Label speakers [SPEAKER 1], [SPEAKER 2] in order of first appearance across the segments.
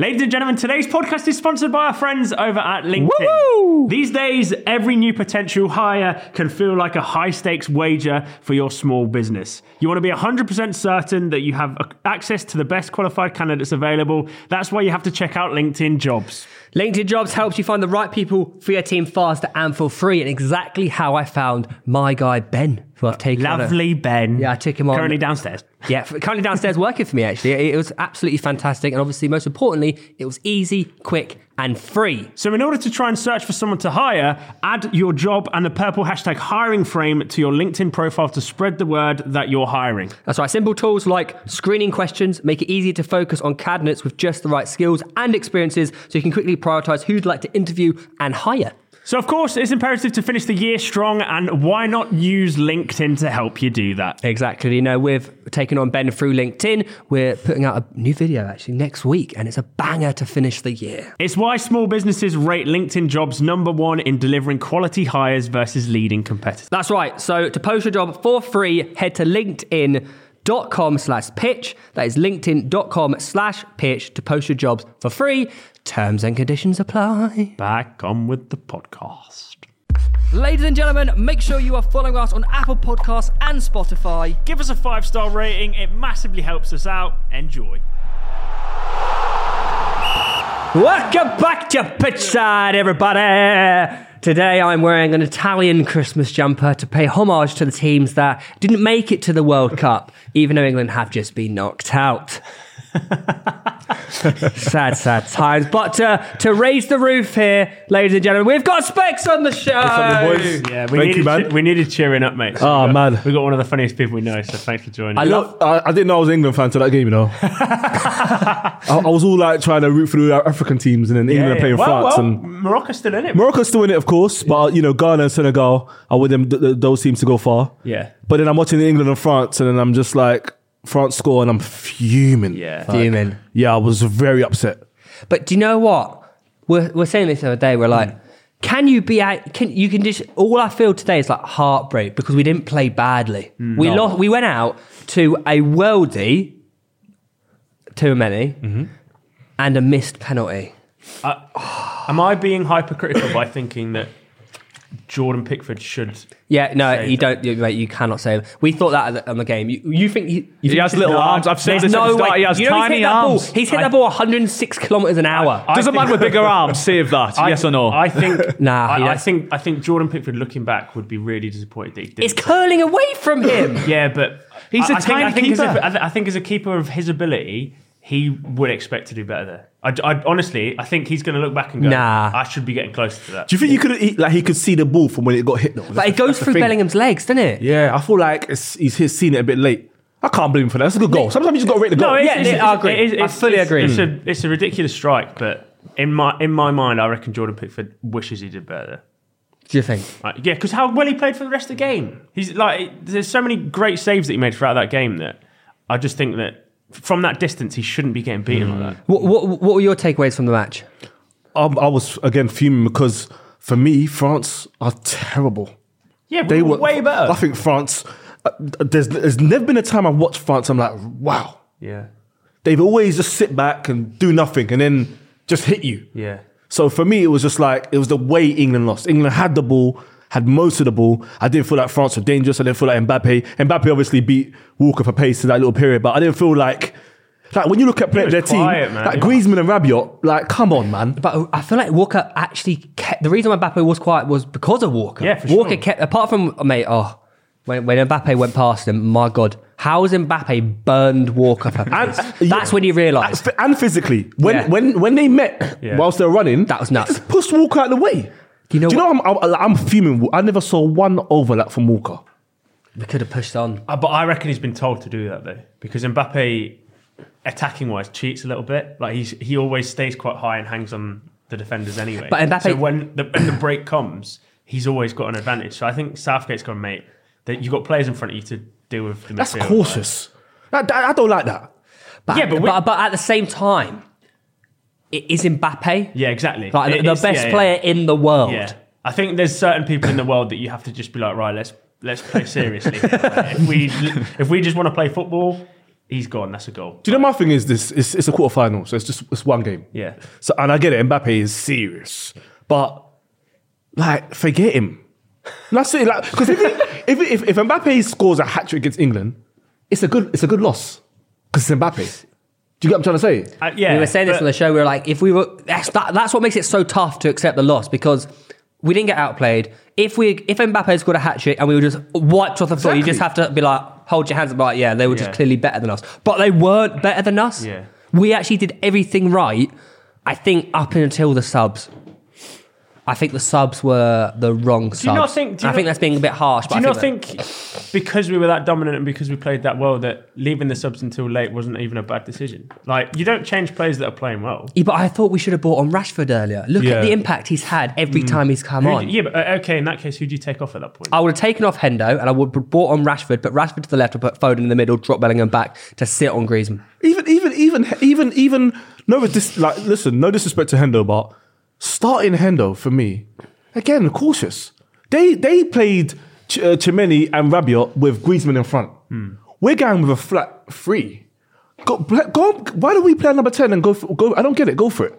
[SPEAKER 1] Ladies and gentlemen, today's podcast is sponsored by our friends over at LinkedIn.
[SPEAKER 2] Woo-hoo!
[SPEAKER 1] These days, every new potential hire can feel like a high stakes wager for your small business. You want to be 100% certain that you have uh, access to the best qualified candidates available. That's why you have to check out LinkedIn Jobs.
[SPEAKER 3] LinkedIn Jobs helps you find the right people for your team faster and for free, and exactly how I found my guy Ben, who I've taken. on a-
[SPEAKER 1] Lovely Ben.
[SPEAKER 3] Yeah, I took him on.
[SPEAKER 1] Currently downstairs.
[SPEAKER 3] Yeah, f- currently downstairs working for me. Actually, it it was absolutely fantastic, and obviously, most importantly, it was easy, quick, and free.
[SPEAKER 1] So, in order to try and search for someone to hire, add your job and the purple hashtag hiring frame to your LinkedIn profile to spread the word that you're hiring.
[SPEAKER 3] That's right. Simple tools like screening questions make it easy to focus on candidates with just the right skills and experiences, so you can quickly prioritize who you'd like to interview and hire.
[SPEAKER 1] So, of course, it's imperative to finish the year strong, and why not use LinkedIn to help you do that?
[SPEAKER 3] Exactly. You know, we've taken on Ben through LinkedIn. We're putting out a new video actually next week, and it's a banger to finish the year.
[SPEAKER 1] It's why small businesses rate LinkedIn jobs number one in delivering quality hires versus leading competitors.
[SPEAKER 3] That's right. So to post your job for free, head to LinkedIn.com slash pitch. That is LinkedIn.com slash pitch to post your jobs for free. Terms and conditions apply.
[SPEAKER 1] Back on with the podcast.
[SPEAKER 3] Ladies and gentlemen, make sure you are following us on Apple Podcasts and Spotify.
[SPEAKER 1] Give us a five star rating, it massively helps us out. Enjoy.
[SPEAKER 3] Welcome back to Pitchside, everybody. Today I'm wearing an Italian Christmas jumper to pay homage to the teams that didn't make it to the World Cup, even though England have just been knocked out. sad, sad times. But to, to raise the roof here, ladies and gentlemen, we've got Specs on the show.
[SPEAKER 1] Yeah, we,
[SPEAKER 4] Thank
[SPEAKER 1] needed,
[SPEAKER 4] you, man.
[SPEAKER 1] che- we needed cheering up, mate. So
[SPEAKER 4] Oh,
[SPEAKER 1] we got-
[SPEAKER 4] man.
[SPEAKER 1] We got one of the funniest people we know, so thanks for joining.
[SPEAKER 3] I
[SPEAKER 1] us.
[SPEAKER 3] love.
[SPEAKER 4] I, I didn't know I was an England fan to that game, you know. I, I was all like trying to root through our African teams, and then England are playing
[SPEAKER 1] well,
[SPEAKER 4] France,
[SPEAKER 1] well,
[SPEAKER 4] and
[SPEAKER 1] Morocco's still in it.
[SPEAKER 4] Morocco's still in it, of course. But you know, Ghana and Senegal are with them. Th- th- those teams to go far.
[SPEAKER 1] Yeah.
[SPEAKER 4] But then I'm watching England and France, and then I'm just like, France score, and I'm fuming.
[SPEAKER 1] Yeah.
[SPEAKER 4] Like,
[SPEAKER 3] Fuming.
[SPEAKER 4] Yeah, I was very upset.
[SPEAKER 3] But do you know what? We're, we're saying this the other day. We're like, can you be out? Can you can just all I feel today is like heartbreak because we didn't play badly.
[SPEAKER 5] Hmm.
[SPEAKER 3] we lost. We went out to a worldie, too many,
[SPEAKER 5] Mm-hmm.
[SPEAKER 3] and a missed penalty.
[SPEAKER 1] Am I being hypercritical by thinking that Jordan Pickford should?
[SPEAKER 3] Yeah, no,
[SPEAKER 1] Say
[SPEAKER 3] you
[SPEAKER 1] that.
[SPEAKER 3] don't. You, mate, you cannot say. We thought that at the- on the game. You, you think you, you think-
[SPEAKER 5] has little arms. I've seen
[SPEAKER 3] There's
[SPEAKER 5] this at the start.
[SPEAKER 3] way.
[SPEAKER 5] He has
[SPEAKER 3] you know he's
[SPEAKER 5] tiny
[SPEAKER 3] hit that ball-
[SPEAKER 5] arms.
[SPEAKER 3] He's hit
[SPEAKER 5] I-
[SPEAKER 3] that ball 106 kilometers an hour.
[SPEAKER 1] I
[SPEAKER 5] Does a
[SPEAKER 1] think-
[SPEAKER 5] man with bigger arms save that? yes or no?
[SPEAKER 1] I think.
[SPEAKER 3] Nah,
[SPEAKER 1] I,
[SPEAKER 3] he
[SPEAKER 1] I
[SPEAKER 3] does.
[SPEAKER 1] think. I think Jordan Pickford, looking back, would be really disappointed that he didn't.
[SPEAKER 3] it's curling away from him.
[SPEAKER 1] yeah, but
[SPEAKER 5] He's
[SPEAKER 1] a
[SPEAKER 5] a
[SPEAKER 1] Think, I
[SPEAKER 5] tiny
[SPEAKER 1] think As
[SPEAKER 5] keeper.
[SPEAKER 1] a, I th- I think as a keeper of his ability, he would expect to do better there. I, d- I- honestly, I think he's going to look back and go,
[SPEAKER 3] Nah.
[SPEAKER 1] I should be getting closer to that."
[SPEAKER 4] Do you think you could he, like he could see the ball from when it got hit though?
[SPEAKER 3] but it goes through Bellingham's legs, doesn't it?
[SPEAKER 4] Yeah, I feel like it's, he's, he's seen it a bit late. I can't blame him for that. That's a good goal. Sometimes you just got to rate the goal.
[SPEAKER 3] it's- Yeah, I agree. I fully
[SPEAKER 1] it's-
[SPEAKER 3] agree.
[SPEAKER 1] It's a, it's a ridiculous strike, but in my in my mind, I reckon Jordan Pickford wishes he did better.
[SPEAKER 3] Do you think?
[SPEAKER 1] Like, yeah, because how well he played for the rest of the game. He's like, there's so many great saves that he made throughout that game that I just think that from that distance, he shouldn't be getting beaten like that.
[SPEAKER 3] What, what, what were your takeaways from the match?
[SPEAKER 4] um, I was again fuming because for me, France are terrible.
[SPEAKER 1] Yeah, we were way better.
[SPEAKER 4] I think France. Uh, there's there's never been a time I watched France. I'm like, wow.
[SPEAKER 1] Yeah,
[SPEAKER 4] They've always just sit back and do nothing, and then just hit you.
[SPEAKER 1] yeah.
[SPEAKER 4] So for me, it was just like it was the way England lost. England had the ball, had most of the ball. I didn't feel like France were dangerous. I didn't feel like Mbappe. Mbappe obviously beat Walker for pace in that little period, but I didn't feel like like when you look at playing
[SPEAKER 1] was
[SPEAKER 4] their
[SPEAKER 1] quiet,
[SPEAKER 4] team,
[SPEAKER 1] man.
[SPEAKER 4] like Griezmann and Rabiot, like come on, man.
[SPEAKER 3] But I feel like Walker actually kept the reason why Mbappe was quiet was because of Walker.
[SPEAKER 1] Yeah, for
[SPEAKER 3] Walker
[SPEAKER 1] sure.
[SPEAKER 3] kept apart from oh, mate. Oh, when, when Mbappe went past him, my god, how has Mbappe burned Walker? For pace? That's when you realise.
[SPEAKER 4] And, and physically, when
[SPEAKER 3] Yeah.
[SPEAKER 4] when when they met
[SPEAKER 1] Yeah.
[SPEAKER 4] whilst they were running,
[SPEAKER 3] That was nuts.
[SPEAKER 4] they Just pushed Walker out of the way.
[SPEAKER 3] You know
[SPEAKER 4] Do you know I'm, I'm, I'm fuming. I never saw one overlap from Walker.
[SPEAKER 3] We could have pushed on.
[SPEAKER 1] Uh, but I reckon he's been told to do that though, because Mbappe attacking wise cheats a little bit. Like he's he always stays quite high and hangs on the defenders anyway.
[SPEAKER 3] But Mbappe-
[SPEAKER 1] so when the, when the break comes, he's always got an advantage. So I think Southgate's gone, mate. That you've got players in front of you to deal with. The
[SPEAKER 4] That's
[SPEAKER 1] midfield, like-
[SPEAKER 4] cautious. I, I- I don't like that.
[SPEAKER 3] But,
[SPEAKER 1] Yeah, but we-
[SPEAKER 3] but, at the same time, it is Mbappe.
[SPEAKER 1] Yeah, exactly.
[SPEAKER 3] Like the,
[SPEAKER 1] It
[SPEAKER 3] the
[SPEAKER 1] is-
[SPEAKER 3] best
[SPEAKER 1] yeah, yeah.
[SPEAKER 3] player in the world.
[SPEAKER 1] Yeah, I think there's certain people in the world that you have to just be like, right, let's let's play seriously. if we if we just want to play football, he's gone. That's a goal.
[SPEAKER 4] Do you know my thing is this? It's, it's a quarterfinal, so it's just it's one game.
[SPEAKER 1] Yeah.
[SPEAKER 4] So and I get it. Mbappe is serious, but like forget him. That's it. Like because if, he- if if if Mbappe scores a hat trick against England, it's a good it's a good loss because it's Mbappe. Do you get what I'm trying to say?
[SPEAKER 1] Uh, yeah,
[SPEAKER 3] we were saying this
[SPEAKER 1] but-
[SPEAKER 3] on the show. We were like, if we were, that's, that, that's what makes it so tough to accept the loss because we didn't get outplayed. If we, if Mbappe scored a hat trick and we were just wiped off the floor, you just have
[SPEAKER 4] Exactly.
[SPEAKER 3] to be like, hold your hands up, like, yeah, they were just
[SPEAKER 1] Yeah.
[SPEAKER 3] clearly better than us, but they weren't better than us.
[SPEAKER 1] Yeah.
[SPEAKER 3] we actually did everything right. I think up until the subs. I think the subs were the wrong subs.
[SPEAKER 1] you not think- do you
[SPEAKER 3] I think
[SPEAKER 1] not-
[SPEAKER 3] that's being a bit harsh.
[SPEAKER 1] Do
[SPEAKER 3] but
[SPEAKER 1] you
[SPEAKER 3] I
[SPEAKER 1] not
[SPEAKER 3] that-
[SPEAKER 1] think because we were that dominant and because we played that well that leaving the subs until late wasn't even a bad decision? Like you don't change players that are playing well.
[SPEAKER 3] Yeah, but I thought we should have bought on Rashford earlier. Look
[SPEAKER 4] Yeah.
[SPEAKER 3] at the impact he's had every time he's come
[SPEAKER 1] Mm. Who
[SPEAKER 3] on. Oh,
[SPEAKER 1] do- yeah, but uh, okay. In that case, who do you take off at that point?
[SPEAKER 3] I would have taken off Hendo and I would have bought on Rashford, put Rashford to the left, put Foden in the middle, drop Bellingham back to sit on Griezmann.
[SPEAKER 4] Even even even even even no dis- like listen, no disrespect to Hendo, but starting Hendo for me again cautious. They they played Ch- uh, Chimeni and Rabiot with Griezmann in front. We're going with a flat three. Go, pl- go, why do we play number ten and go for, go? I don't get it. Go for it.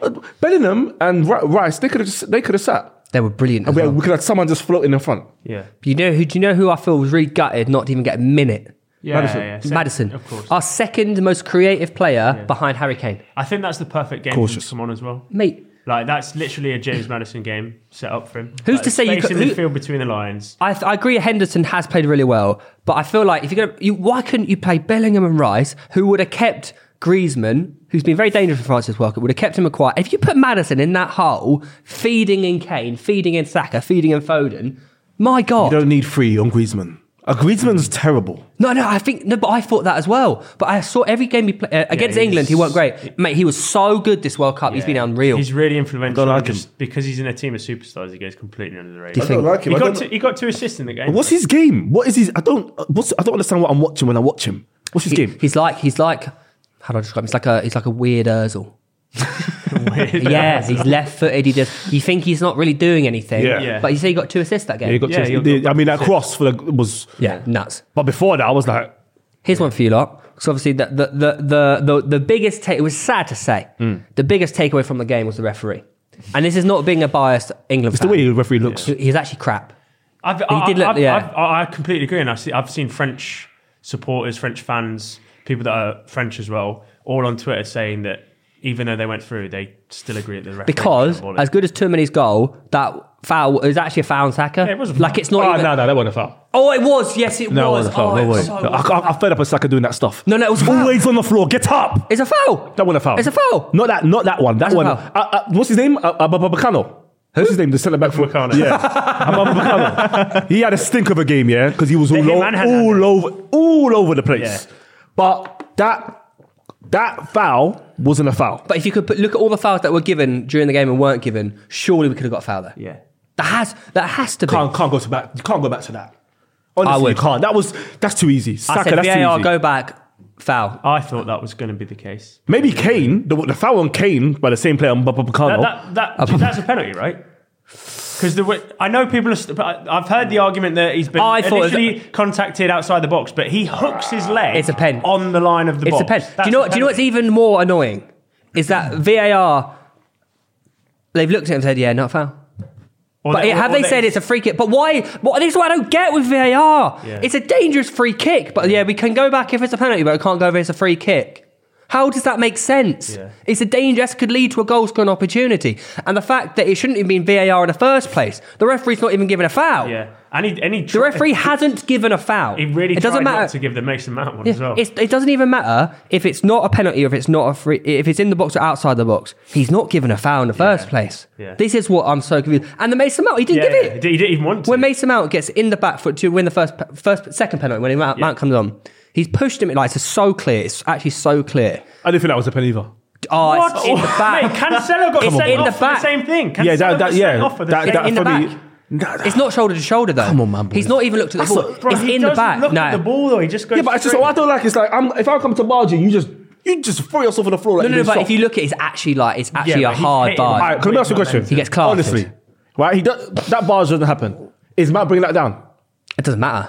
[SPEAKER 4] Uh, Bellingham and Ri- Rice, they could have just they could have sat.
[SPEAKER 3] They were brilliant. As
[SPEAKER 4] We,
[SPEAKER 3] well.
[SPEAKER 4] we could have someone just floating in front.
[SPEAKER 1] yeah,
[SPEAKER 3] you know who? Do you know who I feel was really gutted not to even get a minute?
[SPEAKER 1] yeah,
[SPEAKER 4] Madison.
[SPEAKER 1] yeah, so-
[SPEAKER 3] Madison,
[SPEAKER 1] Of course.
[SPEAKER 3] our second most creative player behind Harry Kane.
[SPEAKER 1] I think that's the perfect game for him to
[SPEAKER 4] Cautious.
[SPEAKER 1] come on as well.
[SPEAKER 3] Mate,
[SPEAKER 1] Like that's literally a James Madison game set up for him.
[SPEAKER 3] Who's
[SPEAKER 1] Like,
[SPEAKER 3] to say you
[SPEAKER 1] space
[SPEAKER 3] could-
[SPEAKER 1] in
[SPEAKER 3] who-
[SPEAKER 1] midfield between the lines?
[SPEAKER 3] I, I agree. Henderson has played really well, but I feel like if you're gonna, you, why couldn't you play Bellingham and Rice, who would have kept Griezmann, who's been very dangerous for France's World Cup, would have kept him quiet. If you put Madison in that hole, feeding in Kane, feeding in Saka, feeding in Foden, my
[SPEAKER 4] You
[SPEAKER 3] God,
[SPEAKER 4] don't need three on Griezmann. Uh, Griezmann's terrible.
[SPEAKER 3] no, no, I think no, but I thought that as well. But I saw every game he played uh, against
[SPEAKER 1] he's-
[SPEAKER 3] England, he weren't great, mate. He was so good this World Cup. He's been
[SPEAKER 1] Yeah.
[SPEAKER 3] unreal.
[SPEAKER 1] He's really influential.
[SPEAKER 4] like
[SPEAKER 1] just
[SPEAKER 4] him.
[SPEAKER 1] because he's in a team of superstars, he goes completely under the
[SPEAKER 3] Do you
[SPEAKER 1] radar.
[SPEAKER 3] think-
[SPEAKER 4] like
[SPEAKER 1] He got, two, he got two assists in the game.
[SPEAKER 4] What's his game? What is his? I don't. uh, What's, I don't understand what I'm watching when I watch him. What's his game?
[SPEAKER 3] he's like he's like how do I describe him? He's like a he's like a weird Özil. yeah, he's left footed. He does. You think he's not really doing anything.
[SPEAKER 4] Yeah. Yeah.
[SPEAKER 3] But you say he got two assists that game.
[SPEAKER 4] Yeah, he got
[SPEAKER 1] Yeah,
[SPEAKER 4] two-
[SPEAKER 1] he'll-
[SPEAKER 4] the- I mean, that cross for the was.
[SPEAKER 3] Yeah, nuts.
[SPEAKER 4] But before that, I was like,
[SPEAKER 3] Here's one for you lot. Because obviously the the the the, the, the biggest take it was sad to say
[SPEAKER 4] Hmm.
[SPEAKER 3] the biggest takeaway from the game was the referee, and this is not being a biased England
[SPEAKER 4] it's the
[SPEAKER 3] fan.
[SPEAKER 4] way the referee looks.
[SPEAKER 3] He- He's actually crap.
[SPEAKER 1] I've,
[SPEAKER 3] He
[SPEAKER 1] I,
[SPEAKER 3] did look-
[SPEAKER 1] I've,
[SPEAKER 3] yeah.
[SPEAKER 1] I've, I I completely agree, and I've, see, I've seen French supporters, French fans, people that are French as well, all on Twitter saying that even though they went through, they still agree that the referee
[SPEAKER 3] Because
[SPEAKER 1] shouldn't have
[SPEAKER 3] as
[SPEAKER 1] won
[SPEAKER 3] good as Tourmany's goal, that foul is actually a foul on Saka.
[SPEAKER 1] Yeah, it was a foul.
[SPEAKER 3] like it's not.
[SPEAKER 4] Oh,
[SPEAKER 3] even,
[SPEAKER 4] no, no, that wasn't a foul.
[SPEAKER 3] Oh, it was. Yes, it
[SPEAKER 4] No,
[SPEAKER 3] was.
[SPEAKER 4] it wasn't a foul.
[SPEAKER 3] Oh,
[SPEAKER 4] no
[SPEAKER 3] it
[SPEAKER 4] way.
[SPEAKER 3] was so-
[SPEAKER 4] No, I, I, I'm fed up with Saka doing that stuff.
[SPEAKER 3] No, no, it was a foul.
[SPEAKER 4] always on the floor. Get up.
[SPEAKER 3] It's a foul.
[SPEAKER 4] That wasn't a foul.
[SPEAKER 3] It's a foul.
[SPEAKER 4] Not that. Not that one. That
[SPEAKER 3] That's a
[SPEAKER 4] one.
[SPEAKER 3] foul.
[SPEAKER 4] Uh, uh, what's his name? Uh, Ababacano. Who's his name? The centre back for Bacano. Yeah, Ababacano. He had a stink of a game, yeah, because he was all,
[SPEAKER 1] him
[SPEAKER 4] o-
[SPEAKER 1] and had
[SPEAKER 4] all over, all over the place.
[SPEAKER 1] Yeah.
[SPEAKER 4] But that that foul wasn't a foul.
[SPEAKER 3] But if you could put, look at all the fouls that were given during the game and weren't given, surely we could have got a foul there.
[SPEAKER 1] Yeah.
[SPEAKER 3] That has that has to be.
[SPEAKER 4] can't can't go to back. You can't go back to that. Honestly,
[SPEAKER 3] I would.
[SPEAKER 4] you can't. That was that's too easy.
[SPEAKER 3] I
[SPEAKER 4] Saka,
[SPEAKER 3] said
[SPEAKER 4] that's
[SPEAKER 3] VAR,
[SPEAKER 4] too easy.
[SPEAKER 3] go back, foul.
[SPEAKER 1] I thought that was going to be the case.
[SPEAKER 4] Maybe Kane, the, the foul on Kane by the same player on Bubba
[SPEAKER 1] That,
[SPEAKER 4] Bacano.
[SPEAKER 1] that, that, that's a penalty, right? Because the way, I know people are. St- but I- I've heard the argument that he's been
[SPEAKER 3] I thought it was-
[SPEAKER 1] initially contacted outside the box, but he hooks his leg.
[SPEAKER 3] It's a pen.
[SPEAKER 1] on the line of the
[SPEAKER 3] It's
[SPEAKER 1] box.
[SPEAKER 3] a pen.
[SPEAKER 1] That's Hmm.
[SPEAKER 3] Do you know?
[SPEAKER 1] a
[SPEAKER 3] What, do you know what's
[SPEAKER 1] penalty.
[SPEAKER 3] even more annoying is that VAR. They've looked at it and said, "Yeah, not a foul."
[SPEAKER 1] Or
[SPEAKER 3] But
[SPEAKER 1] they-
[SPEAKER 3] it- have
[SPEAKER 1] or
[SPEAKER 3] they said it's a free kick? But why? What this is what I don't get with VAR.
[SPEAKER 1] Yeah.
[SPEAKER 3] It's a dangerous free kick. But yeah, we can go back if it's a penalty, but we can't go if it's a free kick. How does that make sense?
[SPEAKER 1] Yeah.
[SPEAKER 3] It's a danger that could lead to a goal scoring opportunity, and the fact that it shouldn't have been VAR in the first place. The referee's not even given a foul.
[SPEAKER 1] Yeah, and he, and he
[SPEAKER 3] The referee hasn't given a foul.
[SPEAKER 1] He really
[SPEAKER 3] it doesn't
[SPEAKER 1] tried
[SPEAKER 3] matter.
[SPEAKER 1] not to give the Mason Mount one
[SPEAKER 3] Yeah,
[SPEAKER 1] as well.
[SPEAKER 3] it's- it doesn't even matter if it's not a penalty or if it's not a free. If it's in the box or outside the box, he's not given a foul in the first place.
[SPEAKER 1] Yeah.
[SPEAKER 3] This is what I'm so confused. And the Mason Mount, he didn't
[SPEAKER 1] yeah,
[SPEAKER 3] give
[SPEAKER 1] yeah,
[SPEAKER 3] it.
[SPEAKER 1] He didn't even want to.
[SPEAKER 3] When Mason Mount gets in the back foot to win the first, pe- first second penalty, when Mount, Mount comes on, He's pushed him. Like it's so clear. It's actually so clear.
[SPEAKER 4] I didn't think that was a pen either.
[SPEAKER 3] Oh, it's
[SPEAKER 1] What?
[SPEAKER 3] in the back.
[SPEAKER 1] Mate, Cancelo got
[SPEAKER 3] It's
[SPEAKER 1] sent
[SPEAKER 3] in
[SPEAKER 1] off
[SPEAKER 3] the
[SPEAKER 1] for the
[SPEAKER 3] back.
[SPEAKER 1] same thing. Cancelo
[SPEAKER 4] yeah, that,
[SPEAKER 1] got
[SPEAKER 4] that
[SPEAKER 1] sent
[SPEAKER 4] yeah,
[SPEAKER 1] off for the
[SPEAKER 4] that,
[SPEAKER 1] same
[SPEAKER 4] that
[SPEAKER 3] in the
[SPEAKER 4] for me.
[SPEAKER 3] back.
[SPEAKER 4] Nah, nah.
[SPEAKER 3] It's not shoulder to shoulder though.
[SPEAKER 4] Come on, man, boys.
[SPEAKER 3] He's not even looked at the ball.
[SPEAKER 4] not- bro,
[SPEAKER 3] it's
[SPEAKER 1] He
[SPEAKER 3] in the
[SPEAKER 1] doesn't
[SPEAKER 3] back.
[SPEAKER 1] Look
[SPEAKER 3] no,
[SPEAKER 1] at the ball though. He just goes.
[SPEAKER 4] Yeah, but it's just
[SPEAKER 1] straight-
[SPEAKER 4] I don't like. It's like I'm, if I come to barge you, you just you just throw yourself on the floor. Like
[SPEAKER 3] no, no.
[SPEAKER 4] you've
[SPEAKER 3] no
[SPEAKER 4] been
[SPEAKER 3] but if
[SPEAKER 4] shot.
[SPEAKER 3] you look at, it, it's actually like it's actually
[SPEAKER 1] Yeah,
[SPEAKER 3] a
[SPEAKER 1] but he
[SPEAKER 3] hard
[SPEAKER 1] hit him.
[SPEAKER 4] All
[SPEAKER 3] bar.
[SPEAKER 4] right, can I ask you a question?
[SPEAKER 3] He gets classed.
[SPEAKER 4] Honestly, right? He does, that barge doesn't happen. Is Matt bringing that down?
[SPEAKER 3] It doesn't matter.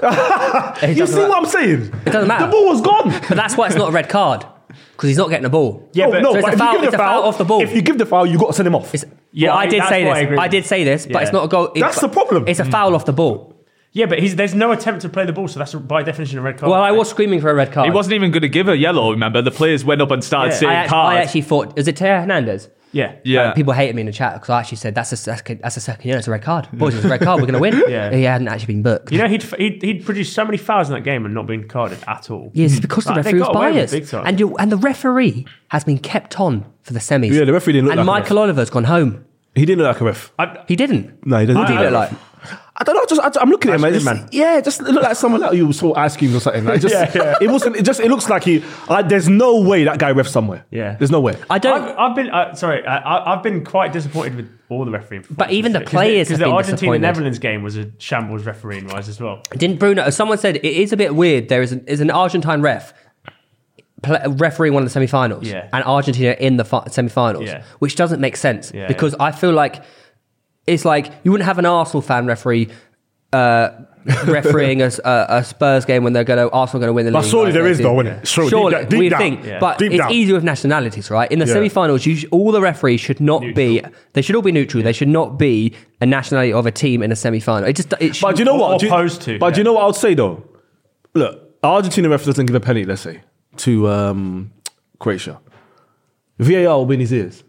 [SPEAKER 3] It
[SPEAKER 4] You
[SPEAKER 3] doesn't
[SPEAKER 4] see
[SPEAKER 3] matter.
[SPEAKER 4] what I'm saying? It
[SPEAKER 3] doesn't matter.
[SPEAKER 4] The ball was gone.
[SPEAKER 3] But that's why it's not a red card because he's not getting the ball.
[SPEAKER 1] Yeah,
[SPEAKER 4] no,
[SPEAKER 1] but-
[SPEAKER 4] no,
[SPEAKER 3] so it's
[SPEAKER 4] but
[SPEAKER 3] a
[SPEAKER 4] if you
[SPEAKER 3] foul-
[SPEAKER 4] give
[SPEAKER 3] it's a foul off the ball.
[SPEAKER 4] If you give the foul, you got to send him off.
[SPEAKER 3] It's,
[SPEAKER 1] Yeah,
[SPEAKER 3] well, I,
[SPEAKER 1] I-
[SPEAKER 3] did
[SPEAKER 1] that's
[SPEAKER 3] say
[SPEAKER 1] what I
[SPEAKER 3] this.
[SPEAKER 1] agree
[SPEAKER 3] I,
[SPEAKER 1] with.
[SPEAKER 3] did say this, but
[SPEAKER 1] Yeah.
[SPEAKER 3] it's not a goal.
[SPEAKER 4] That's
[SPEAKER 3] it's-
[SPEAKER 4] the problem.
[SPEAKER 3] It's a foul off the ball.
[SPEAKER 1] Yeah, but he's, there's no attempt to play the ball, so that's by definition a red card.
[SPEAKER 3] Well, I was screaming for a red card.
[SPEAKER 5] He wasn't even going to give a yellow, remember? The players went up and started
[SPEAKER 1] Yeah.
[SPEAKER 5] saying
[SPEAKER 3] I actually, I
[SPEAKER 5] cards.
[SPEAKER 3] actually thought, is it Teo Hernandez?
[SPEAKER 1] Yeah.
[SPEAKER 5] yeah.
[SPEAKER 3] People hated me in the chat because I actually said that's a that's, a- that's a second. Yeah, it's a red card. Boys, it's a red card. We're gonna win.
[SPEAKER 1] Yeah.
[SPEAKER 3] He hadn't actually been booked.
[SPEAKER 1] You know, he'd, he'd he'd produced so many fouls in that game and not been carded at all.
[SPEAKER 3] Yes, because the
[SPEAKER 1] Like, they
[SPEAKER 3] referee was
[SPEAKER 1] got away with
[SPEAKER 3] biased,
[SPEAKER 1] big time.
[SPEAKER 3] and you, and the referee has been kept on for the semis.
[SPEAKER 4] Yeah, the referee didn't look
[SPEAKER 3] And
[SPEAKER 4] like a
[SPEAKER 3] Michael Oliver's gone home.
[SPEAKER 4] he didn't look like a ref.
[SPEAKER 1] I,
[SPEAKER 3] He didn't.
[SPEAKER 4] No, he doesn't.
[SPEAKER 3] What did he
[SPEAKER 4] I-
[SPEAKER 3] look like?
[SPEAKER 4] I don't know. Just I, am looking at him, man.
[SPEAKER 1] Ice cream
[SPEAKER 4] It's- Yeah, just it looked like someone like you saw ice creams or something. Like just, It wasn't. It just it looks like he. Like, there's no way that guy refs somewhere.
[SPEAKER 1] Yeah.
[SPEAKER 4] there's no way.
[SPEAKER 3] I don't.
[SPEAKER 1] I've, I've been uh, sorry. I, I- I've been quite disappointed with all the refereeing.
[SPEAKER 3] But even the players
[SPEAKER 1] because
[SPEAKER 3] have
[SPEAKER 1] the,
[SPEAKER 3] been
[SPEAKER 1] Argentina
[SPEAKER 3] disappointed.
[SPEAKER 1] Netherlands game was a shambles refereeing wise as well.
[SPEAKER 3] Didn't Bruno? uh, Someone said it is a bit weird. There is an, is an Argentine ref pl- refereeing one of the semi-finals,
[SPEAKER 1] Yeah.
[SPEAKER 3] and Argentina in the fi- semi-finals,
[SPEAKER 1] Yeah.
[SPEAKER 3] which doesn't make sense
[SPEAKER 1] Yeah,
[SPEAKER 3] because I feel like it's like you wouldn't have an Arsenal fan referee. Uh, refereeing a, s- a- a Spurs game when they're going to Arsenal going to win the
[SPEAKER 4] But
[SPEAKER 3] league.
[SPEAKER 4] surely
[SPEAKER 3] like
[SPEAKER 4] there
[SPEAKER 3] they
[SPEAKER 4] is
[SPEAKER 3] did.
[SPEAKER 4] though, isn't it? Surely,
[SPEAKER 3] Surely,
[SPEAKER 4] deep, down- deep
[SPEAKER 3] we
[SPEAKER 4] down.
[SPEAKER 3] think, but
[SPEAKER 4] Deep
[SPEAKER 3] it's
[SPEAKER 4] down.
[SPEAKER 3] easier with nationalities, right? In the
[SPEAKER 4] Yeah.
[SPEAKER 3] semi-finals, you sh- all the referees should not be. They should all be neutral. They should not be a nationality of a team in a semi-final. It just. It
[SPEAKER 4] But
[SPEAKER 3] should-
[SPEAKER 4] do you know
[SPEAKER 1] Or-
[SPEAKER 4] what?
[SPEAKER 1] or
[SPEAKER 4] do you,
[SPEAKER 1] opposed to,
[SPEAKER 4] But do
[SPEAKER 1] yeah.
[SPEAKER 4] you know what I would say though? Look, Argentina ref doesn't give a penny. Let's say to um, Croatia, VAR will be in his ears.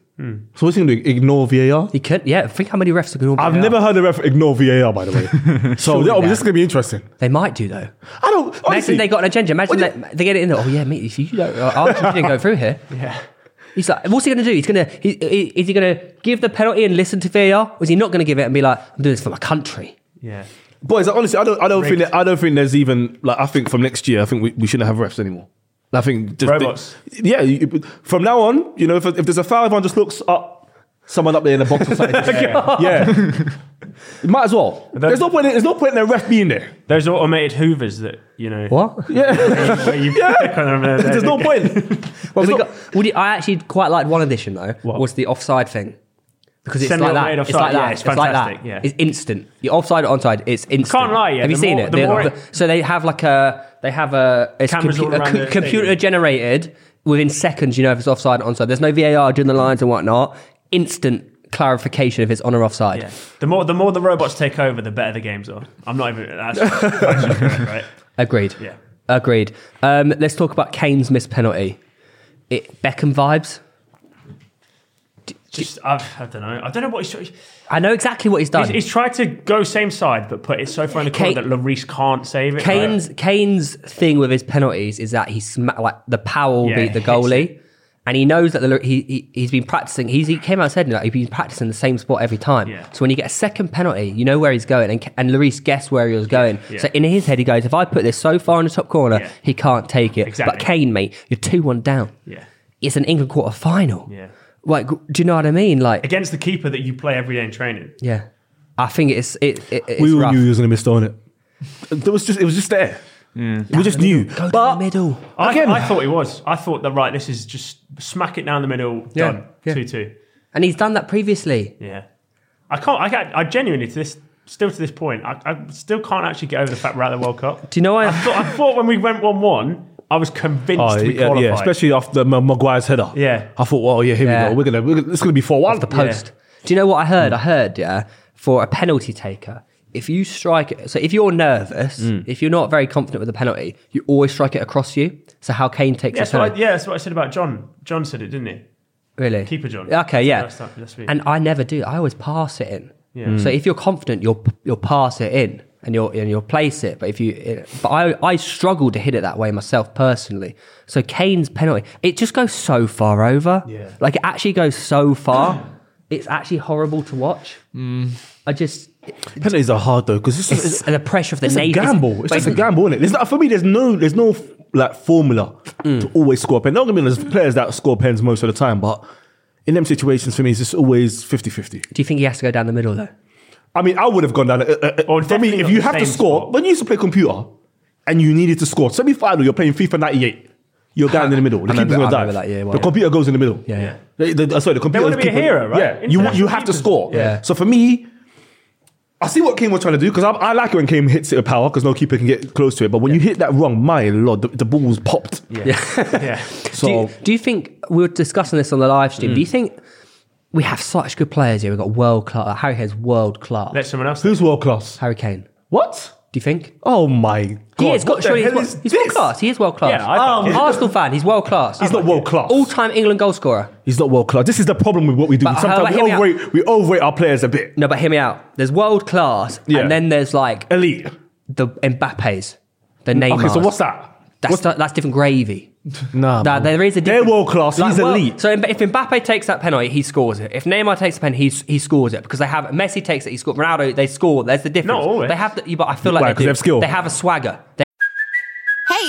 [SPEAKER 4] So what's he gonna do? Ignore VAR?
[SPEAKER 3] He could, yeah. Think how many refs are going to.
[SPEAKER 4] I've never heard a ref ignore VAR. By the way, so that-
[SPEAKER 3] Surely
[SPEAKER 4] this is
[SPEAKER 3] that-
[SPEAKER 4] gonna be interesting.
[SPEAKER 3] They might do though.
[SPEAKER 4] I don't. honestly-
[SPEAKER 3] Imagine they got an agenda. Imagine
[SPEAKER 4] What do
[SPEAKER 3] they, they get it in there. Oh yeah, mate. If you don't, uh, Argentina didn't go through here. Yeah. He's like, what's he going to do? He's going to. He, he, is he going to give the penalty and listen to VAR? Or is he not going to give it and be like, I'm doing this for my country?
[SPEAKER 1] Yeah.
[SPEAKER 4] Boys, like, honestly, I don't, I don't think,
[SPEAKER 1] Rigged.
[SPEAKER 4] that, I don't think there's even like. I think from next year, I think we, we shouldn't have refs anymore. I think just
[SPEAKER 1] Robots.
[SPEAKER 4] yeah, you, from now on, you know, if, if there's a foul, everyone just looks up, someone up there in the box or something. yeah, might as well. there's no point. in- There's no point in a ref being there.
[SPEAKER 1] Those automated Hoovers that you know.
[SPEAKER 3] What?
[SPEAKER 1] Where you click on them and they're-
[SPEAKER 4] There's no point.
[SPEAKER 3] Well,
[SPEAKER 4] There's
[SPEAKER 3] we
[SPEAKER 4] no-
[SPEAKER 3] got, would you, I actually quite liked one edition though. Was the offside thing because it's
[SPEAKER 1] Semi
[SPEAKER 3] like that.
[SPEAKER 1] automated
[SPEAKER 3] It's
[SPEAKER 1] offside,
[SPEAKER 3] like
[SPEAKER 1] yeah,
[SPEAKER 3] that.
[SPEAKER 1] it's
[SPEAKER 3] It's like that.
[SPEAKER 1] fantastic, yeah.
[SPEAKER 3] It's instant. Your offside or onside. It's instant.
[SPEAKER 1] Can't lie, yeah,
[SPEAKER 3] Have you
[SPEAKER 1] the
[SPEAKER 3] seen
[SPEAKER 1] more-
[SPEAKER 3] it?
[SPEAKER 1] the
[SPEAKER 3] They-
[SPEAKER 1] more it-
[SPEAKER 3] so they have like a they have a it's
[SPEAKER 1] Cameras all
[SPEAKER 3] compu- a
[SPEAKER 1] around
[SPEAKER 3] co-
[SPEAKER 1] the stadium.
[SPEAKER 3] computer generated within seconds. You know if it's offside or onside. There's no VAR doing the lines and whatnot. Instant clarification if it's on or offside.
[SPEAKER 1] Yeah. The more the more the robots take over, the better the games are. I'm not even. That's, that's just correct, right.
[SPEAKER 3] Agreed.
[SPEAKER 1] Yeah.
[SPEAKER 3] Agreed. Um, let's talk about Kane's missed penalty. It Beckham vibes.
[SPEAKER 1] Just I've, I don't know. I don't know what he's. He's,
[SPEAKER 3] I know exactly what he's done.
[SPEAKER 1] he's tried to go same side, but put it so far in the corner
[SPEAKER 3] Kane-
[SPEAKER 1] that Lloris can't save it.
[SPEAKER 3] Kane's Kane's thing with his penalties is that he sma- like the power will
[SPEAKER 1] Yeah,
[SPEAKER 3] beat the
[SPEAKER 1] hits it.
[SPEAKER 3] goalie, and he knows that the, he, he he's been practicing. He's, he came out and said like, he's been practicing the same spot every time.
[SPEAKER 1] Yeah.
[SPEAKER 3] So when you get a second penalty, you know where he's going, and K- and Lloris guessed where he was going.
[SPEAKER 1] Yeah.
[SPEAKER 3] So in his head, he goes, "If I put this so far in the top corner,
[SPEAKER 1] Yeah.
[SPEAKER 3] he can't take it."
[SPEAKER 1] Exactly.
[SPEAKER 3] But Kane, mate, you're two one down.
[SPEAKER 1] Yeah.
[SPEAKER 3] It's an England quarter final.
[SPEAKER 1] Yeah.
[SPEAKER 3] Like, do you know what I mean? Like,
[SPEAKER 1] against the keeper that you play every day in training.
[SPEAKER 3] yeah. I think it's it. it it's
[SPEAKER 4] we all
[SPEAKER 3] rough.
[SPEAKER 4] knew he was gonna miss on it. There was just, it was just there. We just knew.
[SPEAKER 3] Go to
[SPEAKER 4] But
[SPEAKER 3] the middle.
[SPEAKER 1] I,
[SPEAKER 4] Again-
[SPEAKER 1] I thought he was. I thought that right. This is just smack it down the middle.
[SPEAKER 3] Yeah,
[SPEAKER 1] Done.
[SPEAKER 3] yeah.
[SPEAKER 1] Two two.
[SPEAKER 3] And he's done that previously.
[SPEAKER 1] Yeah. I can't. I, can't- I genuinely to this still to this point. I, I still can't actually get over the fact we're at the World Cup.
[SPEAKER 3] Do you know why-
[SPEAKER 1] I thought, I thought when we went one one, I was convinced
[SPEAKER 4] Oh,
[SPEAKER 1] we
[SPEAKER 4] yeah,
[SPEAKER 1] qualified.
[SPEAKER 4] yeah, especially after Ma- Maguire's header.
[SPEAKER 1] Yeah.
[SPEAKER 4] I thought, well, yeah, here
[SPEAKER 3] Yeah.
[SPEAKER 4] we go. We're gonna, we're gonna, it's gonna be four one.
[SPEAKER 3] the post. Do you know what I heard? I heard, yeah, for a penalty taker, if you strike it, so if you're nervous, if you're not very confident with a penalty, you always strike it across you. So how Kane takes
[SPEAKER 1] Yeah,
[SPEAKER 3] a
[SPEAKER 1] that's what I,
[SPEAKER 3] penalty.
[SPEAKER 1] yeah, that's what I said about John. John said it, didn't he?
[SPEAKER 3] Really?
[SPEAKER 1] Keeper John.
[SPEAKER 3] Okay, yeah.
[SPEAKER 1] That's not- that's weird.
[SPEAKER 3] and I never do. I always pass it in. So if you're confident, you'll you'll pass it in and you'll and you'll place it. But if you, but I I struggle to hit it that way myself personally. So Kane's penalty, it just goes so far over.
[SPEAKER 1] Yeah.
[SPEAKER 3] like it actually goes so far. it's actually horrible to watch. I just
[SPEAKER 4] Penalties are hard though because it's,
[SPEAKER 3] it's,
[SPEAKER 4] it's,
[SPEAKER 3] the pressure of the
[SPEAKER 4] it's a
[SPEAKER 3] navy.
[SPEAKER 4] gamble. It's just a gamble, isn't it? There's not, for me, there's no, there's no like formula to always score a pen. Not gonna be there's players that score pens most of the time, but in them situations for me, it's just always 50-50.
[SPEAKER 3] Do you think he has to go down the middle though?
[SPEAKER 4] I mean, I would have gone down. Uh,
[SPEAKER 3] Oh,
[SPEAKER 4] uh,
[SPEAKER 1] Or
[SPEAKER 4] for
[SPEAKER 1] definitely
[SPEAKER 4] me, if
[SPEAKER 1] not
[SPEAKER 4] you
[SPEAKER 1] the
[SPEAKER 4] have to
[SPEAKER 1] same
[SPEAKER 4] score,
[SPEAKER 1] spot.
[SPEAKER 4] when you used to play computer and you needed to score, semi final, you're playing FIFA 98. You're down in the middle. The
[SPEAKER 3] I
[SPEAKER 4] keeper's
[SPEAKER 3] remember-
[SPEAKER 4] gonna
[SPEAKER 3] I
[SPEAKER 4] dive.
[SPEAKER 3] remember that, yeah, why
[SPEAKER 4] the
[SPEAKER 3] not?
[SPEAKER 4] computer goes in the middle.
[SPEAKER 3] Yeah, yeah.
[SPEAKER 4] The, the, uh, sorry, the computer.
[SPEAKER 1] wanna be a hero, right?
[SPEAKER 4] Yeah. You
[SPEAKER 1] International
[SPEAKER 4] you have to
[SPEAKER 1] keepers.
[SPEAKER 4] score.
[SPEAKER 3] Yeah.
[SPEAKER 4] So for me, I see what Kane was trying to do because I, I like it when Kane hits it with power because no keeper can get close to it. But when you hit that wrong, my lord, the, the ball's popped.
[SPEAKER 3] Yeah.
[SPEAKER 1] Yeah.
[SPEAKER 4] So Mm.
[SPEAKER 3] do, you, do you think we were discussing this on the live stream? Do you think we have such good players here? We've got world class. Like Harry Kane's world class.
[SPEAKER 1] Let someone else.
[SPEAKER 4] who's world class?
[SPEAKER 3] Harry Kane.
[SPEAKER 4] What?
[SPEAKER 3] Do you think?
[SPEAKER 4] Oh my god!
[SPEAKER 3] He is
[SPEAKER 4] what
[SPEAKER 3] got
[SPEAKER 4] the
[SPEAKER 3] surely he's,
[SPEAKER 4] hell
[SPEAKER 3] wo-
[SPEAKER 4] is
[SPEAKER 3] he's
[SPEAKER 4] this?
[SPEAKER 3] world class. He is world class.
[SPEAKER 1] Yeah, I think-
[SPEAKER 3] Arsenal fan. He's world class.
[SPEAKER 4] He's not world class.
[SPEAKER 3] all time England goal scorer.
[SPEAKER 4] He's not world class. This is the problem with what we do.
[SPEAKER 3] But how about
[SPEAKER 4] Sometimes we
[SPEAKER 3] him out?
[SPEAKER 4] overrate, we overrate our players a bit.
[SPEAKER 3] No, but hear me out. There's world class,
[SPEAKER 4] Yeah.
[SPEAKER 3] and then there's like
[SPEAKER 4] Elite.
[SPEAKER 3] the Mbappes, the Neymars.
[SPEAKER 4] Okay, so what's that?
[SPEAKER 3] That's
[SPEAKER 4] What's-
[SPEAKER 3] di- that's different gravy. Nah,
[SPEAKER 4] Nah, man.
[SPEAKER 3] there is a
[SPEAKER 4] They're
[SPEAKER 3] difference.
[SPEAKER 4] world class. he's
[SPEAKER 3] well,
[SPEAKER 4] elite.
[SPEAKER 3] So if Mbappe takes that penalty, he scores it. If Neymar takes the pen, he, he scores it because they have Messi takes it, he scores. Ronaldo, they score. There's the difference.
[SPEAKER 1] Not always.
[SPEAKER 3] They have, the, but I feel like
[SPEAKER 4] Why?
[SPEAKER 3] they
[SPEAKER 4] 'Cause
[SPEAKER 3] do.
[SPEAKER 4] they have skill.
[SPEAKER 3] They have a swagger. They
[SPEAKER 6] Hey,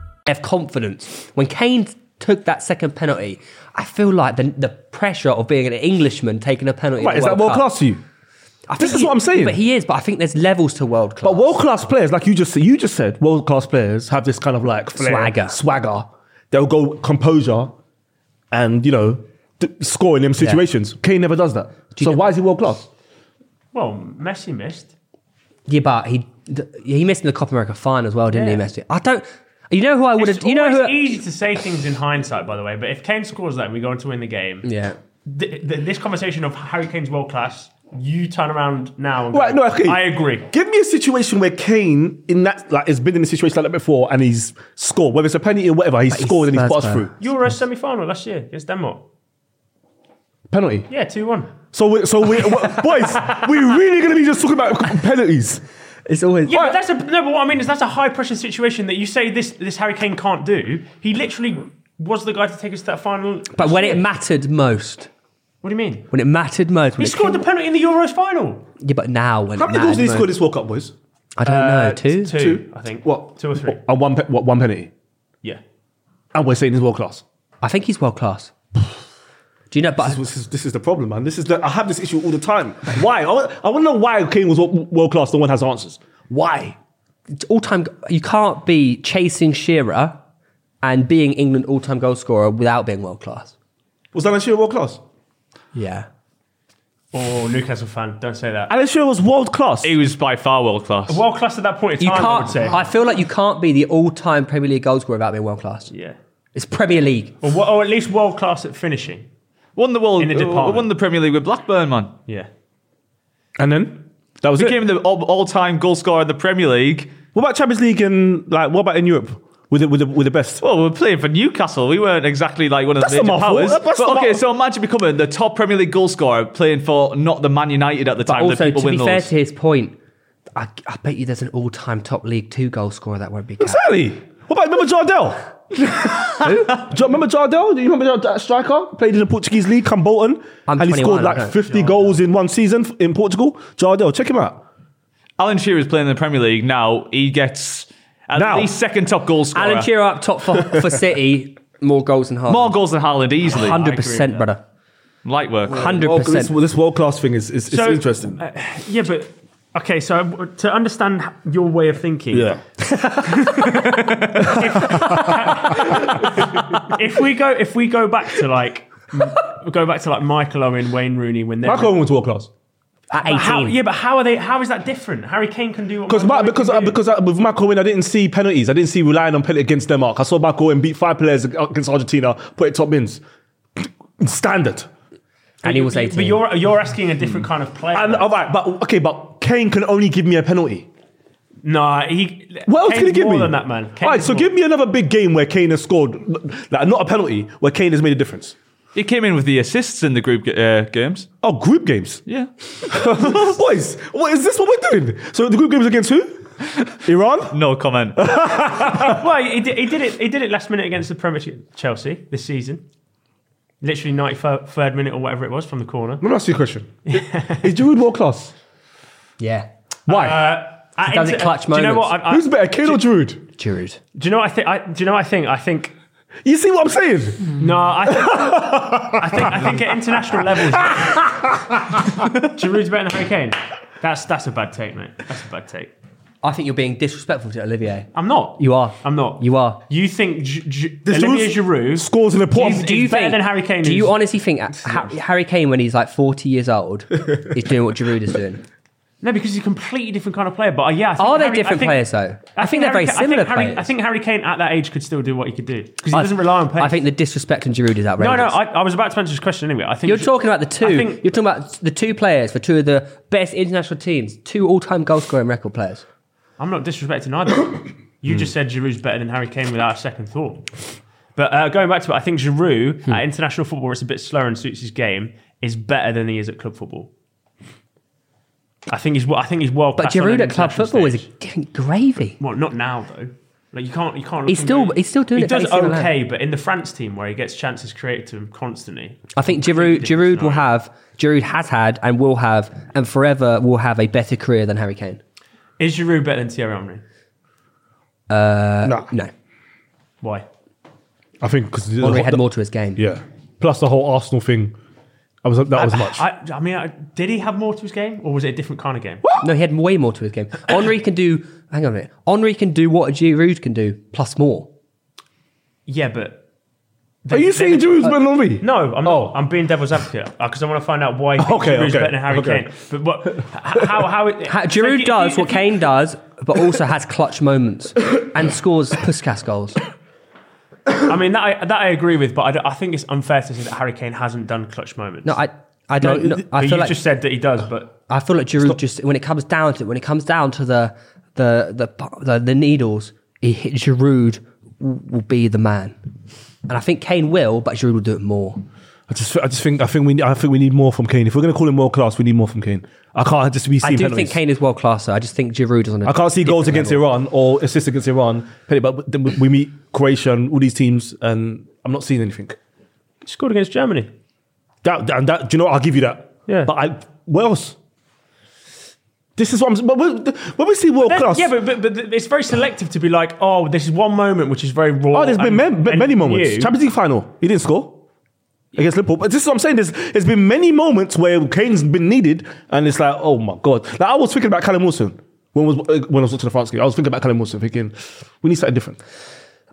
[SPEAKER 3] have confidence. When Kane took that second penalty, I feel like the, the pressure of being an Englishman taking a penalty.
[SPEAKER 4] Right,
[SPEAKER 3] at
[SPEAKER 4] is
[SPEAKER 3] the
[SPEAKER 4] that world class to you?
[SPEAKER 3] I think
[SPEAKER 4] This is
[SPEAKER 3] he-
[SPEAKER 4] what I'm saying.
[SPEAKER 3] But he is. But I think there's levels to world class.
[SPEAKER 4] But world class players, like you just you just said, world class players have this kind of like flair,
[SPEAKER 3] Swagger.
[SPEAKER 4] swagger. They'll go composure, and you know, d- score in them situations. Kane never does that. So why is he world class?
[SPEAKER 1] Well, Messi missed.
[SPEAKER 3] Yeah, but he th- he missed in the Copa America final as well, didn't
[SPEAKER 1] Yeah.
[SPEAKER 3] he? Messi. I don't. You know who I would
[SPEAKER 1] It's
[SPEAKER 3] have. You know who?
[SPEAKER 1] always easy to say things in hindsight, by the way. But if Kane scores that, and we go on to win the game.
[SPEAKER 3] yeah.
[SPEAKER 1] th- th- this conversation of Harry Kane's world class, you turn around now. And
[SPEAKER 4] Right,
[SPEAKER 1] go,
[SPEAKER 4] no, okay.
[SPEAKER 1] I agree.
[SPEAKER 4] Give me a situation where Kane in that like has been in a situation like that before and he's scored, whether it's a penalty or whatever, he's
[SPEAKER 3] he's
[SPEAKER 4] scored and he's
[SPEAKER 3] Spurs
[SPEAKER 4] passed
[SPEAKER 3] player.
[SPEAKER 4] through.
[SPEAKER 1] You were a semi-final last year against Denmark.
[SPEAKER 4] Penalty.
[SPEAKER 1] Yeah, two one.
[SPEAKER 4] So we so we boys, we're really gonna be just talking about penalties.
[SPEAKER 3] It's always.
[SPEAKER 1] Yeah, but that's a no. But what I mean is that's a high pressure situation that you say this this Harry Kane can't do. He literally was the guy to take us to that final.
[SPEAKER 3] But
[SPEAKER 1] last
[SPEAKER 3] when
[SPEAKER 1] year.
[SPEAKER 3] it mattered most,
[SPEAKER 1] what do you mean?
[SPEAKER 3] when it mattered most, when
[SPEAKER 1] He
[SPEAKER 3] it
[SPEAKER 1] scored the
[SPEAKER 3] came-
[SPEAKER 1] penalty in the Euros final.
[SPEAKER 3] yeah, but now when
[SPEAKER 4] How
[SPEAKER 3] it
[SPEAKER 4] many
[SPEAKER 3] mattered
[SPEAKER 4] goals did he score
[SPEAKER 3] most-
[SPEAKER 4] this World Cup, boys?
[SPEAKER 3] I don't know.
[SPEAKER 1] Uh,
[SPEAKER 3] Two.
[SPEAKER 1] two, I think.
[SPEAKER 4] What?
[SPEAKER 1] two or three?
[SPEAKER 4] And one pe- what one penalty.
[SPEAKER 1] Yeah.
[SPEAKER 4] And we're saying he's world class.
[SPEAKER 3] I think he's world class. Do you know? But
[SPEAKER 4] This is, this is the problem, man. This is the, I have this issue all the time. Why? I want, I want to know why Kane was world class. No one has answers. Why?
[SPEAKER 3] all time, you can't be chasing Shearer and being England all time goal scorer without being world class.
[SPEAKER 4] Was Alan Shearer world class?
[SPEAKER 3] Yeah.
[SPEAKER 1] Or Newcastle fan. Don't say that.
[SPEAKER 4] Alan Shearer was world class.
[SPEAKER 5] He was by far world class.
[SPEAKER 1] World class at that point in
[SPEAKER 3] You
[SPEAKER 1] time. I would
[SPEAKER 3] can't.
[SPEAKER 1] say.
[SPEAKER 3] I, feel like you can't be the all time Premier League goal scorer without being world class.
[SPEAKER 1] yeah.
[SPEAKER 3] It's Premier League.
[SPEAKER 1] Or, wo- or at least world class at finishing.
[SPEAKER 5] Won the world.
[SPEAKER 1] In the
[SPEAKER 5] uh,
[SPEAKER 1] department.
[SPEAKER 5] won the Premier League with Blackburn, man.
[SPEAKER 1] Yeah.
[SPEAKER 4] And then that was it.
[SPEAKER 5] Became the all- all-time goal scorer in the Premier League.
[SPEAKER 4] What about Champions League and like what about in Europe with the, with the, with the best?
[SPEAKER 5] Well, we were playing for Newcastle. We weren't exactly like one of
[SPEAKER 4] That's
[SPEAKER 5] the
[SPEAKER 4] not
[SPEAKER 5] major
[SPEAKER 4] my fault.
[SPEAKER 5] powers.
[SPEAKER 4] That- that's
[SPEAKER 5] But,
[SPEAKER 4] not my-
[SPEAKER 5] okay, so imagine becoming the top Premier League goal scorer playing for not the Man United at the
[SPEAKER 3] But
[SPEAKER 5] time. that
[SPEAKER 3] also,
[SPEAKER 5] people
[SPEAKER 3] to be
[SPEAKER 5] win
[SPEAKER 3] fair
[SPEAKER 5] those.
[SPEAKER 3] to his point, I, I bet you there's an all time top League Two goal scorer that won't be. Capped.
[SPEAKER 4] Exactly. What about remember Jardel? Do you remember Jardel? Do you remember that striker played in the Portuguese league, come Bolton,
[SPEAKER 3] I'm
[SPEAKER 4] and he
[SPEAKER 3] 21,
[SPEAKER 4] scored
[SPEAKER 3] I
[SPEAKER 4] like
[SPEAKER 3] don't-
[SPEAKER 4] 50 goals in one season f- in Portugal? Jardel, check him out.
[SPEAKER 5] Alan Shearer is playing in the Premier League now. He gets at
[SPEAKER 4] Now.
[SPEAKER 5] least second top goal scorer.
[SPEAKER 3] Alan Shearer up top for, for City, more goals than half.
[SPEAKER 5] More goals than Haaland easily.
[SPEAKER 3] Hundred percent, brother.
[SPEAKER 5] Light work.
[SPEAKER 3] Hundred
[SPEAKER 4] Oh, this,
[SPEAKER 3] percent. uh,
[SPEAKER 4] this world class thing is, is, is
[SPEAKER 1] So-
[SPEAKER 4] interesting.
[SPEAKER 1] Yeah, but okay. So uh, to understand your way of thinking,
[SPEAKER 4] yeah.
[SPEAKER 1] if we go if we go back to like m- go back to like Michael Owen, Wayne Rooney, when they're
[SPEAKER 4] Michael Owen was world class.
[SPEAKER 3] At
[SPEAKER 1] But how,
[SPEAKER 3] eighteen,
[SPEAKER 1] yeah, but how are they? How is that different? Harry Kane can do what
[SPEAKER 4] Because
[SPEAKER 1] Michael
[SPEAKER 4] my,
[SPEAKER 1] Owen
[SPEAKER 4] because
[SPEAKER 1] can
[SPEAKER 4] uh,
[SPEAKER 1] do.
[SPEAKER 4] because uh, with Michael Owen, I didn't see penalties. I didn't see relying on penalty against Denmark. I saw Michael Owen beat five players against Argentina, put it top bins. Standard.
[SPEAKER 3] and he was
[SPEAKER 1] But
[SPEAKER 3] eighteen.
[SPEAKER 1] you're you're asking a different kind of player.
[SPEAKER 4] And all right, but okay, but Kane can only give me a penalty.
[SPEAKER 1] Nah, he.
[SPEAKER 4] What else
[SPEAKER 1] Kane's
[SPEAKER 4] can he give
[SPEAKER 1] more
[SPEAKER 4] me?
[SPEAKER 1] than that, man. Kane
[SPEAKER 4] All right,
[SPEAKER 1] is
[SPEAKER 4] so
[SPEAKER 1] more.
[SPEAKER 4] give me another big game where Kane has scored, like, not a penalty, where Kane has made a difference.
[SPEAKER 5] He came in with the assists in the group g- uh, games.
[SPEAKER 4] Oh, group games.
[SPEAKER 5] Yeah.
[SPEAKER 4] Boys, what is this what we're doing? So the group games against who? Iran?
[SPEAKER 5] No comment.
[SPEAKER 1] Well, he did, he did it. He did it last minute against the Premier Chelsea this season. Literally ninety third minute or whatever it was from the corner.
[SPEAKER 4] Let me ask you a question. is Giroud world class?
[SPEAKER 3] Yeah.
[SPEAKER 4] Why?
[SPEAKER 1] Uh, at
[SPEAKER 3] does it clutch
[SPEAKER 1] Do you know
[SPEAKER 3] moments?
[SPEAKER 1] what? I, I,
[SPEAKER 4] Who's better, Kane or Giroud?
[SPEAKER 3] Giroud.
[SPEAKER 1] do you know? What I think. I, do you know? What I think. I think.
[SPEAKER 4] You see what I'm saying?
[SPEAKER 1] No, I think. I think. I think at international levels, Giroud's better than Harry Kane. That's that's a bad take, mate. That's a bad take.
[SPEAKER 3] I think you're being disrespectful to Olivier.
[SPEAKER 1] I'm not.
[SPEAKER 3] You are.
[SPEAKER 1] I'm not.
[SPEAKER 3] You are.
[SPEAKER 1] You think G- G- Olivier Giroud?
[SPEAKER 4] scores an important.
[SPEAKER 1] Do you- He's better than Harry Kane
[SPEAKER 3] Do you
[SPEAKER 1] is-
[SPEAKER 3] honestly think Ha- Harry Kane, when he's like 40 years old, is doing what Giroud is doing?
[SPEAKER 1] No, because he's a completely different kind of player. But uh, yeah, I think
[SPEAKER 3] Are they
[SPEAKER 1] Harry- I
[SPEAKER 3] different
[SPEAKER 1] think-
[SPEAKER 3] players though? I, think, they're
[SPEAKER 1] Harry
[SPEAKER 3] very
[SPEAKER 1] Ka- I
[SPEAKER 3] similar
[SPEAKER 1] think Harry-
[SPEAKER 3] players.
[SPEAKER 1] I think Harry Kane at that age could still do what he could do because he doesn't rely on pace.
[SPEAKER 3] I think the disrespect on Giroud is
[SPEAKER 1] no,
[SPEAKER 3] outrageous.
[SPEAKER 1] no. I, I was about to answer this question anyway. I think
[SPEAKER 3] You're talking about the
[SPEAKER 1] I
[SPEAKER 3] two.
[SPEAKER 1] think-
[SPEAKER 3] You're talking about the two players for two of the best international teams, two all-time goal scoring record players.
[SPEAKER 1] I'm not disrespecting either. you just
[SPEAKER 3] Hmm.
[SPEAKER 1] said Giroud's better than Harry Kane without a second thought. But uh, going back to it, I think Giroud
[SPEAKER 3] Hmm.
[SPEAKER 1] at international football, where it's a bit slower and suits his game, is better than he is at club football. I think he's. wo- I think he's well.
[SPEAKER 3] But Giroud at club football is a different gravy.
[SPEAKER 1] Well, not now though. Like you can't, you can't. Look
[SPEAKER 3] He's
[SPEAKER 1] and
[SPEAKER 3] still-
[SPEAKER 1] go-
[SPEAKER 3] he's still doing
[SPEAKER 1] he
[SPEAKER 3] it
[SPEAKER 1] does
[SPEAKER 3] very similar.
[SPEAKER 1] okay, but in the France team where he gets chances created to him constantly,
[SPEAKER 3] I think Giroud,
[SPEAKER 1] Completely
[SPEAKER 3] Giroud will have, Giroud has had, and will have, and forever will have a better career than Harry Kane.
[SPEAKER 1] is Giroud better than Thierry Henry?
[SPEAKER 4] no.
[SPEAKER 3] Uh, No,
[SPEAKER 1] Why?
[SPEAKER 4] I think because
[SPEAKER 3] Henry had more to his game.
[SPEAKER 4] Yeah. Plus the whole Arsenal thing. I was that was much.
[SPEAKER 1] I, I mean, I, did he have more to his game, or was it a different kind of game?
[SPEAKER 3] No, he had way more to his game. Henri can do. Hang on a minute. Henri can do what Giroud can do, plus more.
[SPEAKER 1] Yeah, but
[SPEAKER 4] Are you saying Giroud's better than me?
[SPEAKER 1] uh, no, I'm
[SPEAKER 3] Oh.
[SPEAKER 1] not. I'm being devil's advocate because I want to find out why he thinks
[SPEAKER 4] Okay,
[SPEAKER 1] Giroud's
[SPEAKER 4] okay,
[SPEAKER 1] better than Harry
[SPEAKER 4] okay.
[SPEAKER 1] Kane. But what? h- How? How? It,
[SPEAKER 3] Ha-
[SPEAKER 1] so if
[SPEAKER 3] Giroud
[SPEAKER 1] you-
[SPEAKER 3] does
[SPEAKER 1] if you-
[SPEAKER 3] what Kane does, but also has clutch moments and scores puskas goals.
[SPEAKER 1] I mean, that I, that I agree with, but I, don't- I think it's unfair to say that Harry Kane hasn't done clutch moments.
[SPEAKER 3] No, I, I don't. know. I
[SPEAKER 1] but
[SPEAKER 3] feel
[SPEAKER 1] you
[SPEAKER 3] like
[SPEAKER 1] just said that he does, but.
[SPEAKER 3] I feel like Giroud just when it comes down to it, when it comes down to the the the the, the needles, he hit Giroud w- will be the man, and I think Kane will, but Giroud will do it more.
[SPEAKER 4] I just, I just think, I think we, need- I think we need more from Kane. If we're going to call him world class, we need more from Kane. I can't just be
[SPEAKER 3] I
[SPEAKER 4] seeing
[SPEAKER 3] do think
[SPEAKER 4] penalties.
[SPEAKER 3] Kane is world class. though. I just think Giroud is on. I
[SPEAKER 4] I can't see goals against Iran or assists against Iran. But then we meet Croatia and all these teams, and I'm not seeing anything.
[SPEAKER 1] Scored against Germany.
[SPEAKER 4] That, that, that do you know? what? I'll give you that.
[SPEAKER 1] Yeah.
[SPEAKER 4] But I, what else? This is what I'm. But when when we see world class,
[SPEAKER 1] Yeah, but, but, but it's very selective to be like, oh, this is one moment which is very raw.
[SPEAKER 4] oh, there's been
[SPEAKER 1] and-
[SPEAKER 4] men-
[SPEAKER 1] and
[SPEAKER 4] many moments.
[SPEAKER 1] you-
[SPEAKER 4] Champions League final, he didn't score against Liverpool. But this is what I'm saying. There's, there's been many moments where Kane's been needed, and it's like, oh my god. Like I was thinking about Callum Wilson when was uh, when I was watching the France game. I was thinking about Callum Wilson, thinking we need something different.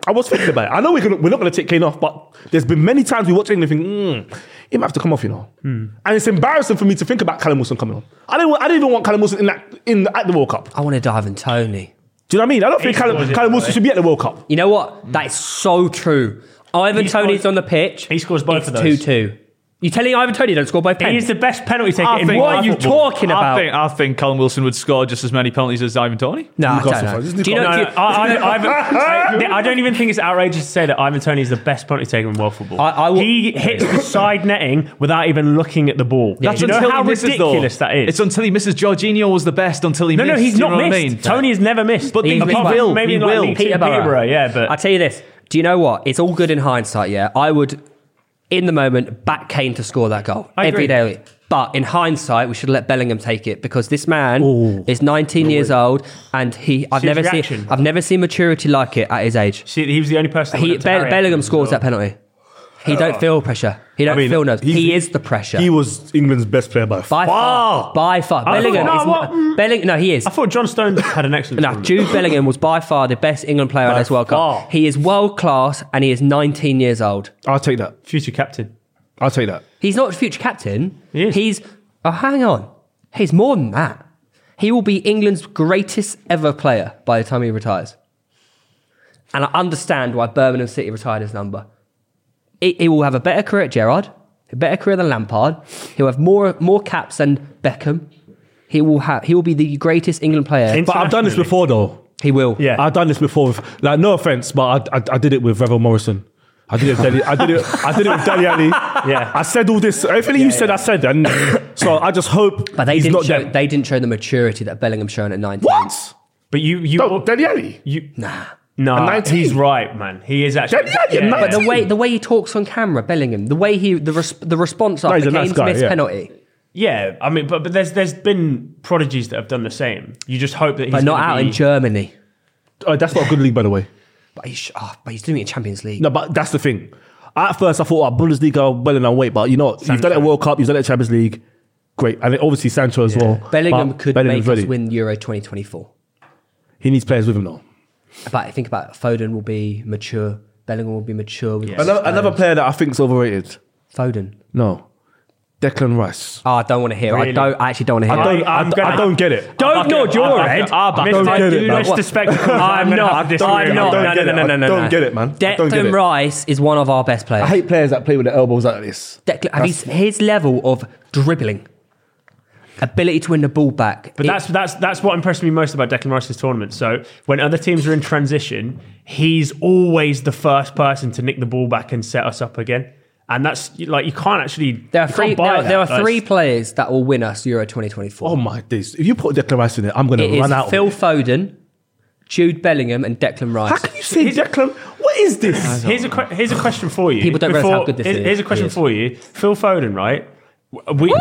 [SPEAKER 4] I was thinking about it. I know we're, gonna, we're not going to take Kane off, but there's been many times we watch England think, mm, he might have to come off, you know.
[SPEAKER 1] Hmm.
[SPEAKER 4] And it's embarrassing for me to think about Callum Wilson coming on. I didn't, wa- I didn't even want Callum Wilson in that, in the, at the World Cup.
[SPEAKER 3] I want to dive in Tony.
[SPEAKER 4] Do you know what I mean? I don't think
[SPEAKER 1] He's
[SPEAKER 4] Callum,
[SPEAKER 1] caused it,
[SPEAKER 4] Callum
[SPEAKER 1] by
[SPEAKER 4] Wilson
[SPEAKER 1] the
[SPEAKER 4] should be at the World Cup.
[SPEAKER 3] You know what? That is so true. Ivan
[SPEAKER 1] He
[SPEAKER 3] Tony's
[SPEAKER 1] scores-
[SPEAKER 3] on the pitch.
[SPEAKER 1] he scores both
[SPEAKER 3] it's
[SPEAKER 1] of those.
[SPEAKER 3] Two two. You telling Ivan Tony don't score both pens?
[SPEAKER 1] He is the best penalty taker in
[SPEAKER 3] think-
[SPEAKER 1] world
[SPEAKER 3] What are you
[SPEAKER 1] football.
[SPEAKER 3] talking
[SPEAKER 5] I
[SPEAKER 3] about?
[SPEAKER 5] think, I think Colin Wilson would score just as many penalties as Ivan Tony.
[SPEAKER 3] no, I
[SPEAKER 4] Newcastle
[SPEAKER 3] don't
[SPEAKER 4] fans.
[SPEAKER 3] know.
[SPEAKER 4] It's
[SPEAKER 3] Do you know?
[SPEAKER 1] No,
[SPEAKER 3] do
[SPEAKER 1] no,
[SPEAKER 3] you-
[SPEAKER 1] I, I, Ivan- I, I don't even think it's outrageous to say that Ivan Tony is the best penalty taker in world football.
[SPEAKER 3] I- I will-
[SPEAKER 1] he hits the side netting without even looking at the ball. Do you know
[SPEAKER 5] until
[SPEAKER 1] how
[SPEAKER 5] he misses, though.
[SPEAKER 1] ridiculous that is?
[SPEAKER 5] It's until he misses. Jorginho was the best until he
[SPEAKER 1] no,
[SPEAKER 5] missed.
[SPEAKER 1] no, he's
[SPEAKER 5] you know
[SPEAKER 1] not
[SPEAKER 5] what I
[SPEAKER 1] missed.
[SPEAKER 5] mean?
[SPEAKER 1] Tony has never missed.
[SPEAKER 5] But
[SPEAKER 3] He's
[SPEAKER 5] he
[SPEAKER 3] missed
[SPEAKER 1] Apart from
[SPEAKER 3] one.
[SPEAKER 5] will.
[SPEAKER 1] Maybe
[SPEAKER 5] he
[SPEAKER 1] not
[SPEAKER 5] will.
[SPEAKER 1] League Two, Peterborough, yeah, but
[SPEAKER 3] I'll tell you this. Do you know what? It's all good in hindsight, yeah. I would, in the moment, back Kane to score that goal
[SPEAKER 1] I
[SPEAKER 3] every
[SPEAKER 1] agree.
[SPEAKER 3] day. of the week. But in hindsight, we should let Bellingham take it because this man is 19 years old and he. I've
[SPEAKER 1] See his
[SPEAKER 3] never
[SPEAKER 1] reaction.
[SPEAKER 3] seen. I've never seen maturity like it at his age.
[SPEAKER 1] See, he was the only person. that
[SPEAKER 3] He
[SPEAKER 1] went up to Uh.
[SPEAKER 3] Be-
[SPEAKER 1] Harry
[SPEAKER 3] Bellingham
[SPEAKER 1] afterwards
[SPEAKER 3] scores
[SPEAKER 1] as well.
[SPEAKER 3] that penalty. He don't feel pressure. He don't feel nerves.
[SPEAKER 4] he's-
[SPEAKER 3] He is the pressure.
[SPEAKER 4] He was England's best player by
[SPEAKER 3] by
[SPEAKER 4] far.
[SPEAKER 3] far, by far,
[SPEAKER 1] I
[SPEAKER 3] Bellingham
[SPEAKER 1] thought-
[SPEAKER 3] is
[SPEAKER 1] no, what-
[SPEAKER 3] not.
[SPEAKER 1] mm.
[SPEAKER 3] Belling- no, he is.
[SPEAKER 1] I thought John Stone had an excellent.
[SPEAKER 3] No,
[SPEAKER 1] tournament.
[SPEAKER 3] Jude Bellingham was by far the best England player at this World
[SPEAKER 4] far.
[SPEAKER 3] Cup. He is world class and he is 19 years old.
[SPEAKER 4] I'll take that.
[SPEAKER 1] future captain.
[SPEAKER 4] I'll take that.
[SPEAKER 3] He's not future captain.
[SPEAKER 1] He is.
[SPEAKER 3] He's, oh, hang on. He's more than that. He will be England's greatest ever player by the time he retires. And I understand why Birmingham City retired his number. He, he will have a better career at Gerrard, a better career than Lampard. He'll have more, more caps than Beckham. he will have he will be the greatest England player.
[SPEAKER 4] But I've done this before though.
[SPEAKER 3] He will.
[SPEAKER 1] Yeah.
[SPEAKER 4] I've done this before. With, like, no offense, but I, I, I did it with Revel Morrison. I did it. With Deli, I did it. I did it with Deli Ali.
[SPEAKER 1] Yeah.
[SPEAKER 4] I said all this. Everything you said, I said, and so I just hope.
[SPEAKER 3] But they
[SPEAKER 4] he's
[SPEAKER 3] didn't
[SPEAKER 4] not
[SPEAKER 3] show
[SPEAKER 4] them.
[SPEAKER 3] they didn't show the maturity that Bellingham shown at 19.
[SPEAKER 4] What?
[SPEAKER 1] But you, you,
[SPEAKER 4] No, Deli Ali.
[SPEAKER 1] you
[SPEAKER 3] Nah.
[SPEAKER 1] nah,
[SPEAKER 4] 19.
[SPEAKER 1] he's right, man. He is actually.
[SPEAKER 4] Yeah, yeah, yeah,
[SPEAKER 3] But the
[SPEAKER 4] 19.
[SPEAKER 3] way the way he talks on camera, Bellingham, the way he the res, the response
[SPEAKER 4] he's
[SPEAKER 3] after
[SPEAKER 4] a nice
[SPEAKER 3] Kane's
[SPEAKER 4] guy,
[SPEAKER 3] missed
[SPEAKER 4] yeah.
[SPEAKER 3] penalty,
[SPEAKER 1] yeah, I mean, but, but there's there's been prodigies that have done the same. You just hope that he's
[SPEAKER 3] but not
[SPEAKER 1] gonna
[SPEAKER 3] out
[SPEAKER 1] be,
[SPEAKER 3] in Germany.
[SPEAKER 4] Oh, that's not a good league, by the way.
[SPEAKER 3] But he's oh, but he's doing it in Champions Leaague.
[SPEAKER 4] No, but that's the thing. At first, I thought, oh, Bundesliga, well and I wait, but you know, what? you've done it at World Cup, you've done it at Champions League, great, and obviously Sancho as well.
[SPEAKER 3] Bellingham
[SPEAKER 4] But
[SPEAKER 3] could
[SPEAKER 4] Bellingham's
[SPEAKER 3] make
[SPEAKER 4] ready.
[SPEAKER 3] us win Euro 2024.
[SPEAKER 4] He needs players with him though.
[SPEAKER 3] But I think about it, Foden will be mature. Bellingham will be mature. With
[SPEAKER 4] Another, another player that I think is overrated.
[SPEAKER 3] Foden.
[SPEAKER 4] No, Declan Rice.
[SPEAKER 3] Oh, I don't want to hear. I
[SPEAKER 1] Really?
[SPEAKER 3] don't. I actually don't want to hear.
[SPEAKER 4] I
[SPEAKER 3] it.
[SPEAKER 4] don't, I,
[SPEAKER 1] I'm
[SPEAKER 4] d-
[SPEAKER 1] gonna-
[SPEAKER 4] I don't get it.
[SPEAKER 1] Don't
[SPEAKER 3] Oh,
[SPEAKER 1] nod your head.
[SPEAKER 3] Ah,
[SPEAKER 4] I don't
[SPEAKER 1] Mr.
[SPEAKER 4] get
[SPEAKER 1] Do
[SPEAKER 4] it. man.
[SPEAKER 1] Mr. Spectacle.
[SPEAKER 3] I'm
[SPEAKER 1] I'm
[SPEAKER 3] not.
[SPEAKER 1] not.
[SPEAKER 3] I'm
[SPEAKER 1] disagree with
[SPEAKER 3] not.
[SPEAKER 1] you.
[SPEAKER 3] No,
[SPEAKER 4] I don't
[SPEAKER 3] no,
[SPEAKER 4] get
[SPEAKER 3] no,
[SPEAKER 4] it.
[SPEAKER 3] no, no,
[SPEAKER 4] I
[SPEAKER 3] no.
[SPEAKER 4] don't get it, man. I don't get
[SPEAKER 3] Declan
[SPEAKER 4] it.
[SPEAKER 3] Rice is one of our best
[SPEAKER 4] I
[SPEAKER 3] players.
[SPEAKER 4] hate players that play with their elbows like this.
[SPEAKER 3] Declan, have you s- his level of dribbling, ability to win the ball back.
[SPEAKER 1] But
[SPEAKER 3] it-
[SPEAKER 1] that's that's that's what impressed me most about Declan Rice's tournament. So when other teams are in transition, he's always the first person to nick the ball back and set us up again. And that's like you can't actually.
[SPEAKER 3] there
[SPEAKER 1] you
[SPEAKER 3] are
[SPEAKER 1] can't
[SPEAKER 3] three. There,
[SPEAKER 1] buy
[SPEAKER 3] are- there are
[SPEAKER 1] that. That's-
[SPEAKER 3] three players that will win us Euro 2024.
[SPEAKER 4] Oh my days! If you put Declan Rice in it, I'm
[SPEAKER 1] Oh,
[SPEAKER 4] gonna
[SPEAKER 3] it is
[SPEAKER 4] run out.
[SPEAKER 3] Phil
[SPEAKER 4] of it.
[SPEAKER 3] Foden, Jude Bellingham, and Declan Rice.
[SPEAKER 4] How can you say Declan? What is this?
[SPEAKER 1] Here's a que- here's a question for you.
[SPEAKER 3] People don't realise how good this
[SPEAKER 1] here's,
[SPEAKER 3] is.
[SPEAKER 1] Here's a question
[SPEAKER 3] Yes.
[SPEAKER 1] for you, Phil Foden, right? We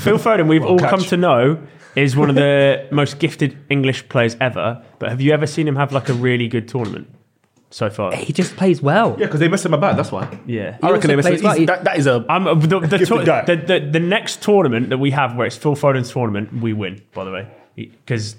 [SPEAKER 1] Phil Foden, we've all come
[SPEAKER 4] catch.
[SPEAKER 1] to know is one of the most gifted English players ever. But have you ever seen him have like a really good tournament so far?
[SPEAKER 3] He just plays well.
[SPEAKER 4] Yeah, because they mess him about. That's why.
[SPEAKER 1] Yeah.
[SPEAKER 4] I reckon
[SPEAKER 3] also
[SPEAKER 4] they mess
[SPEAKER 3] plays
[SPEAKER 4] him.
[SPEAKER 3] like-
[SPEAKER 4] That, that is a.
[SPEAKER 1] Um, the, the,
[SPEAKER 4] Gifted
[SPEAKER 1] tour-
[SPEAKER 4] guy.
[SPEAKER 1] the, the, the next tournament that we have where it's Phil Foden's tournament, we win, by the way. Because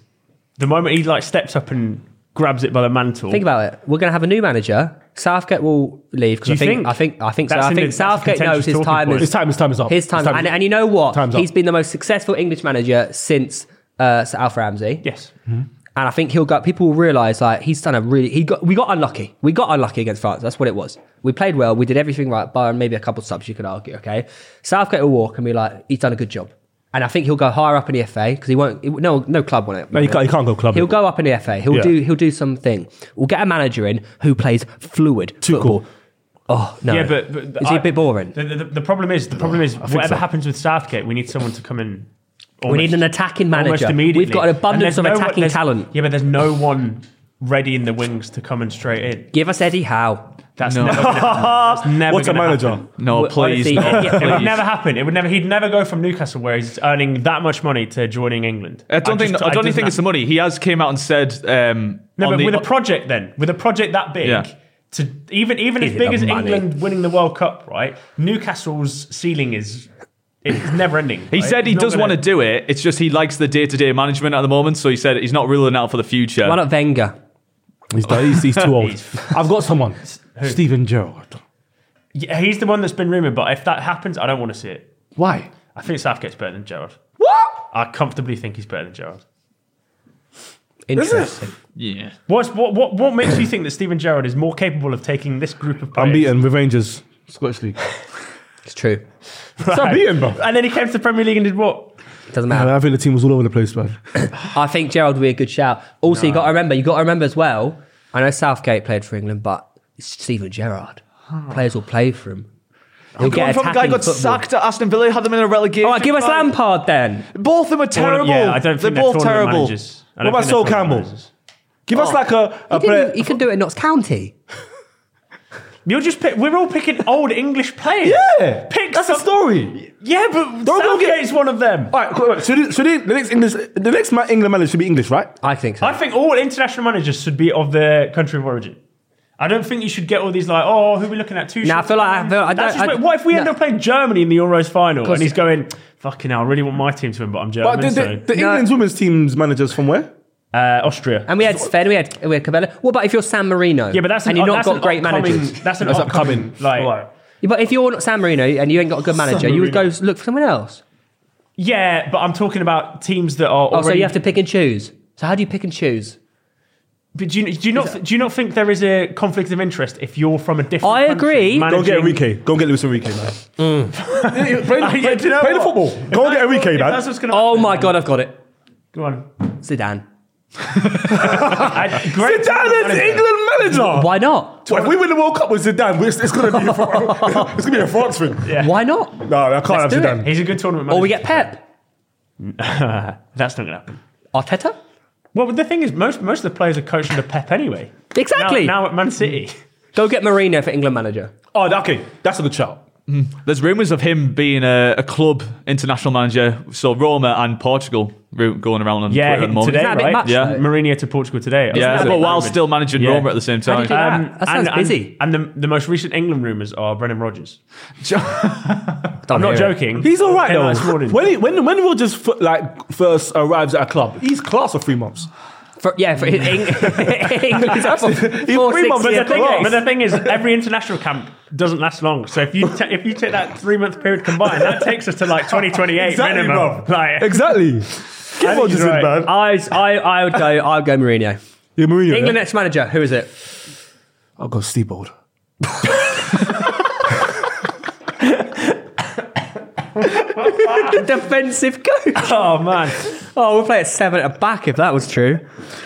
[SPEAKER 1] the moment he like steps up and grabs it by the mantle.
[SPEAKER 3] Think about it. We're going to have a new manager. Southgate will leave
[SPEAKER 1] Do
[SPEAKER 3] because
[SPEAKER 1] you
[SPEAKER 3] I think,
[SPEAKER 1] think?
[SPEAKER 3] I think I think so.
[SPEAKER 1] That's
[SPEAKER 3] I
[SPEAKER 1] in
[SPEAKER 3] think
[SPEAKER 1] the- that's a
[SPEAKER 3] Southgate
[SPEAKER 1] contentious
[SPEAKER 3] knows his
[SPEAKER 1] talking
[SPEAKER 3] time
[SPEAKER 1] point.
[SPEAKER 4] his
[SPEAKER 3] is
[SPEAKER 4] time. His time is up.
[SPEAKER 3] his time, and, and you know what?
[SPEAKER 4] Time's up.
[SPEAKER 3] He's been the most successful English manager since uh, Sir Alf Ramsey.
[SPEAKER 1] Yes.
[SPEAKER 3] And I think he'll go. People will realize like he's done a really. He got we got unlucky. We got unlucky against France. That's what it was. We played well. We did everything right, barring maybe a couple of subs. You could argue. Okay, Southgate will walk and be like, he's done a good job. And I think he'll go higher up in the FA because he won't. he- no, no club won it.
[SPEAKER 4] No, you can't, you can't go club.
[SPEAKER 3] He'll go up in the FA. He'll
[SPEAKER 4] Yeah.
[SPEAKER 3] do. He'll do something. We'll get a manager in who plays fluid football. Oh no!
[SPEAKER 1] Yeah, but, but
[SPEAKER 3] is he a bit boring? Oh,
[SPEAKER 1] The, the, the problem is the problem is whatever
[SPEAKER 4] so.
[SPEAKER 1] happens with Southgate, we need someone to come in.
[SPEAKER 3] we
[SPEAKER 1] almost-
[SPEAKER 3] need an attacking
[SPEAKER 1] Almost
[SPEAKER 3] manager.
[SPEAKER 1] immediately.
[SPEAKER 3] We've got an
[SPEAKER 1] And
[SPEAKER 3] abundance
[SPEAKER 1] there's
[SPEAKER 3] of
[SPEAKER 1] no one-
[SPEAKER 3] attacking
[SPEAKER 1] there's-
[SPEAKER 3] talent.
[SPEAKER 1] Yeah, but there's no one ready in the wings to come in straight in.
[SPEAKER 3] Give us Eddie Howe.
[SPEAKER 1] That's
[SPEAKER 5] No.
[SPEAKER 1] never. Gonna happen. That's never
[SPEAKER 4] What's a
[SPEAKER 1] gonna
[SPEAKER 4] manager?
[SPEAKER 1] happen.
[SPEAKER 5] No,
[SPEAKER 3] Well,
[SPEAKER 5] please.
[SPEAKER 3] honestly,
[SPEAKER 5] no,
[SPEAKER 3] yeah, yeah,
[SPEAKER 5] please.
[SPEAKER 1] It would never happen. It would never. He'd never go from Newcastle, where he's earning that much money, to joining England.
[SPEAKER 5] I don't think.
[SPEAKER 1] just-
[SPEAKER 5] I don't
[SPEAKER 1] just-
[SPEAKER 5] think it's the money. He has came out and said. Um,
[SPEAKER 1] No,
[SPEAKER 5] on
[SPEAKER 1] but
[SPEAKER 5] the-
[SPEAKER 1] with a project then, with a project that big,
[SPEAKER 5] Yeah.
[SPEAKER 1] to even even as
[SPEAKER 3] Give it
[SPEAKER 1] big
[SPEAKER 3] the
[SPEAKER 1] as
[SPEAKER 3] money.
[SPEAKER 1] England winning the World Cup, right? Newcastle's ceiling is it's never ending.
[SPEAKER 5] He said he does want to
[SPEAKER 1] to
[SPEAKER 5] do it. It's just he likes the day to day management at the moment. So he said he's not ruling out for the future.
[SPEAKER 3] Why not Wenger?
[SPEAKER 4] He's, done- he's, he's too old. I've got someone. Steven Gerrard.
[SPEAKER 1] Yeah, he's the one that's been rumored, but if that happens, I don't want to see it.
[SPEAKER 4] Why?
[SPEAKER 1] I think Southgate's better than Gerard.
[SPEAKER 4] What?
[SPEAKER 1] I comfortably think he's better than Gerard.
[SPEAKER 3] Interesting.
[SPEAKER 5] Yeah.
[SPEAKER 1] What's, what what what makes you think that Steven Gerrard is more capable of taking this group of players?
[SPEAKER 4] Unbeaten with Rangers, Scottish League.
[SPEAKER 3] It's true.
[SPEAKER 4] It's unbeaten, bro.
[SPEAKER 1] And then he came to the Premier League and did what?
[SPEAKER 3] It doesn't
[SPEAKER 4] I,
[SPEAKER 3] matter.
[SPEAKER 4] think the team was all over the place, man.
[SPEAKER 3] I think Gerald would be a good shout. Also, you got to remember, you got to remember as well. I know Southgate played for England, but it's Steven Gerrard.
[SPEAKER 1] Ah.
[SPEAKER 3] Players will play for him. He'll
[SPEAKER 5] Coming
[SPEAKER 3] get
[SPEAKER 5] from a guy
[SPEAKER 3] attacking
[SPEAKER 5] got
[SPEAKER 3] football.
[SPEAKER 5] sacked at Aston Villa, had them in a relegation.
[SPEAKER 3] All right, give us
[SPEAKER 5] fight.
[SPEAKER 3] Lampard then.
[SPEAKER 5] Both of them are terrible.
[SPEAKER 1] Yeah, I don't
[SPEAKER 5] they're
[SPEAKER 1] think they're
[SPEAKER 5] both
[SPEAKER 1] tournament
[SPEAKER 5] terrible.
[SPEAKER 1] managers. I don't
[SPEAKER 4] What about
[SPEAKER 1] think they're
[SPEAKER 4] Sol
[SPEAKER 1] tournament
[SPEAKER 4] Campbell?
[SPEAKER 1] managers.
[SPEAKER 4] Give
[SPEAKER 3] Oh.
[SPEAKER 4] us like a, a
[SPEAKER 3] He
[SPEAKER 4] player.
[SPEAKER 3] can, he can do it in Notts County.
[SPEAKER 1] You're just pick, we're all picking old English players.
[SPEAKER 4] Yeah,
[SPEAKER 1] pick
[SPEAKER 4] that's
[SPEAKER 1] some,
[SPEAKER 4] a story.
[SPEAKER 1] Yeah, but
[SPEAKER 4] Don't go get-
[SPEAKER 1] Southgate's one of them.
[SPEAKER 4] All right, cool, right. So, the, so the, the next English, the next ma- England manager should be English, right?
[SPEAKER 3] I think so.
[SPEAKER 1] I think all international managers should be of their country of origin. I don't think you should get all these like, oh, who are we looking at? Two.
[SPEAKER 3] Nah, I feel like- I feel- I
[SPEAKER 1] That's just
[SPEAKER 3] don't- I-
[SPEAKER 1] weird. what if we end
[SPEAKER 3] no.
[SPEAKER 1] up playing Germany in the Euros final
[SPEAKER 3] Course
[SPEAKER 1] and he's
[SPEAKER 3] it-
[SPEAKER 1] going, fucking hell, I really want my team to win, but I'm German.
[SPEAKER 4] But the, the,
[SPEAKER 1] so.
[SPEAKER 4] the England's women's team's managers from where?
[SPEAKER 1] uh, Austria.
[SPEAKER 3] and we had Sven, we had, we had Cabella. What about if you're San Marino?
[SPEAKER 1] yeah, but that's an,
[SPEAKER 3] and you've not
[SPEAKER 1] that's
[SPEAKER 3] got
[SPEAKER 1] an
[SPEAKER 3] great
[SPEAKER 1] upcoming-
[SPEAKER 3] managers.
[SPEAKER 1] That's an
[SPEAKER 4] That's
[SPEAKER 1] upcoming.
[SPEAKER 4] upcoming.
[SPEAKER 1] Like,
[SPEAKER 4] Right.
[SPEAKER 3] Yeah, But if you're not San Marino and you ain't got a good manager, you would go
[SPEAKER 1] Marino.
[SPEAKER 3] look for someone else.
[SPEAKER 1] yeah, but I'm talking about teams that are.
[SPEAKER 3] Oh,
[SPEAKER 1] Already,
[SPEAKER 3] so you have to pick and choose. So how do you pick and choose?
[SPEAKER 1] But do you, do you not do you not think there is a conflict of interest if you're from a different?
[SPEAKER 3] I
[SPEAKER 1] Country,
[SPEAKER 3] agree.
[SPEAKER 4] Go and get
[SPEAKER 1] managing-
[SPEAKER 4] Enrique. Go and get Luis Enrique, man.
[SPEAKER 3] Mm.
[SPEAKER 4] play,
[SPEAKER 1] Yeah,
[SPEAKER 4] play-
[SPEAKER 1] do you know
[SPEAKER 4] play the
[SPEAKER 1] what?
[SPEAKER 4] football.
[SPEAKER 1] If
[SPEAKER 4] Go
[SPEAKER 1] that's
[SPEAKER 4] and get
[SPEAKER 1] what-
[SPEAKER 4] Enrique,
[SPEAKER 1] if
[SPEAKER 4] man.
[SPEAKER 1] That's what's gonna
[SPEAKER 3] Oh
[SPEAKER 1] happen-
[SPEAKER 3] my god, I've got it.
[SPEAKER 1] Go on.
[SPEAKER 3] Zidane.
[SPEAKER 1] I, great
[SPEAKER 4] Zidane is England manager.
[SPEAKER 3] Why not?
[SPEAKER 4] Well, if we win the World Cup with Zidane, it's, it's gonna be a, Fran- it's gonna be a France win.
[SPEAKER 3] Why not?
[SPEAKER 4] No, I can't
[SPEAKER 3] Let's
[SPEAKER 4] have
[SPEAKER 3] do it.
[SPEAKER 4] Zidane.
[SPEAKER 1] He's a good tournament manager.
[SPEAKER 3] Or we get Pep.
[SPEAKER 1] That's not going to happen.
[SPEAKER 3] Arteta?
[SPEAKER 1] Well, but the thing is, most most of the players are coached under Pep anyway.
[SPEAKER 3] Exactly.
[SPEAKER 1] Now, now at Man City.
[SPEAKER 3] Go get Mourinho for England manager.
[SPEAKER 4] Oh, okay, that's a good shout.
[SPEAKER 5] There's rumours of him being a, a club international manager. So Roma and Portugal ru- going around on Twitter at the moment.
[SPEAKER 1] today,
[SPEAKER 3] Isn't that a bit
[SPEAKER 1] right?
[SPEAKER 3] much,
[SPEAKER 5] Yeah.
[SPEAKER 1] yeah, Mourinho to Portugal today.
[SPEAKER 5] Yeah,
[SPEAKER 1] Isn't that
[SPEAKER 5] but
[SPEAKER 1] a
[SPEAKER 5] while
[SPEAKER 1] bit
[SPEAKER 5] still managing
[SPEAKER 1] Yeah. Um,
[SPEAKER 5] Roma at the same
[SPEAKER 3] How do
[SPEAKER 5] time.
[SPEAKER 3] you do that? That sounds
[SPEAKER 1] and,
[SPEAKER 3] busy.
[SPEAKER 1] And, and the, the most recent England rumours are Brennan Rodgers.
[SPEAKER 3] Don't
[SPEAKER 1] I'm not
[SPEAKER 3] hear it.
[SPEAKER 1] joking.
[SPEAKER 4] He's all right
[SPEAKER 1] Came out
[SPEAKER 4] though.
[SPEAKER 1] this morning.
[SPEAKER 4] When he, when when Rogers f- like first arrives at a club, he's class for three months.
[SPEAKER 3] For, yeah, for Eng- England. That's
[SPEAKER 4] He pretty
[SPEAKER 1] But
[SPEAKER 4] much
[SPEAKER 1] the,
[SPEAKER 4] Yeah,
[SPEAKER 1] thing is,
[SPEAKER 4] class.
[SPEAKER 1] but the thing is, every international camp doesn't last long. So if you ta if you take that three month period combined, that takes us to like 2028 minimum.
[SPEAKER 4] bro.
[SPEAKER 1] Like,
[SPEAKER 4] exactly. Get
[SPEAKER 1] think
[SPEAKER 4] Rogers
[SPEAKER 1] he's
[SPEAKER 4] in,
[SPEAKER 1] right.
[SPEAKER 4] man.
[SPEAKER 3] I, I, I would go. I would go Mourinho.
[SPEAKER 4] Yeah, Mourinho.
[SPEAKER 3] England
[SPEAKER 4] yeah?
[SPEAKER 3] next manager. Who is it?
[SPEAKER 4] I'll go Steebold.
[SPEAKER 3] Defensive coach.
[SPEAKER 1] Oh man.
[SPEAKER 3] Oh, we'll play at seven at back if that was true.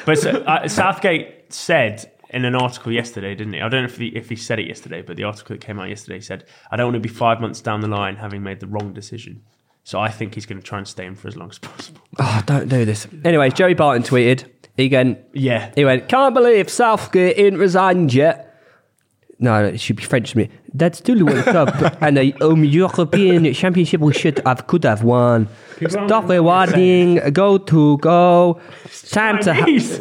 [SPEAKER 1] But so, uh, Southgate said in an article yesterday, didn't he? I don't know if he, if he said it yesterday, but the article that came out yesterday said, I don't want to be five months down the line having made the wrong decision. So I think he's going to try and stay in for as long as possible.
[SPEAKER 3] Oh, don't do this. Anyway, Joey Barton tweeted. He went.
[SPEAKER 1] Yeah.
[SPEAKER 3] He went. Can't believe Southgate ain't resigned yet. No, no, it should be French to me. That's still World Cup, and the um, European Championship we should have could have won.
[SPEAKER 1] People
[SPEAKER 3] Stop
[SPEAKER 1] aren't
[SPEAKER 3] rewarding. Go to go. Time to. Ha-
[SPEAKER 1] Chinese.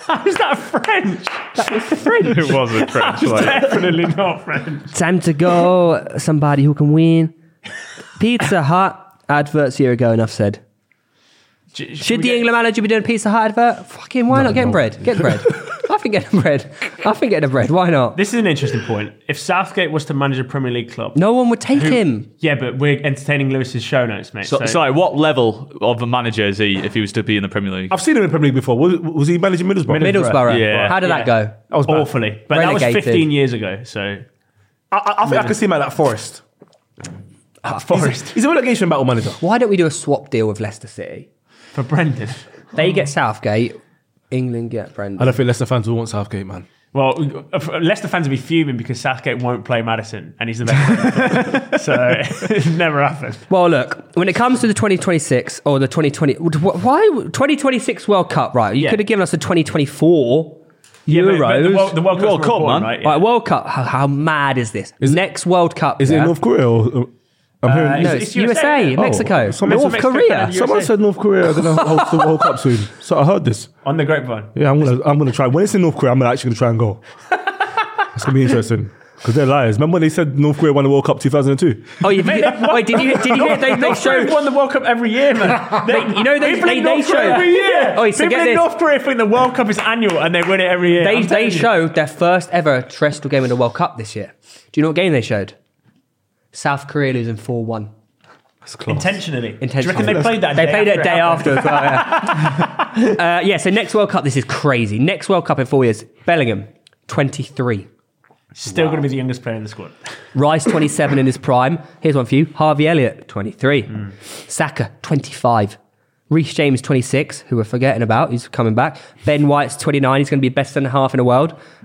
[SPEAKER 1] How is that French? That was French. It wasn't French. definitely not French.
[SPEAKER 3] Time to go. Somebody who can win. Pizza Hut adverts a year ago. Enough said.
[SPEAKER 1] Should,
[SPEAKER 3] Should
[SPEAKER 1] we
[SPEAKER 3] the
[SPEAKER 1] get-
[SPEAKER 3] England manager be doing a Pizza Hut advert? Fucking why not? Get bread. Get bread. I think get bread. I think get bread. Why not?
[SPEAKER 1] This is an interesting point. If Southgate was to manage a Premier League club,
[SPEAKER 3] No one would take him.
[SPEAKER 1] yeah, but we're entertaining Lewis's show notes, mate.
[SPEAKER 5] So, sorry, what level of a manager is he if he was to be in the Premier League?
[SPEAKER 4] I've seen him in Premier League before. Was, was he managing Middlesbrough?
[SPEAKER 3] Middlesbrough.
[SPEAKER 5] Yeah.
[SPEAKER 3] How did
[SPEAKER 1] Yeah.
[SPEAKER 3] that go?
[SPEAKER 4] That was bad.
[SPEAKER 1] awfully. But that was
[SPEAKER 3] Relegated.
[SPEAKER 1] 15 years ago. So
[SPEAKER 4] I, I, I think I can see him at that Forest.
[SPEAKER 1] Forest
[SPEAKER 4] He's a relegation battle manager.
[SPEAKER 3] Why don't we do a swap deal with Leicester City?
[SPEAKER 1] for Brendan.
[SPEAKER 3] They get Southgate. England get
[SPEAKER 4] I
[SPEAKER 3] Brendan.
[SPEAKER 4] don't think Leicester fans will want Southgate, man.
[SPEAKER 1] Well, uh, Leicester fans will be fuming because Southgate won't play Madison, and he's the best. so it's never happened.
[SPEAKER 3] Well, look, when it comes to the 2026 or the 2020, wh- why 2026 World Cup? Right, you
[SPEAKER 1] Yeah.
[SPEAKER 3] could have given us a 2024
[SPEAKER 1] but-
[SPEAKER 3] Euros.
[SPEAKER 1] but the World, the World,
[SPEAKER 5] World
[SPEAKER 1] Cup's more
[SPEAKER 5] Cup,
[SPEAKER 1] important,
[SPEAKER 5] man.
[SPEAKER 1] Right,
[SPEAKER 3] Right, World Cup. How, how mad is this? Next World Cup.
[SPEAKER 4] Is it
[SPEAKER 3] yeah?
[SPEAKER 4] in North Korea? Or, uh, I'm hearing,
[SPEAKER 3] No,
[SPEAKER 1] It's-
[SPEAKER 3] it's,
[SPEAKER 1] it's
[SPEAKER 3] USA,
[SPEAKER 1] USA.
[SPEAKER 3] Mexico,
[SPEAKER 4] Oh, someone-
[SPEAKER 3] North
[SPEAKER 1] Mexico,
[SPEAKER 3] Korea.
[SPEAKER 1] Canada,
[SPEAKER 4] someone
[SPEAKER 1] USA.
[SPEAKER 4] said North Korea are going to host the World Cup soon. So I heard this.
[SPEAKER 1] On the grapevine.
[SPEAKER 4] Yeah, I'm gonna, I'm gonna try. When it's in North Korea, I'm actually gonna try and go. That's gonna be interesting because they're liars. Remember when they said North Korea won the World Cup 2002?
[SPEAKER 3] Oh, you, did you, wait, did you, did you hear they, they
[SPEAKER 1] North Korea
[SPEAKER 3] showed?
[SPEAKER 1] won the World Cup every year, man. They,
[SPEAKER 3] you know they-
[SPEAKER 1] people
[SPEAKER 3] they-
[SPEAKER 1] in
[SPEAKER 3] they
[SPEAKER 1] North Korea
[SPEAKER 3] show-
[SPEAKER 1] every year.
[SPEAKER 3] Oi, so
[SPEAKER 1] people
[SPEAKER 3] get
[SPEAKER 1] in
[SPEAKER 3] this.
[SPEAKER 1] North Korea think the World Cup is annual and they win it every year.
[SPEAKER 3] They,
[SPEAKER 1] I'm telling
[SPEAKER 3] they
[SPEAKER 1] you.
[SPEAKER 3] showed their first ever terrestrial game in the World Cup this year. Do you know what game they showed? South Korea losing 4 1.
[SPEAKER 4] That's class.
[SPEAKER 1] intentionally.
[SPEAKER 3] Intentionally.
[SPEAKER 1] Do you reckon they played that?
[SPEAKER 3] They
[SPEAKER 1] day
[SPEAKER 3] played
[SPEAKER 1] after
[SPEAKER 3] it day
[SPEAKER 1] happened?
[SPEAKER 3] after as well. Yeah. uh, yeah, so next World Cup, this is crazy. Next World Cup in four years, Bellingham, 23.
[SPEAKER 1] Still going to be the youngest player in the squad.
[SPEAKER 3] Rice, 27 in his prime. Here's one for you Harvey Elliott, 23.
[SPEAKER 1] Hmm.
[SPEAKER 3] Saka, 25. Reece James, 26, who we're forgetting about. He's coming back. Ben White's 29. He's going to be best centre half in the world.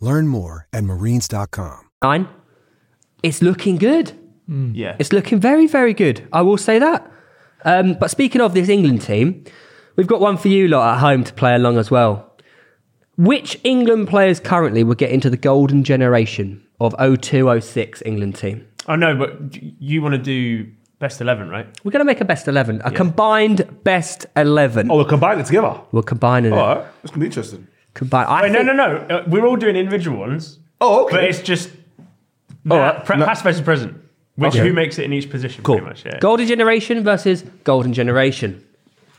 [SPEAKER 7] Learn more at marines.com.
[SPEAKER 3] nine. It's looking good.
[SPEAKER 1] Yeah.
[SPEAKER 3] Hmm. It's looking very, very good. I will say that. Um, but speaking of this England team, we've got one for you lot at home to play along as well. Which England players currently will get into the golden generation of 02 06 England team?
[SPEAKER 1] Oh no, but you want to do best eleven, right?
[SPEAKER 3] We're going to make a best 11, a combined best 11.
[SPEAKER 4] Oh, we're combining it together.
[SPEAKER 3] We're combining it.
[SPEAKER 4] All right, it's gonna be interesting.
[SPEAKER 3] combined. I
[SPEAKER 1] Wait, no,
[SPEAKER 3] think-
[SPEAKER 1] no, no. Uh, we're all doing individual ones,
[SPEAKER 3] Oh,
[SPEAKER 1] but
[SPEAKER 3] okay.
[SPEAKER 1] it's just
[SPEAKER 4] All
[SPEAKER 1] uh,
[SPEAKER 4] right.
[SPEAKER 1] pre-
[SPEAKER 4] No.
[SPEAKER 1] past versus present, which
[SPEAKER 4] Okay.
[SPEAKER 1] who makes it in each position, pretty much. Yeah.
[SPEAKER 3] Golden Generation versus Golden Generation.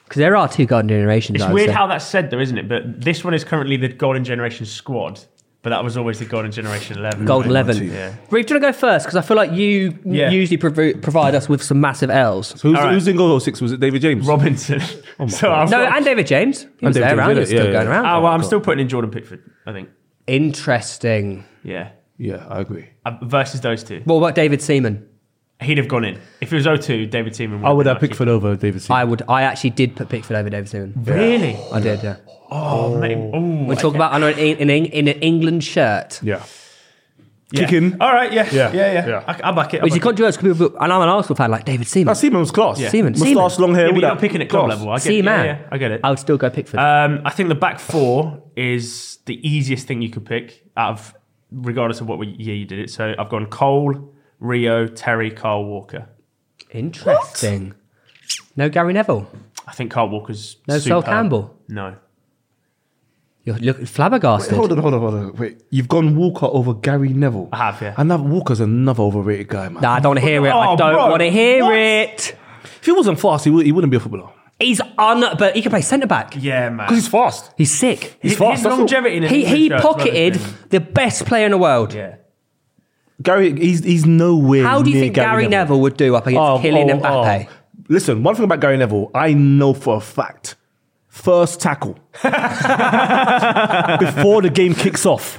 [SPEAKER 3] Because there are two Golden Generations.
[SPEAKER 1] It's
[SPEAKER 3] I would
[SPEAKER 1] weird
[SPEAKER 3] say.
[SPEAKER 1] how that's said, though, isn't it? But this one is currently the Golden Generation squad, but that was always the Golden Generation eleven.
[SPEAKER 3] Golden Eleven.
[SPEAKER 4] two.
[SPEAKER 3] Reeve, do you want to go first? Because I feel like you n-
[SPEAKER 1] Yeah.
[SPEAKER 3] usually provo- provide us with some massive L's.
[SPEAKER 4] So who's,
[SPEAKER 1] All right.
[SPEAKER 4] who's in goal six? Was it David James?
[SPEAKER 1] Robinson. so I've
[SPEAKER 3] Oh No,
[SPEAKER 1] got-
[SPEAKER 3] and David James. He was
[SPEAKER 4] David
[SPEAKER 3] there
[SPEAKER 4] James,
[SPEAKER 3] around.
[SPEAKER 4] yeah,
[SPEAKER 3] He was still
[SPEAKER 4] yeah,
[SPEAKER 3] going
[SPEAKER 4] yeah.
[SPEAKER 3] around.
[SPEAKER 1] oh, well, I'm still putting in Jordan Pickford. I think.
[SPEAKER 3] Interesting.
[SPEAKER 1] Yeah.
[SPEAKER 4] Yeah, I agree.
[SPEAKER 1] Uh, Versus those two,
[SPEAKER 3] What about David Seaman?
[SPEAKER 1] he'd have gone in. If it was 0-2, David Seaman.
[SPEAKER 4] I would
[SPEAKER 1] been
[SPEAKER 4] have
[SPEAKER 1] lucky.
[SPEAKER 4] Pickford over David Seaman.
[SPEAKER 3] I would. I actually did put Pickford over David Seaman.
[SPEAKER 1] Really?
[SPEAKER 3] I did. Yeah.
[SPEAKER 1] Oh, mate. Ooh,
[SPEAKER 3] We talk about under an, in, in, in an England shirt,
[SPEAKER 4] Yeah.
[SPEAKER 1] yeah. Oh.
[SPEAKER 4] kicking.
[SPEAKER 1] All right. Yeah. Yeah. Yeah.
[SPEAKER 4] Yeah.
[SPEAKER 1] Yeah.
[SPEAKER 4] Yeah.
[SPEAKER 1] I, I back it. I
[SPEAKER 3] which is
[SPEAKER 1] back it.
[SPEAKER 3] controversial. 'cause People, and I'm an Arsenal fan, like David Seaman.
[SPEAKER 4] That Seaman was class.
[SPEAKER 1] Yeah.
[SPEAKER 3] Seaman,
[SPEAKER 4] Moustache, long hair.
[SPEAKER 1] Yeah, but
[SPEAKER 4] all
[SPEAKER 1] you're
[SPEAKER 4] that
[SPEAKER 1] not picking at club
[SPEAKER 4] class.
[SPEAKER 1] level. I get, it. yeah,
[SPEAKER 3] Seaman.
[SPEAKER 1] yeah, I get it.
[SPEAKER 3] I would still go Pickford.
[SPEAKER 1] Um, I think the back four is the easiest thing you could pick out of, regardless of what we- year you did it. So I've gone Cole, Rio, Terry, Carl Walker.
[SPEAKER 3] Interesting. No Gary Neville.
[SPEAKER 1] I think Carl Walker's
[SPEAKER 3] No Sol
[SPEAKER 1] superb.
[SPEAKER 3] Campbell.
[SPEAKER 1] No,
[SPEAKER 3] You're looking flabbergasted.
[SPEAKER 4] Hold on, hold on, hold on. Wait, you've gone Walker over Gary Neville. I
[SPEAKER 1] have, yeah.
[SPEAKER 4] Another Walker's another overrated guy, man.
[SPEAKER 3] Nah, I don't want to hear it. I
[SPEAKER 1] Oh,
[SPEAKER 3] don't
[SPEAKER 1] bro,
[SPEAKER 3] want to hear
[SPEAKER 1] what?
[SPEAKER 3] it.
[SPEAKER 4] If he wasn't fast, he, would, he wouldn't be a footballer.
[SPEAKER 3] He's on, but he can play centre back.
[SPEAKER 1] yeah, man.
[SPEAKER 4] Because he's fast.
[SPEAKER 3] He's sick.
[SPEAKER 1] His-
[SPEAKER 4] fast,
[SPEAKER 1] His
[SPEAKER 4] that's all.
[SPEAKER 1] longevity. in an
[SPEAKER 3] He,
[SPEAKER 1] England
[SPEAKER 3] he
[SPEAKER 1] shirt is another
[SPEAKER 3] pocketed
[SPEAKER 1] thing.
[SPEAKER 3] the best player in the world.
[SPEAKER 1] Yeah.
[SPEAKER 4] Gary, he's he's nowhere.
[SPEAKER 3] How do you
[SPEAKER 4] near
[SPEAKER 3] think Gary, Neville. would do up against
[SPEAKER 4] Oh,
[SPEAKER 3] Kylian
[SPEAKER 4] oh,
[SPEAKER 3] Mbappe?
[SPEAKER 4] oh. Listen, one thing about Gary Neville, I know for a fact. First tackle before the game kicks off,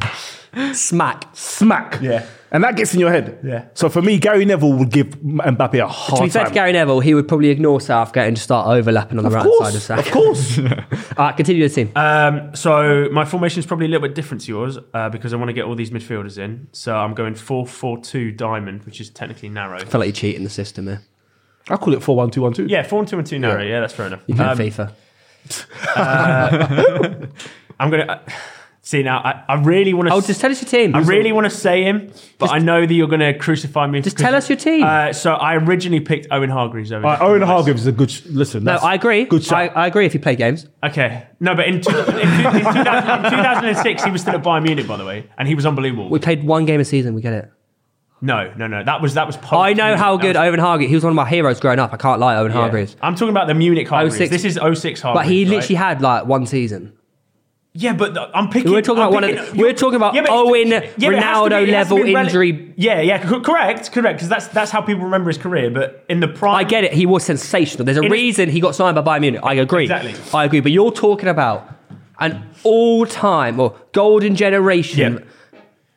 [SPEAKER 3] Smack.
[SPEAKER 4] smack.
[SPEAKER 1] Yeah.
[SPEAKER 4] and that gets in your head.
[SPEAKER 1] Yeah.
[SPEAKER 4] So for me, Gary Neville would give Mbappe a hard
[SPEAKER 3] To be fair
[SPEAKER 4] time.
[SPEAKER 3] to Gary Neville, he would probably ignore Southgate and just start overlapping on the
[SPEAKER 4] of
[SPEAKER 3] right
[SPEAKER 4] course,
[SPEAKER 3] side of
[SPEAKER 4] of
[SPEAKER 3] Southgate.
[SPEAKER 4] course.
[SPEAKER 3] All right, continue the team.
[SPEAKER 1] Um, so my formation is probably a little bit different to yours uh, because I want to get all these midfielders in. So I'm going four four two diamond, which is technically narrow.
[SPEAKER 3] I feel like you're cheating the system here.
[SPEAKER 4] I call it four one two one two.
[SPEAKER 1] Yeah, four and two and two narrow. Yeah, that's fair enough.
[SPEAKER 3] You're playing
[SPEAKER 1] Um,
[SPEAKER 3] FIFA.
[SPEAKER 1] I'm gonna uh, see now. I, I really want to.
[SPEAKER 3] Oh, just tell us your team.
[SPEAKER 1] I really want to say him, but I know that you're going to crucify me.
[SPEAKER 3] Just tell us your team.
[SPEAKER 1] Uh, so I originally picked Owen Hargreaves over.
[SPEAKER 4] All right, Uh, Owen Hargreaves is a good. Sh- listen,
[SPEAKER 3] no,
[SPEAKER 4] that's
[SPEAKER 3] uh, I agree.
[SPEAKER 4] Good shot.
[SPEAKER 3] I, I agree if you play games.
[SPEAKER 1] Okay, no, but in, two, in, two, in, 2000 in 2006 he was still at Bayern Munich, by the way, and he was unbelievable.
[SPEAKER 3] We played one game a season, we get it.
[SPEAKER 1] no, no, no, that was that was. Post-
[SPEAKER 3] I know how
[SPEAKER 1] that
[SPEAKER 3] good
[SPEAKER 1] was-
[SPEAKER 3] Owen Hargreaves, he was one of my heroes growing up. I can't lie, Owen
[SPEAKER 1] yeah. Oh,
[SPEAKER 3] Hargreaves.
[SPEAKER 1] I'm talking about the Munich Hargreaves.
[SPEAKER 3] 06.
[SPEAKER 1] This is 06 Hargreaves.
[SPEAKER 3] But he
[SPEAKER 1] right?
[SPEAKER 3] literally had like one season.
[SPEAKER 1] Yeah, but th- I'm picking.
[SPEAKER 3] We're talking
[SPEAKER 1] I'm
[SPEAKER 3] about one of
[SPEAKER 1] picking-
[SPEAKER 3] the- we're talking about
[SPEAKER 1] but it's-
[SPEAKER 3] Owen
[SPEAKER 1] but it has to
[SPEAKER 3] Ronaldo
[SPEAKER 1] it has to
[SPEAKER 3] level
[SPEAKER 1] rela-
[SPEAKER 3] injury.
[SPEAKER 1] yeah, yeah, co- correct, correct, because that's that's how people remember his career. But in the prime,
[SPEAKER 3] I get it. He was sensational. There's a
[SPEAKER 1] It is-
[SPEAKER 3] reason he got signed by Bayern Munich. I agree.
[SPEAKER 1] Exactly.
[SPEAKER 3] I agree. But you're talking about an all-time or golden
[SPEAKER 1] Yeah.
[SPEAKER 3] generation.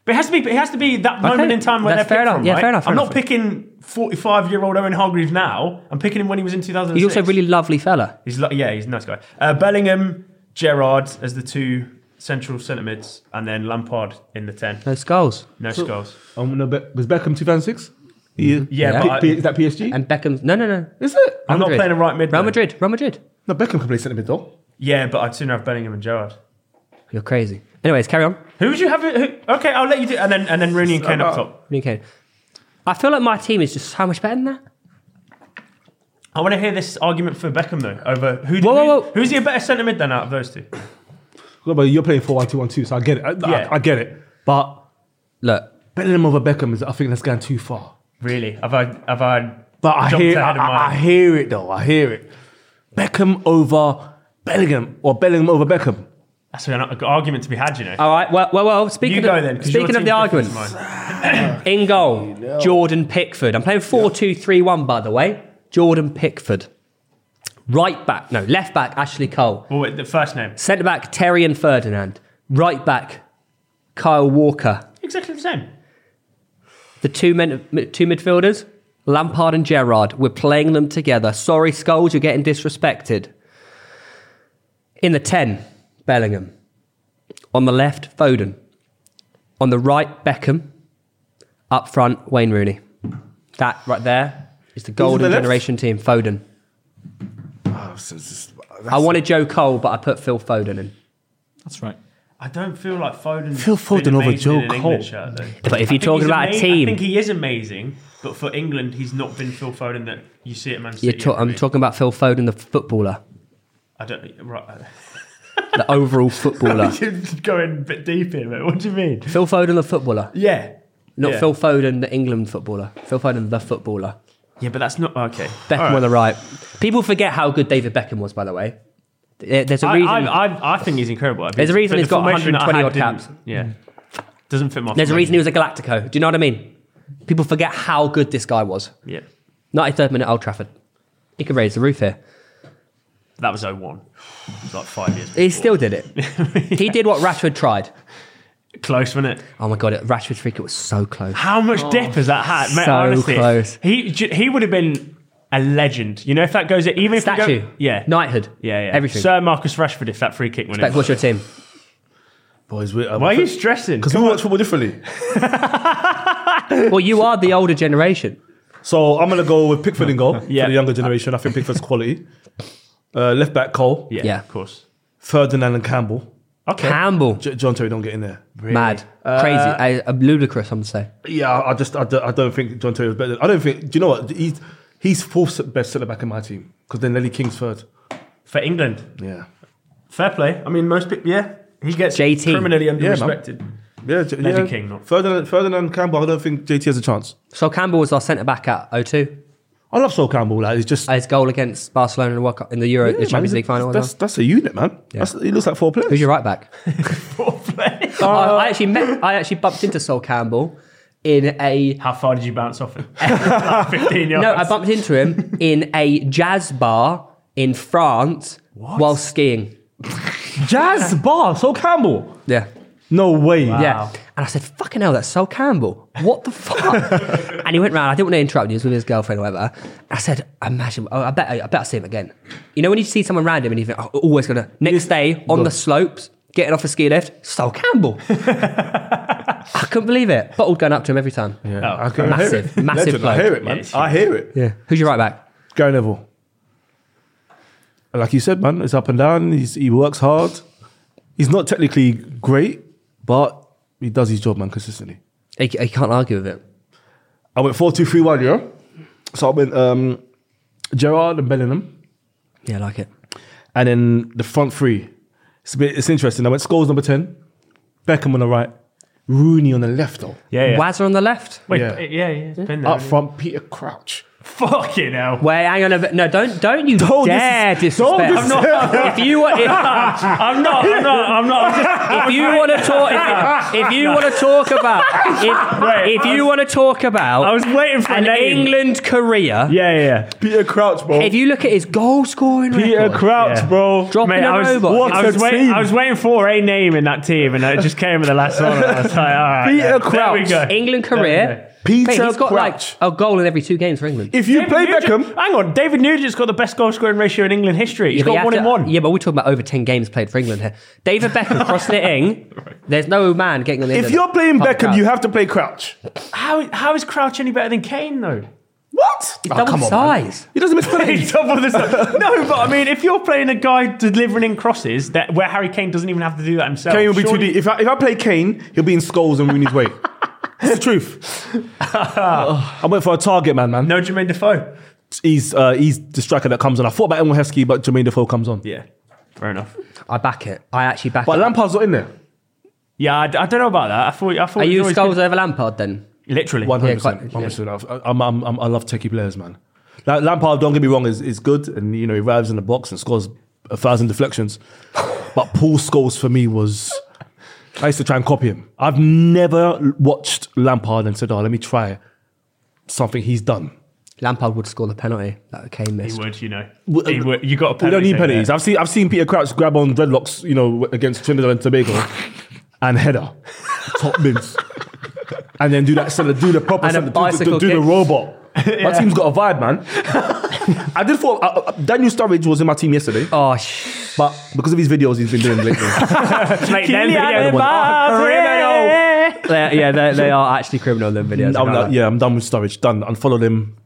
[SPEAKER 1] But it has to be. It has to be that moment in time where
[SPEAKER 3] That's
[SPEAKER 1] they're
[SPEAKER 3] fair
[SPEAKER 1] picked
[SPEAKER 3] enough.
[SPEAKER 1] from,
[SPEAKER 3] Yeah,
[SPEAKER 1] right?
[SPEAKER 3] fair enough, fair
[SPEAKER 1] I'm
[SPEAKER 3] enough.
[SPEAKER 1] not picking 45 year old Owen Hargreaves now. I'm picking him when he was in 2006.
[SPEAKER 3] He's also a really lovely fella.
[SPEAKER 1] He's lo- yeah, he's a nice guy. Uh, Bellingham, Gerrard as the two central centre mids, and then Lampard in the ten.
[SPEAKER 3] No skulls.
[SPEAKER 1] No skulls.
[SPEAKER 4] Um, no, Be- was Beckham 2006? Yeah,
[SPEAKER 1] Yeah, but I-
[SPEAKER 4] is that PSG?
[SPEAKER 3] And Beckham's no no no.
[SPEAKER 4] is it?
[SPEAKER 1] I'm not playing a right mid.
[SPEAKER 3] Real
[SPEAKER 1] though.
[SPEAKER 3] Madrid. Real Madrid.
[SPEAKER 4] No, Beckham can play centre mid though.
[SPEAKER 1] Yeah, but I'd sooner have Bellingham and Gerrard.
[SPEAKER 3] You're crazy. Anyways, carry on.
[SPEAKER 1] Who would you have? Who, okay, I'll let you do. And then and then Rooney and Kane up top.
[SPEAKER 3] Rooney Kane. I feel like my team is just so much better than that.
[SPEAKER 1] I want to hear this argument for Beckham though. Over who? who-
[SPEAKER 3] Whoa, whoa, whoa.
[SPEAKER 1] Who's he a better centre mid than out of those two?
[SPEAKER 4] No, but you're playing 4 1 2 1 2, so I get it. I,
[SPEAKER 1] Yeah.
[SPEAKER 4] I, I get it. But
[SPEAKER 3] Look,
[SPEAKER 4] betting him over Beckham is, I think that's going too far.
[SPEAKER 1] Really? Have I? Have I?
[SPEAKER 4] But I
[SPEAKER 1] jumped
[SPEAKER 4] hear, I,
[SPEAKER 1] ahead of
[SPEAKER 4] I-
[SPEAKER 1] mine?
[SPEAKER 4] I hear it though. I hear it. Beckham over Bellingham or Bellingham over Beckham.
[SPEAKER 1] That's an an argument to be had, you know.
[SPEAKER 3] all right. Well, well, well. Uh, Speaking
[SPEAKER 1] you
[SPEAKER 3] of,
[SPEAKER 1] go then. 'cause your
[SPEAKER 3] speaking of
[SPEAKER 1] team's
[SPEAKER 3] the
[SPEAKER 1] different
[SPEAKER 3] argument,
[SPEAKER 1] to mine.
[SPEAKER 3] in goal, Jordan Pickford. I'm playing four-two-three-one. By the way, Jordan Pickford. Right back, no, left back, Ashley Cole.
[SPEAKER 1] Well, wait, the first name.
[SPEAKER 3] Centre back, Terry and Ferdinand. Right back, Kyle Walker.
[SPEAKER 1] Exactly the same.
[SPEAKER 3] The two men, two midfielders, Lampard and Gerrard. We're playing them together. Sorry, Skulls, you're getting disrespected. In the ten, Bellingham. On the left, Foden. On the right, Beckham. Up front, Wayne Rooney. That right there is the golden
[SPEAKER 4] the left?
[SPEAKER 3] generation team. Foden. I wanted Joe Cole, but I put Phil Foden in.
[SPEAKER 5] That's right.
[SPEAKER 1] I don't feel like Foden.
[SPEAKER 4] Phil Foden over Joe Cole.
[SPEAKER 1] Shirt, though.
[SPEAKER 3] But if
[SPEAKER 1] I
[SPEAKER 3] you're
[SPEAKER 1] think
[SPEAKER 3] talking
[SPEAKER 1] he's
[SPEAKER 3] about a
[SPEAKER 1] ama-
[SPEAKER 3] team-
[SPEAKER 1] I think he is amazing, but for England, he's not been Phil Foden that you see at Man City.
[SPEAKER 3] You're ta- I'm
[SPEAKER 1] every-
[SPEAKER 3] talking about Phil Foden, the footballer.
[SPEAKER 1] I don't. Right.
[SPEAKER 3] the overall footballer.
[SPEAKER 1] You're going a bit deep here, mate. What do you mean?
[SPEAKER 3] Phil Foden, the footballer.
[SPEAKER 1] Yeah.
[SPEAKER 3] Not
[SPEAKER 1] Yeah.
[SPEAKER 3] Phil Foden, the England footballer. Phil Foden, the footballer.
[SPEAKER 1] Yeah, but that's not okay.
[SPEAKER 3] Beckham on the right. People forget how good David Beckham was, by the way. There- There's a
[SPEAKER 1] I,
[SPEAKER 3] reason.
[SPEAKER 1] I, I, I think he's incredible. I
[SPEAKER 3] There's a
[SPEAKER 1] think-
[SPEAKER 3] reason
[SPEAKER 1] but
[SPEAKER 3] he's
[SPEAKER 1] the
[SPEAKER 3] got
[SPEAKER 1] formation that I
[SPEAKER 3] 120 odd
[SPEAKER 1] had
[SPEAKER 3] caps.
[SPEAKER 1] didn't- Yeah. Doesn't fit my
[SPEAKER 3] There's a reason
[SPEAKER 1] formation.
[SPEAKER 3] he was a Galactico. Do you know what I mean? People forget how good this guy was.
[SPEAKER 1] Yeah.
[SPEAKER 3] 93rd minute Old Trafford. He could raise the roof here.
[SPEAKER 1] That was 01. It was like five years
[SPEAKER 3] He still did it. He did what Rashford tried.
[SPEAKER 1] Close, wasn't it?
[SPEAKER 3] Oh my god, it, Rashford's free kick was so close.
[SPEAKER 1] How much depth has that had? Mate,
[SPEAKER 3] Oh, So
[SPEAKER 1] honestly,
[SPEAKER 3] close.
[SPEAKER 1] He j- he would have been a legend. You know, if that goes, even if we go-
[SPEAKER 3] Statue.
[SPEAKER 1] yeah,
[SPEAKER 3] Knighthood.
[SPEAKER 1] yeah, yeah,
[SPEAKER 3] Everything.
[SPEAKER 1] Sir Marcus Rashford, if that free kick went
[SPEAKER 3] Beck,
[SPEAKER 1] in.
[SPEAKER 3] what's your team?
[SPEAKER 4] Boys, wait,
[SPEAKER 1] Why are you stressing?
[SPEAKER 4] Because we watch football differently.
[SPEAKER 3] Well, you are the older generation.
[SPEAKER 4] So I'm gonna go with Pickford in goal
[SPEAKER 1] Yeah.
[SPEAKER 4] for the younger generation. I think Pickford's quality. Uh, left back Cole,
[SPEAKER 1] Yeah,
[SPEAKER 3] Yeah.
[SPEAKER 1] of course.
[SPEAKER 4] Ferdinand and Campbell.
[SPEAKER 1] Okay,
[SPEAKER 3] Campbell.
[SPEAKER 4] J- John Terry don't get in there.
[SPEAKER 3] Mad.
[SPEAKER 4] Uh,
[SPEAKER 3] Crazy.
[SPEAKER 1] Uh,
[SPEAKER 3] I, I'm ludicrous, I'm going to say.
[SPEAKER 4] Yeah, I I just I don't, I don't think John Terry was better. than- I don't think. Do you know what? He's he's fourth best centre back in my team because then Nelly King's third.
[SPEAKER 1] for England,
[SPEAKER 4] Yeah,
[SPEAKER 1] fair play. I mean, most people, yeah, he gets
[SPEAKER 3] JT.
[SPEAKER 1] criminally
[SPEAKER 4] man.
[SPEAKER 1] underrespected.
[SPEAKER 4] yeah. J-
[SPEAKER 1] Nelly
[SPEAKER 4] yeah.
[SPEAKER 1] King, not-
[SPEAKER 4] Ferdinand, Ferdinand Campbell. I don't think JT has a chance.
[SPEAKER 3] So Campbell was our centre back at 02.
[SPEAKER 4] I love Sol Campbell. Like, he's just
[SPEAKER 3] Uh, His goal against Barcelona in the, World Cup, in the Euro,
[SPEAKER 4] Yeah,
[SPEAKER 3] the
[SPEAKER 4] man,
[SPEAKER 3] Champions
[SPEAKER 4] he's a-
[SPEAKER 3] League final.
[SPEAKER 4] That's that's a unit, man. That's, he looks like four players.
[SPEAKER 3] Who's your right back?
[SPEAKER 1] Poor play.
[SPEAKER 4] Uh,
[SPEAKER 3] I, I actually met, I actually bumped into Sol Campbell in a.
[SPEAKER 1] How far did you bounce off him? Fifteen yards.
[SPEAKER 3] No, I bumped into him in a jazz bar in France while skiing.
[SPEAKER 4] Jazz Bar, Sol Campbell.
[SPEAKER 3] Yeah.
[SPEAKER 4] No way.
[SPEAKER 3] Yeah. And I said, fucking hell, that's Sol Campble. What the fuck? and he went round. I didn't want to interrupt him. He was with his girlfriend or whatever. I said, imagine, oh, I bet I bet I'll see him again. You know, when you see someone random and you think, oh, always going to, next day on the slopes, getting off a ski lift, Sol Campbell. I couldn't believe it. Bottled going up to him every time.
[SPEAKER 4] I can hear
[SPEAKER 3] Massive,
[SPEAKER 4] it.
[SPEAKER 3] massive
[SPEAKER 4] Legend, I
[SPEAKER 3] bloke.
[SPEAKER 4] hear it, man.
[SPEAKER 1] it's
[SPEAKER 4] I hear it.
[SPEAKER 3] Yeah. Who's your right back?
[SPEAKER 4] Gary Neville. Like you said, man, it's up and down. He's, he works hard. He's not technically great, but he does his job, man, consistently.
[SPEAKER 3] I, I can't argue with it.
[SPEAKER 4] I went 4 2 3 1, yeah? So I went um, Gerard and Bellingham.
[SPEAKER 3] Yeah, I like it.
[SPEAKER 4] And then the front three. It's, a bit, it's interesting. I went Scholes number 10, Beckham on the right, Rooney on the left, though.
[SPEAKER 1] Yeah, yeah.
[SPEAKER 3] Wazza on the left.
[SPEAKER 1] Wait,
[SPEAKER 4] Yeah.
[SPEAKER 1] yeah, yeah. It's been
[SPEAKER 3] Oh,
[SPEAKER 1] there.
[SPEAKER 4] Up front, Peter Crouch.
[SPEAKER 1] Fucking hell.
[SPEAKER 3] Wait, hang on a bit. No, don't, don't you
[SPEAKER 4] Don't
[SPEAKER 3] dare
[SPEAKER 4] dis-
[SPEAKER 3] disrespect.
[SPEAKER 4] don't dis-
[SPEAKER 3] I'm not- if you want, if,
[SPEAKER 1] I'm not. I'm not. I'm not. I'm just,
[SPEAKER 3] if you want to talk, if, if you want to talk about, if,
[SPEAKER 1] Wait,
[SPEAKER 3] if
[SPEAKER 1] I
[SPEAKER 3] you want to talk about,
[SPEAKER 1] I was waiting for a
[SPEAKER 3] an
[SPEAKER 1] name.
[SPEAKER 3] England career.
[SPEAKER 1] Yeah, yeah, yeah.
[SPEAKER 4] Peter Crouch, bro.
[SPEAKER 3] If you look at his goal scoring
[SPEAKER 4] Peter
[SPEAKER 3] record,
[SPEAKER 4] Crouch,
[SPEAKER 1] Yeah.
[SPEAKER 4] bro.
[SPEAKER 3] dropping
[SPEAKER 1] Mate,
[SPEAKER 3] a
[SPEAKER 1] I was,
[SPEAKER 3] robot.
[SPEAKER 4] what
[SPEAKER 1] I,
[SPEAKER 4] a
[SPEAKER 1] was waiting,
[SPEAKER 4] team.
[SPEAKER 1] I was waiting for a name in that team, and it just came in the last one. And I was like, all right,
[SPEAKER 4] Peter
[SPEAKER 1] there,
[SPEAKER 4] Crouch.
[SPEAKER 1] There we go.
[SPEAKER 3] England
[SPEAKER 1] There
[SPEAKER 3] career.
[SPEAKER 4] we go.
[SPEAKER 3] Mate, he's got
[SPEAKER 4] Peter
[SPEAKER 3] like
[SPEAKER 4] Crouch.
[SPEAKER 3] a goal in every two games for England.
[SPEAKER 4] If you
[SPEAKER 1] David
[SPEAKER 4] play
[SPEAKER 1] Nugent-
[SPEAKER 4] Beckham,
[SPEAKER 1] Hang on, David Nugent's got the best goal scoring ratio in England history. He's
[SPEAKER 3] but you
[SPEAKER 1] got
[SPEAKER 3] have
[SPEAKER 1] one
[SPEAKER 3] to-
[SPEAKER 1] in one.
[SPEAKER 3] Yeah, but we're talking about over 10 games played for England here. David Beckham crossing it in. There's no man getting on the end
[SPEAKER 4] if
[SPEAKER 3] of
[SPEAKER 4] you're
[SPEAKER 3] the-
[SPEAKER 4] playing
[SPEAKER 3] of the
[SPEAKER 4] Beckham,
[SPEAKER 3] crowd.
[SPEAKER 4] you have to play Crouch.
[SPEAKER 1] How, how is Crouch any better than Kane, though?
[SPEAKER 4] What? Oh,
[SPEAKER 3] He's double size.
[SPEAKER 4] He doesn't miss penalties.
[SPEAKER 1] He's double the size. No, but I mean, if you're playing a guy delivering in crosses that where Harry Kane doesn't even have to do that himself,
[SPEAKER 4] Kane will be too
[SPEAKER 1] surely-
[SPEAKER 4] deep. If I, if I play Kane, he'll be in Skulls and Rooney's way. It's the truth. I went for a target man, man.
[SPEAKER 1] No Jermaine Defoe.
[SPEAKER 4] He's uh, he's the striker that comes on. I thought about Emil Heskey, but Jermaine Defoe comes on.
[SPEAKER 1] Yeah, fair enough.
[SPEAKER 3] I back it. I actually back
[SPEAKER 4] But
[SPEAKER 3] it.
[SPEAKER 4] Lampard's not in there.
[SPEAKER 1] Yeah, I, I don't know about that. I thought I thought
[SPEAKER 3] Are
[SPEAKER 1] he
[SPEAKER 3] you
[SPEAKER 1] was
[SPEAKER 3] skulls
[SPEAKER 1] always
[SPEAKER 3] over Lampard then?
[SPEAKER 1] good- literally.
[SPEAKER 4] One hundred percent.
[SPEAKER 3] quite-
[SPEAKER 4] One hundred percent. I'm, I'm, I'm, I love techie players, man. Like, Lampard, don't get me wrong, is, is good, and you know he arrives in the box and scores a thousand deflections. But Paul Scholes for me was, I used to try and copy him. I've never watched Lampard and said, "Oh, let me try something he's done."
[SPEAKER 3] Lampard would score the penalty that Kane missed.
[SPEAKER 1] He would, you know.
[SPEAKER 4] uh, We
[SPEAKER 1] He would. You got a penalty.
[SPEAKER 4] don't need
[SPEAKER 1] taker.
[SPEAKER 4] penalties. I've seen I've seen Peter Crouch grab on dreadlocks, you know, against Trinidad and Tobago, and header, top bins, and then do that sort of do the proper
[SPEAKER 3] And a
[SPEAKER 4] sort of- do- do-
[SPEAKER 3] bicycle
[SPEAKER 4] do, the
[SPEAKER 3] kick.
[SPEAKER 4] robot. My team's got a vibe, man. I did thought uh, uh, Daniel Sturridge was in my team yesterday,
[SPEAKER 3] Oh, sh-
[SPEAKER 4] but because of his videos he's been doing lately,
[SPEAKER 1] Mate, them
[SPEAKER 3] Kylian
[SPEAKER 1] videos- Oh.
[SPEAKER 3] Mbappe! They're- Ah, yeah, they, they are actually criminal them videos.
[SPEAKER 4] I'm
[SPEAKER 3] I
[SPEAKER 4] like,
[SPEAKER 3] can't lie.
[SPEAKER 4] yeah, I'm done with Sturridge. Done. Unfollowed him.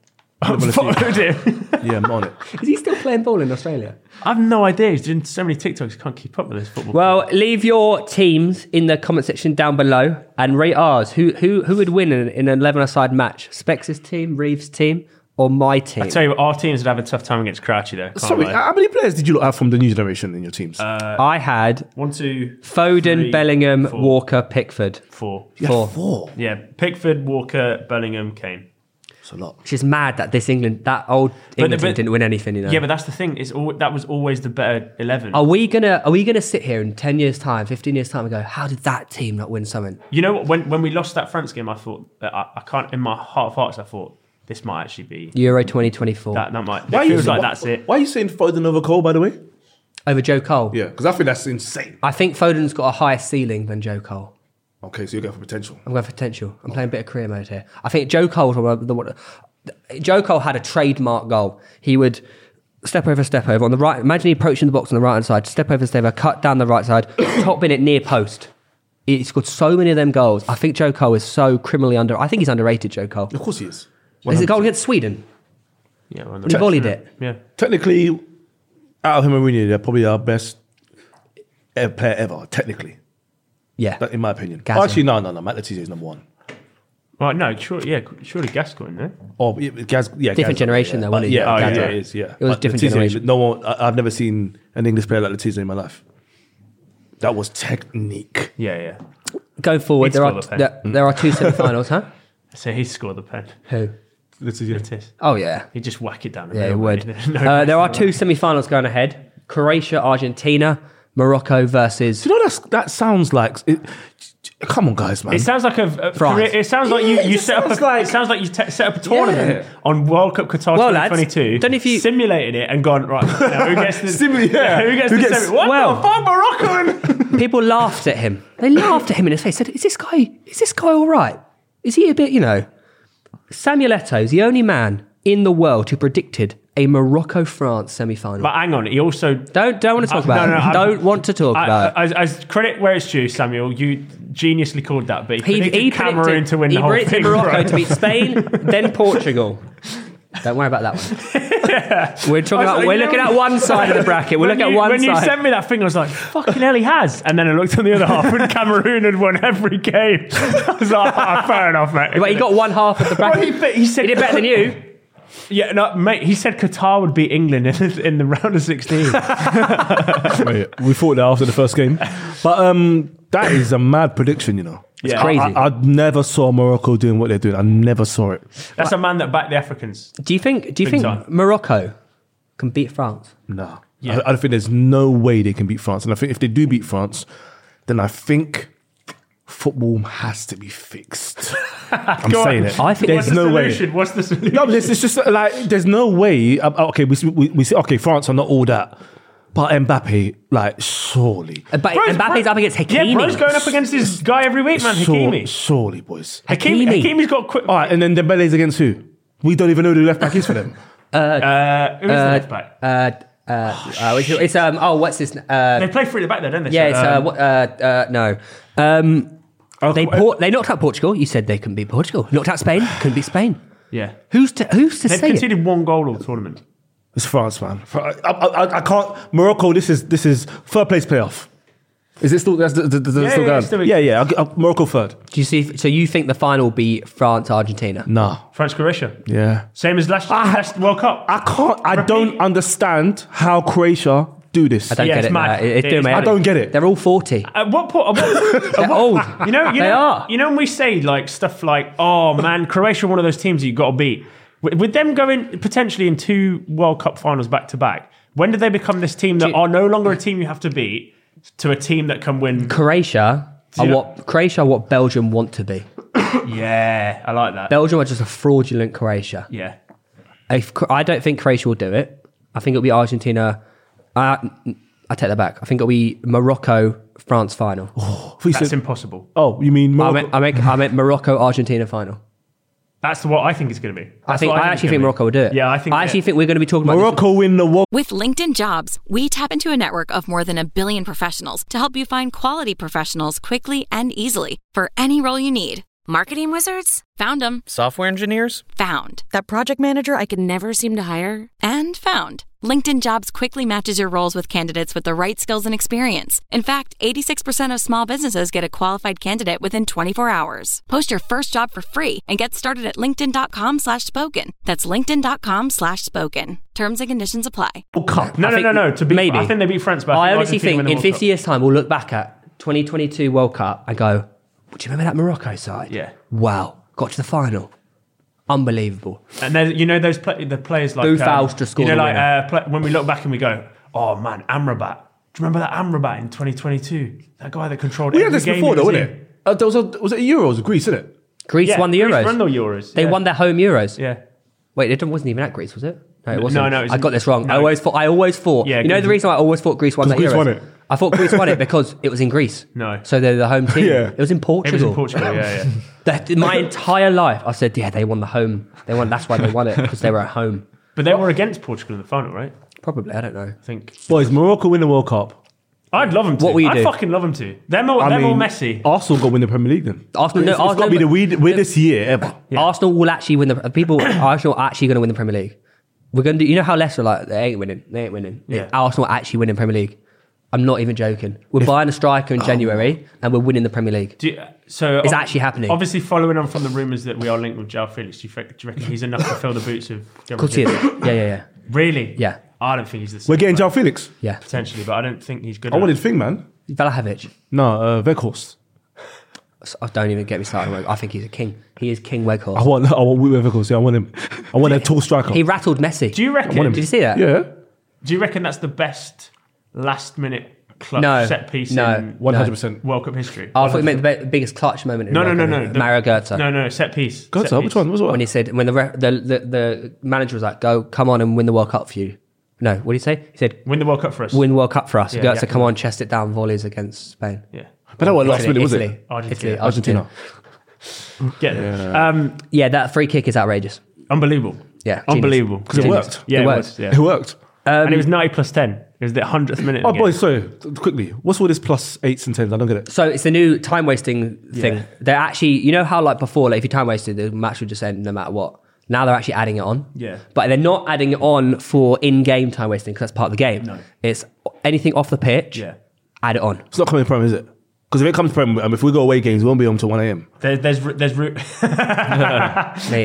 [SPEAKER 4] Don't wanna see it.
[SPEAKER 1] Followed him.
[SPEAKER 4] Yeah, I'm on it.
[SPEAKER 3] Is he still playing ball in Australia?
[SPEAKER 1] I've no idea. He's doing so many TikToks. Can't keep up with this football.
[SPEAKER 3] Well, leave your teams in the comment section down below and rate ours. Who who who would win in, in an eleven-a-side match? Specs' team, Reeves' team, or my team.
[SPEAKER 1] I tell you, what, our teams would have a tough time against Crouchy though. Can't
[SPEAKER 4] Sorry,
[SPEAKER 1] lie. Uh,
[SPEAKER 4] how many players did you lot have from the new generation in your teams?
[SPEAKER 3] I had
[SPEAKER 1] one, two,
[SPEAKER 3] Foden,
[SPEAKER 1] three,
[SPEAKER 3] Bellingham,
[SPEAKER 1] four,
[SPEAKER 3] Walker, Pickford.
[SPEAKER 1] four.
[SPEAKER 4] You had
[SPEAKER 3] four.
[SPEAKER 4] four.
[SPEAKER 1] Yeah, Pickford, Walker, Bellingham, Kane.
[SPEAKER 4] It's a lot.
[SPEAKER 3] Which is mad that this England, that old England team
[SPEAKER 1] but-
[SPEAKER 3] didn't win anything. You know.
[SPEAKER 1] Yeah, but that's the thing. It's all that was always the better eleven.
[SPEAKER 3] are we gonna are we gonna sit here in ten years time, fifteen years time, and go, how did that team not win something?
[SPEAKER 1] You know what? When when we lost that France game, I thought uh, I, I can't. In my heart of hearts, I thought this might actually be
[SPEAKER 3] Euro twenty twenty four
[SPEAKER 1] that. That might. It feels like that's it.
[SPEAKER 4] Why are you saying Foden over Cole, by the way?
[SPEAKER 3] over Joe Cole.
[SPEAKER 4] Yeah, because I think that's insane.
[SPEAKER 3] I think Foden's got a higher ceiling than Joe Cole.
[SPEAKER 4] Okay, so you're going for potential.
[SPEAKER 3] I'm going for potential. I'm playing a bit of career mode here. I think Joe Cole, the one- Joe Cole had a trademark goal. He would step over, step over on the right. Imagine he approaching the box on the right hand side, step over, step over, cut down the right side, top in it near post. He scored so many of them goals. I think Joe Cole is so criminally under. I think he's underrated. Joe Cole.
[SPEAKER 4] Of course he is.
[SPEAKER 3] Is it goal against Sweden?
[SPEAKER 1] Yeah, we're on the
[SPEAKER 3] He
[SPEAKER 1] bench,
[SPEAKER 3] volleyed
[SPEAKER 1] yeah.
[SPEAKER 3] it.
[SPEAKER 1] Yeah,
[SPEAKER 4] Technically, out of him and Rooney, they're probably our best e- player ever, technically,
[SPEAKER 3] Yeah.
[SPEAKER 4] that- in my opinion.
[SPEAKER 3] Gazza.
[SPEAKER 4] Actually, no, no, no. Matt Letizia is number one.
[SPEAKER 1] Right, no, sure, yeah, surely Gascoigne, no?
[SPEAKER 4] Oh, yeah, Gaz, yeah,
[SPEAKER 3] Different
[SPEAKER 4] Gaz-
[SPEAKER 3] generation
[SPEAKER 4] yeah.
[SPEAKER 3] though,
[SPEAKER 4] But
[SPEAKER 3] wasn't it?
[SPEAKER 4] yeah,
[SPEAKER 1] Oh,
[SPEAKER 4] Gaz-
[SPEAKER 1] yeah.
[SPEAKER 4] yeah, it is. Yeah,
[SPEAKER 3] It was
[SPEAKER 4] But
[SPEAKER 3] different
[SPEAKER 4] Letizia,
[SPEAKER 3] generation.
[SPEAKER 4] No one, I, I've never seen an English player like Letizia in my life. That was technique.
[SPEAKER 1] Yeah, yeah.
[SPEAKER 3] Going forward,
[SPEAKER 1] He'd
[SPEAKER 3] there
[SPEAKER 1] score
[SPEAKER 3] are
[SPEAKER 1] the pen.
[SPEAKER 3] there, there are two semi-finals, huh?
[SPEAKER 1] So he scored the pen.
[SPEAKER 3] Who?
[SPEAKER 4] Letizia.
[SPEAKER 1] Tis.
[SPEAKER 3] Oh yeah.
[SPEAKER 1] He'd just whack it down. the
[SPEAKER 3] Yeah, it
[SPEAKER 1] middle,
[SPEAKER 3] would.
[SPEAKER 1] wouldn't he? No,
[SPEAKER 3] uh, there are two semi-finals going ahead: Croatia, Argentina, Morocco versus.
[SPEAKER 4] Do you know that's, that sounds like? It, come on, guys, man.
[SPEAKER 1] It sounds like a, a
[SPEAKER 3] France.
[SPEAKER 1] career- it sounds like you,
[SPEAKER 4] Yeah, it
[SPEAKER 1] you
[SPEAKER 4] just
[SPEAKER 1] set up
[SPEAKER 4] sounds
[SPEAKER 1] a,
[SPEAKER 4] like-
[SPEAKER 1] it sounds like you te- set up a tournament
[SPEAKER 4] Yeah.
[SPEAKER 1] on World Cup Qatar
[SPEAKER 3] Well, lads,
[SPEAKER 1] 2022.
[SPEAKER 3] don't know if you-
[SPEAKER 1] simulated it and gone right. Now, who gets the
[SPEAKER 4] Simula- yeah.
[SPEAKER 1] Who gets
[SPEAKER 4] Who
[SPEAKER 1] the
[SPEAKER 4] gets-
[SPEAKER 1] semi? What
[SPEAKER 3] well-
[SPEAKER 1] the fuck, Morocco? And-
[SPEAKER 3] People laughed at him. They laughed at him in his face. Said, "Is this guy? Is this guy all right? Is he a bit? You know?" Samuel Eto'o is the only man in the world who predicted a Morocco-France semi-final.
[SPEAKER 1] but hang on, he also
[SPEAKER 3] don't don't want to talk
[SPEAKER 1] Uh,
[SPEAKER 3] about
[SPEAKER 1] no, no,
[SPEAKER 3] it.
[SPEAKER 1] I'm-
[SPEAKER 3] don't want to talk
[SPEAKER 1] I-
[SPEAKER 3] about it.
[SPEAKER 1] as, as credit where it's due, Samuel, you geniusly called that, but he, predicted Cameroon
[SPEAKER 3] predicted-
[SPEAKER 1] to win
[SPEAKER 3] he
[SPEAKER 1] the whole
[SPEAKER 3] predicted
[SPEAKER 1] thing.
[SPEAKER 3] Morocco
[SPEAKER 1] bro.
[SPEAKER 3] to beat Spain, then Portugal. Don't worry about that one.
[SPEAKER 1] I
[SPEAKER 3] We're talking
[SPEAKER 1] was
[SPEAKER 3] about,
[SPEAKER 1] like,
[SPEAKER 3] we're
[SPEAKER 1] you
[SPEAKER 3] looking
[SPEAKER 1] know-
[SPEAKER 3] at one side of the bracket. We're
[SPEAKER 1] When
[SPEAKER 3] looking
[SPEAKER 1] you-
[SPEAKER 3] at one
[SPEAKER 1] When you
[SPEAKER 3] side.
[SPEAKER 1] sent me that thing, I was like, fucking hell, he has. And then I looked on the other half, and Cameroon had won every game. I was like, ah, fair enough, mate.
[SPEAKER 3] but he got one half of the
[SPEAKER 1] Well,
[SPEAKER 3] bracket.
[SPEAKER 1] he, but he said
[SPEAKER 3] He did better than you.
[SPEAKER 1] Yeah, no, mate. He said Qatar would beat England in the, in the round of sixteen.
[SPEAKER 4] we thought that after the first game, but um, that is a mad prediction, you know.
[SPEAKER 1] It's
[SPEAKER 3] crazy.
[SPEAKER 4] I, I, I never saw Morocco doing what they're doing. I never saw it.
[SPEAKER 1] That's a man that backed the Africans.
[SPEAKER 3] Do you think? Do you
[SPEAKER 1] Big
[SPEAKER 3] think
[SPEAKER 1] time.
[SPEAKER 3] Morocco can beat France?
[SPEAKER 4] No,
[SPEAKER 1] Yeah.
[SPEAKER 4] I, I think there's no way they can beat France. And I think if they do beat France, then I think football has to be fixed. I'm
[SPEAKER 1] Go on.
[SPEAKER 4] saying it.
[SPEAKER 3] I think-
[SPEAKER 4] there's
[SPEAKER 3] What's
[SPEAKER 4] no
[SPEAKER 1] the
[SPEAKER 4] way.
[SPEAKER 1] solution? What's the solution?
[SPEAKER 4] No, but it's, it's just like there's no way. um, Okay, we, see- we we see. Okay, France are not all that, but Mbappe, like surely,
[SPEAKER 3] But
[SPEAKER 1] Bro's-
[SPEAKER 3] Mbappe's
[SPEAKER 1] bro-
[SPEAKER 3] up against Hakimi.
[SPEAKER 1] Yeah, bro's going up against this guy every week, man.
[SPEAKER 4] Sur-
[SPEAKER 1] Hakimi.
[SPEAKER 4] surely, boys.
[SPEAKER 1] Hakimi.
[SPEAKER 3] Hakimi.
[SPEAKER 1] Hakimi's got quick.
[SPEAKER 4] All right, and then Dembele's against who? We don't even know who the left back is for them.
[SPEAKER 1] Uh, who is the left back?
[SPEAKER 3] Uh, uh, uh, it's, it's um. Oh, what's this? Uh,
[SPEAKER 1] they play through the back there, don't they? So,
[SPEAKER 3] yeah, it's uh,
[SPEAKER 1] um,
[SPEAKER 3] what, uh, uh, no. Um, they
[SPEAKER 4] Okay,
[SPEAKER 3] por- they knocked out Portugal. You said they couldn't beat Portugal. Knocked out Spain. Couldn't beat Spain.
[SPEAKER 1] yeah.
[SPEAKER 3] Who's to who's to
[SPEAKER 1] They've
[SPEAKER 3] say it?
[SPEAKER 1] conceded one goal all tournament.
[SPEAKER 4] It's France, man. Fr- I, I- I- I can't. Morocco. This is this is third place playoff. Is it still? That's the, the, the,
[SPEAKER 1] Yeah,
[SPEAKER 4] still
[SPEAKER 1] yeah,
[SPEAKER 4] going?
[SPEAKER 1] it's still-
[SPEAKER 4] yeah, yeah. I'll- I'll- Morocco third.
[SPEAKER 3] Do you see? So you think the final will be France Argentina?
[SPEAKER 4] Nah.
[SPEAKER 1] France Croatia.
[SPEAKER 4] Yeah.
[SPEAKER 1] Same as last,
[SPEAKER 3] Ah.
[SPEAKER 4] I-
[SPEAKER 1] last World Cup.
[SPEAKER 4] I can't. I
[SPEAKER 1] Repeat.
[SPEAKER 4] don't understand how Croatia do this.
[SPEAKER 3] I don't
[SPEAKER 1] Yeah,
[SPEAKER 3] get
[SPEAKER 1] it's
[SPEAKER 3] it.
[SPEAKER 1] mad.
[SPEAKER 3] no. It- it's
[SPEAKER 1] It
[SPEAKER 3] doing
[SPEAKER 1] is
[SPEAKER 3] my
[SPEAKER 4] I
[SPEAKER 3] head
[SPEAKER 4] don't
[SPEAKER 3] in.
[SPEAKER 4] get it.
[SPEAKER 3] They're all forty.
[SPEAKER 1] At what point? At what,
[SPEAKER 3] They're old.
[SPEAKER 1] You know, you
[SPEAKER 3] They
[SPEAKER 1] know,
[SPEAKER 3] are.
[SPEAKER 1] You know when we say like stuff like, "Oh man, Croatia, are one of those teams that you got to beat." With, with them going potentially in two World Cup finals back to back, when do they become this team that
[SPEAKER 3] you-
[SPEAKER 1] are no longer a team you have to beat to a team that can win?
[SPEAKER 3] Croatia are
[SPEAKER 1] you know-
[SPEAKER 3] what Croatia are what Belgium want to be.
[SPEAKER 1] Yeah, I like that.
[SPEAKER 3] Belgium are just a fraudulent Croatia.
[SPEAKER 1] Yeah,
[SPEAKER 3] If, Cro- I don't think Croatia will do it. I think it'll be Argentina. Uh, I take that back. I think it'll be Morocco France final.
[SPEAKER 4] We
[SPEAKER 1] that's
[SPEAKER 4] said-
[SPEAKER 1] impossible.
[SPEAKER 4] oh, you mean
[SPEAKER 3] I
[SPEAKER 4] Morocco?
[SPEAKER 3] meant I meant, I meant Morocco Argentina final.
[SPEAKER 1] That's what I think it's going to be.
[SPEAKER 3] I
[SPEAKER 1] That's
[SPEAKER 3] think
[SPEAKER 1] what
[SPEAKER 3] I,
[SPEAKER 1] it's
[SPEAKER 3] actually
[SPEAKER 1] gonna
[SPEAKER 3] think
[SPEAKER 1] be.
[SPEAKER 3] Morocco will do it.
[SPEAKER 1] Yeah, I think
[SPEAKER 3] I actually
[SPEAKER 1] yeah.
[SPEAKER 3] think we're going to be talking about this-
[SPEAKER 4] Morocco win the World
[SPEAKER 8] With LinkedIn Jobs, we tap into a network of more than a billion professionals to help you find quality professionals quickly and easily for any role you need. Marketing wizards? Found them.
[SPEAKER 9] Software engineers?
[SPEAKER 8] Found.
[SPEAKER 10] That project manager I could never seem to hire.
[SPEAKER 8] And found. LinkedIn Jobs quickly matches your roles with candidates with the right skills and experience. In fact, 86% of small businesses get a qualified candidate within 24 hours. Post your first job for free and get started at linkedin.com slash spoken. That's linkedin.com slash spoken. Terms and conditions apply.
[SPEAKER 3] World Cup.
[SPEAKER 1] No,
[SPEAKER 3] I
[SPEAKER 1] no,
[SPEAKER 3] think-
[SPEAKER 1] no, no. To be,
[SPEAKER 3] maybe.
[SPEAKER 1] I think they beat France. But I,
[SPEAKER 3] I
[SPEAKER 1] think
[SPEAKER 3] honestly
[SPEAKER 1] Argentina win
[SPEAKER 3] think
[SPEAKER 1] the
[SPEAKER 3] in
[SPEAKER 1] World
[SPEAKER 3] 50
[SPEAKER 1] Cup.
[SPEAKER 3] years' time, we'll look back at 2022 World Cup and go, do you remember that Morocco side?
[SPEAKER 5] Yeah.
[SPEAKER 3] Wow. Got to the final. Unbelievable.
[SPEAKER 1] And then you know those play, the players like um,
[SPEAKER 3] Boo Fouster scored
[SPEAKER 1] You know,
[SPEAKER 3] the
[SPEAKER 1] like
[SPEAKER 3] winner.
[SPEAKER 1] uh, play, when we look back and we go, "Oh man, Amrabat." Do you remember that Amrabat in 2022? That guy that controlled.
[SPEAKER 4] We had
[SPEAKER 1] every
[SPEAKER 4] this
[SPEAKER 1] game
[SPEAKER 4] before,
[SPEAKER 1] he
[SPEAKER 4] though,
[SPEAKER 1] was
[SPEAKER 4] wasn't
[SPEAKER 1] in.
[SPEAKER 4] it? Uh, there was a, was it Euros, Greece, isn't it?
[SPEAKER 3] Greece
[SPEAKER 1] Yeah,
[SPEAKER 3] won the
[SPEAKER 1] Greece
[SPEAKER 3] Euros.
[SPEAKER 1] won the Euros,
[SPEAKER 3] They
[SPEAKER 1] yeah.
[SPEAKER 3] won their home Euros.
[SPEAKER 1] Yeah.
[SPEAKER 3] Wait, it wasn't even at Greece, was it? No, it wasn't.
[SPEAKER 1] no, it was
[SPEAKER 3] I
[SPEAKER 1] in-
[SPEAKER 3] got this wrong.
[SPEAKER 1] no.
[SPEAKER 3] I always thought. I always thought.
[SPEAKER 1] Yeah,
[SPEAKER 3] you know
[SPEAKER 1] Greece-
[SPEAKER 3] the reason why I always thought Greece won the
[SPEAKER 4] Because
[SPEAKER 3] Euros.
[SPEAKER 4] Greece won it.
[SPEAKER 3] I thought Greece won it because it was in Greece.
[SPEAKER 1] No.
[SPEAKER 3] so they're the home team.
[SPEAKER 4] Yeah.
[SPEAKER 3] It was in Portugal.
[SPEAKER 1] It was in Portugal. Yeah, yeah.
[SPEAKER 3] That- my entire life, I said, yeah, they won the home. They won. That's why they won it because they were at home.
[SPEAKER 1] but they were against Portugal in the final, right?
[SPEAKER 3] Probably, I don't know.
[SPEAKER 1] I think.
[SPEAKER 4] Boys, Morocco win the World Cup.
[SPEAKER 1] I'd love them to.
[SPEAKER 3] What will you
[SPEAKER 1] I'd
[SPEAKER 3] do?
[SPEAKER 1] fucking love them to. They're more.
[SPEAKER 4] I
[SPEAKER 1] they're more
[SPEAKER 4] mean,
[SPEAKER 1] messy.
[SPEAKER 4] Arsenal got to win the Premier League then.
[SPEAKER 3] Arsenal, no,
[SPEAKER 4] It's- it's got
[SPEAKER 3] Arsenal-
[SPEAKER 4] to be the weird, weirdest year ever.
[SPEAKER 3] Arsenal will actually win the people. Arsenal are actually going to win the Premier League. We're going to do. You know how Leicester are like they ain't winning. They ain't winning.
[SPEAKER 1] Yeah.
[SPEAKER 3] Arsenal are actually winning Premier League. I'm not even joking. We're buying a striker in January and we're winning the Premier League.
[SPEAKER 1] Do you- so
[SPEAKER 3] It's actually happening.
[SPEAKER 1] Obviously, following on from the rumours that we are linked with Jao Felix, do you, think, do you reckon he's enough to fill the boots of? Gabriel
[SPEAKER 3] Of course he is.
[SPEAKER 1] Jesus?
[SPEAKER 3] Yeah, yeah, yeah,
[SPEAKER 1] Really?
[SPEAKER 3] Yeah.
[SPEAKER 1] I don't think he's the. same
[SPEAKER 4] We're getting
[SPEAKER 1] player,
[SPEAKER 4] Jao Felix.
[SPEAKER 3] yeah.
[SPEAKER 1] potentially, but I don't think he's good.
[SPEAKER 4] I
[SPEAKER 1] enough.
[SPEAKER 4] wanted Thing, man.
[SPEAKER 3] Vlahovic.
[SPEAKER 4] No, uh, Weghorst.
[SPEAKER 3] I don't even get me started. on Weg- I think he's a king. He is King
[SPEAKER 4] I
[SPEAKER 3] Weghorst.
[SPEAKER 4] want, I want Wout Weghorst. Yeah, I want him. I want a tall striker.
[SPEAKER 3] He rattled Messi.
[SPEAKER 1] Do you reckon?
[SPEAKER 3] Did you see that?
[SPEAKER 4] yeah.
[SPEAKER 1] Do you reckon that's the best last minute clutch
[SPEAKER 3] No.
[SPEAKER 1] set piece
[SPEAKER 3] No.
[SPEAKER 1] in
[SPEAKER 3] One-
[SPEAKER 4] 100%.
[SPEAKER 1] World Cup history?
[SPEAKER 3] Oh, I thought you meant the bi- biggest clutch moment. In
[SPEAKER 1] no, no,
[SPEAKER 3] World
[SPEAKER 1] no,
[SPEAKER 3] Cup,
[SPEAKER 1] no.
[SPEAKER 3] didn't
[SPEAKER 1] The-
[SPEAKER 3] you? Mario Goethe.
[SPEAKER 1] No, no, set piece.
[SPEAKER 4] God,
[SPEAKER 1] set
[SPEAKER 4] so
[SPEAKER 1] piece.
[SPEAKER 4] which one? Which one?
[SPEAKER 3] When he said when the, ref, the the the manager was like, "Go, come on and win the World Cup for you." No, what did he say? He said,
[SPEAKER 1] Win the World Cup for us.
[SPEAKER 3] win World Cup for us.
[SPEAKER 1] Yeah,
[SPEAKER 3] Goethe,
[SPEAKER 1] yeah.
[SPEAKER 3] come on, chest it down, volleys against Spain.
[SPEAKER 1] Yeah.
[SPEAKER 4] but that was last
[SPEAKER 3] Italy,
[SPEAKER 4] minute, was
[SPEAKER 3] Italy,
[SPEAKER 4] it?
[SPEAKER 1] Argentina.
[SPEAKER 3] Italy, Argentina.
[SPEAKER 4] Argentina.
[SPEAKER 1] Get it. Um,
[SPEAKER 3] Yeah, that free kick is outrageous.
[SPEAKER 1] unbelievable.
[SPEAKER 3] Yeah, genius.
[SPEAKER 1] Unbelievable.
[SPEAKER 4] 'Cause it
[SPEAKER 3] Genius.
[SPEAKER 4] worked.
[SPEAKER 1] Yeah, it,
[SPEAKER 3] It
[SPEAKER 1] was.
[SPEAKER 3] worked. um,
[SPEAKER 1] Yeah.
[SPEAKER 4] It worked.
[SPEAKER 1] and it was 90 plus 10. It was the 100th minute. of
[SPEAKER 4] Oh,
[SPEAKER 1] the game.
[SPEAKER 4] boys, sorry. Quickly, what's all this plus eights and tens? I don't get it.
[SPEAKER 3] So it's the new time wasting thing. They're actually, you know how like before, like if you time wasted, the match would just end no matter what. Now they're actually adding it on.
[SPEAKER 1] Yeah.
[SPEAKER 3] But they're not adding it on for in-game time wasting because that's part of the game. No. It's anything off the pitch.
[SPEAKER 1] Yeah.
[SPEAKER 3] Add it on.
[SPEAKER 4] It's not coming prem, is it? Because if it comes prem, um, if we go away games, we won't be home till 1 a.m.
[SPEAKER 1] There, there's ru- there's ru-
[SPEAKER 3] Mate.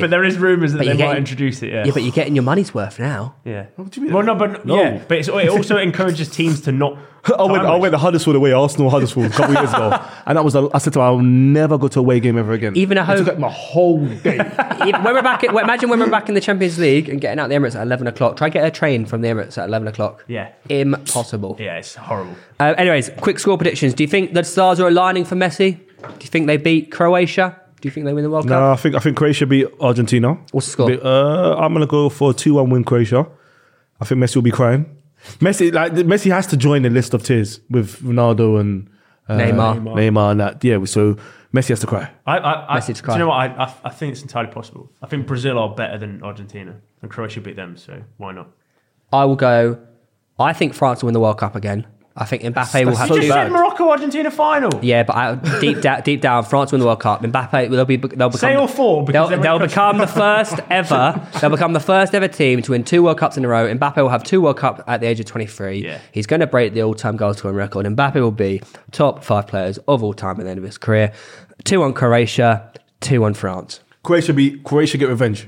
[SPEAKER 1] but there is rumours that
[SPEAKER 3] But
[SPEAKER 1] they
[SPEAKER 3] you're
[SPEAKER 1] might
[SPEAKER 3] getting-
[SPEAKER 1] introduce it. Yeah,
[SPEAKER 3] Yeah, but you're getting your money's worth now.
[SPEAKER 1] yeah. What
[SPEAKER 4] do you mean?
[SPEAKER 1] Well, no, but
[SPEAKER 4] No.
[SPEAKER 1] yeah, but it's, it also encourages teams to not.
[SPEAKER 4] I went, I went to Huddersfield away, Arsenal Huddersfield a couple of years ago, and that was a, I said to him, I'll never go to a away game ever again.
[SPEAKER 3] Even a
[SPEAKER 4] It
[SPEAKER 3] home-
[SPEAKER 4] took up my whole day.
[SPEAKER 3] If- when we're back, at, well, imagine when we're back in the Champions League and getting out the Emirates at eleven o'clock. Try get a train from the Emirates at eleven o'clock.
[SPEAKER 1] Yeah.
[SPEAKER 3] impossible.
[SPEAKER 1] Yeah, it's horrible.
[SPEAKER 3] Uh, anyways, quick score predictions. Do you think the stars are aligning for Messi? Do you think they beat Croatia? Do you think they win the World
[SPEAKER 4] no,
[SPEAKER 3] Cup?
[SPEAKER 4] I think I think Croatia beat Argentina.
[SPEAKER 3] What's the score?
[SPEAKER 4] Be- uh, I'm gonna go for a two-one win Croatia. I think Messi will be crying. Messi like Messi has to join the list of tears with Ronaldo and uh,
[SPEAKER 3] Neymar.
[SPEAKER 4] Neymar and that. Yeah, so Messi has to cry.
[SPEAKER 1] I, I, I, do
[SPEAKER 3] Message
[SPEAKER 1] you
[SPEAKER 3] cry.
[SPEAKER 1] know what? I, I, I think it's entirely possible. I think Brazil are better than Argentina, and Croatia beat them, so why not?
[SPEAKER 3] I will go. I think France will win the World Cup again. I think Mbappe will have
[SPEAKER 4] so
[SPEAKER 3] to.
[SPEAKER 4] You just bad. said
[SPEAKER 1] Morocco Argentina final.
[SPEAKER 3] Yeah, but I, deep down, deep down, France win the World Cup. Mbappe, they'll be, they'll become,
[SPEAKER 1] Say all four, because
[SPEAKER 3] They'll,
[SPEAKER 1] then we-
[SPEAKER 3] they'll become the first ever. They'll become the first ever team to win two World Cups in a row. Mbappe will have two World Cup at the age of twenty three.
[SPEAKER 1] Yeah.
[SPEAKER 3] he's going to break the all time goal scoring record. Mbappe will be top five players of all time at the end of his career. Two on Croatia, two on France.
[SPEAKER 4] Croatia beat Croatia get revenge.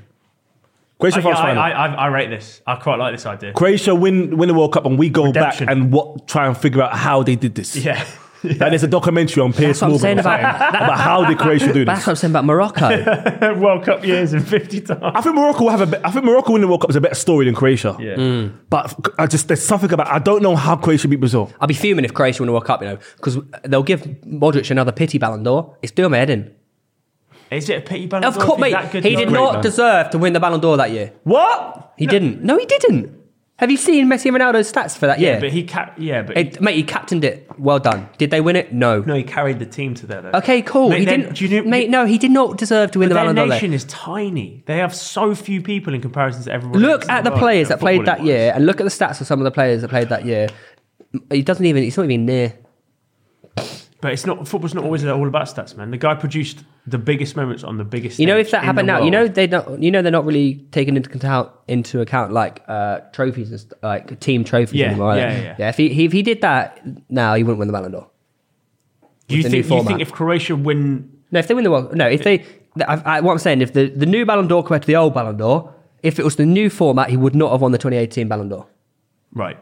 [SPEAKER 4] Croatia
[SPEAKER 1] I,
[SPEAKER 4] France
[SPEAKER 1] I,
[SPEAKER 4] final.
[SPEAKER 1] I, I, I rate this. I quite like this idea.
[SPEAKER 4] Croatia win win the World Cup and we go
[SPEAKER 1] Redemption.
[SPEAKER 4] back and what try and figure out how they did this.
[SPEAKER 1] Yeah.
[SPEAKER 4] Like, there's a documentary on Piers
[SPEAKER 3] what I'm
[SPEAKER 4] Morgan
[SPEAKER 3] saying
[SPEAKER 4] or something
[SPEAKER 3] about-
[SPEAKER 4] about, how did Croatia do
[SPEAKER 3] But that's
[SPEAKER 4] this.
[SPEAKER 3] what I'm saying about Morocco.
[SPEAKER 1] World Cup years in 50 times.
[SPEAKER 4] I think Morocco will have a. Be- I think Morocco winning the World Cup is a better story than Croatia.
[SPEAKER 1] Yeah.
[SPEAKER 4] But I just there's something about I don't know how Croatia beat Brazil.
[SPEAKER 3] I'll be fuming if Croatia win the World Cup, you know, because they'll give Modric another pity Ballon d'Or. It's doing my head in.
[SPEAKER 1] Is it a pity Ballon
[SPEAKER 3] Of
[SPEAKER 1] d'Or if
[SPEAKER 3] course,
[SPEAKER 1] he's
[SPEAKER 3] mate.
[SPEAKER 1] that good?
[SPEAKER 3] He did
[SPEAKER 1] No.
[SPEAKER 3] not
[SPEAKER 4] man.
[SPEAKER 3] deserve to win the Ballon d'Or that year.
[SPEAKER 4] What?
[SPEAKER 3] He didn't. No, he didn't. Have you seen Messi and Ronaldo's stats for that year?
[SPEAKER 1] But he ca- yeah, but
[SPEAKER 3] It- mate, he captained it. Well done. Did they win it? No.
[SPEAKER 1] no, he carried the team to there. Though.
[SPEAKER 3] Okay, cool.
[SPEAKER 1] Mate,
[SPEAKER 3] he
[SPEAKER 1] then-
[SPEAKER 3] didn't.
[SPEAKER 1] do you know-
[SPEAKER 3] mate, no, he did not deserve to win the
[SPEAKER 1] Their
[SPEAKER 3] Ballon d'Or.
[SPEAKER 1] nation
[SPEAKER 3] there.
[SPEAKER 1] is tiny. They have so few people in comparison to everyone. else
[SPEAKER 3] Look
[SPEAKER 1] in
[SPEAKER 3] at the
[SPEAKER 1] world,
[SPEAKER 3] players
[SPEAKER 1] uh,
[SPEAKER 3] that played that
[SPEAKER 1] footballing-wise.
[SPEAKER 3] year, and Mm, look at the stats of some of the players that played that year. He doesn't even. He's not even near.
[SPEAKER 1] But it's not football's not always all about stats, man. The guy produced the biggest moments on the biggest.
[SPEAKER 3] You know,
[SPEAKER 1] stage
[SPEAKER 3] if that
[SPEAKER 1] in
[SPEAKER 3] happened
[SPEAKER 1] the
[SPEAKER 3] now, you know
[SPEAKER 1] world.
[SPEAKER 3] they don't. You know they're not really taking into account into account like uh, trophies and st- like team trophies
[SPEAKER 1] Yeah,
[SPEAKER 3] anymore. are
[SPEAKER 1] yeah,
[SPEAKER 3] they?
[SPEAKER 1] yeah.
[SPEAKER 3] If he, he if he did that now, he wouldn't win the Ballon d'Or.
[SPEAKER 1] Do you
[SPEAKER 3] the new
[SPEAKER 1] think you
[SPEAKER 3] format.
[SPEAKER 1] think if Croatia win,
[SPEAKER 3] No, if they win the world, no, if they. th- I, I, what I'm saying, if the, the new Ballon d'Or compared to the old Ballon d'Or, if it was the new format, he would not have won the 2018 Ballon d'Or.
[SPEAKER 1] right?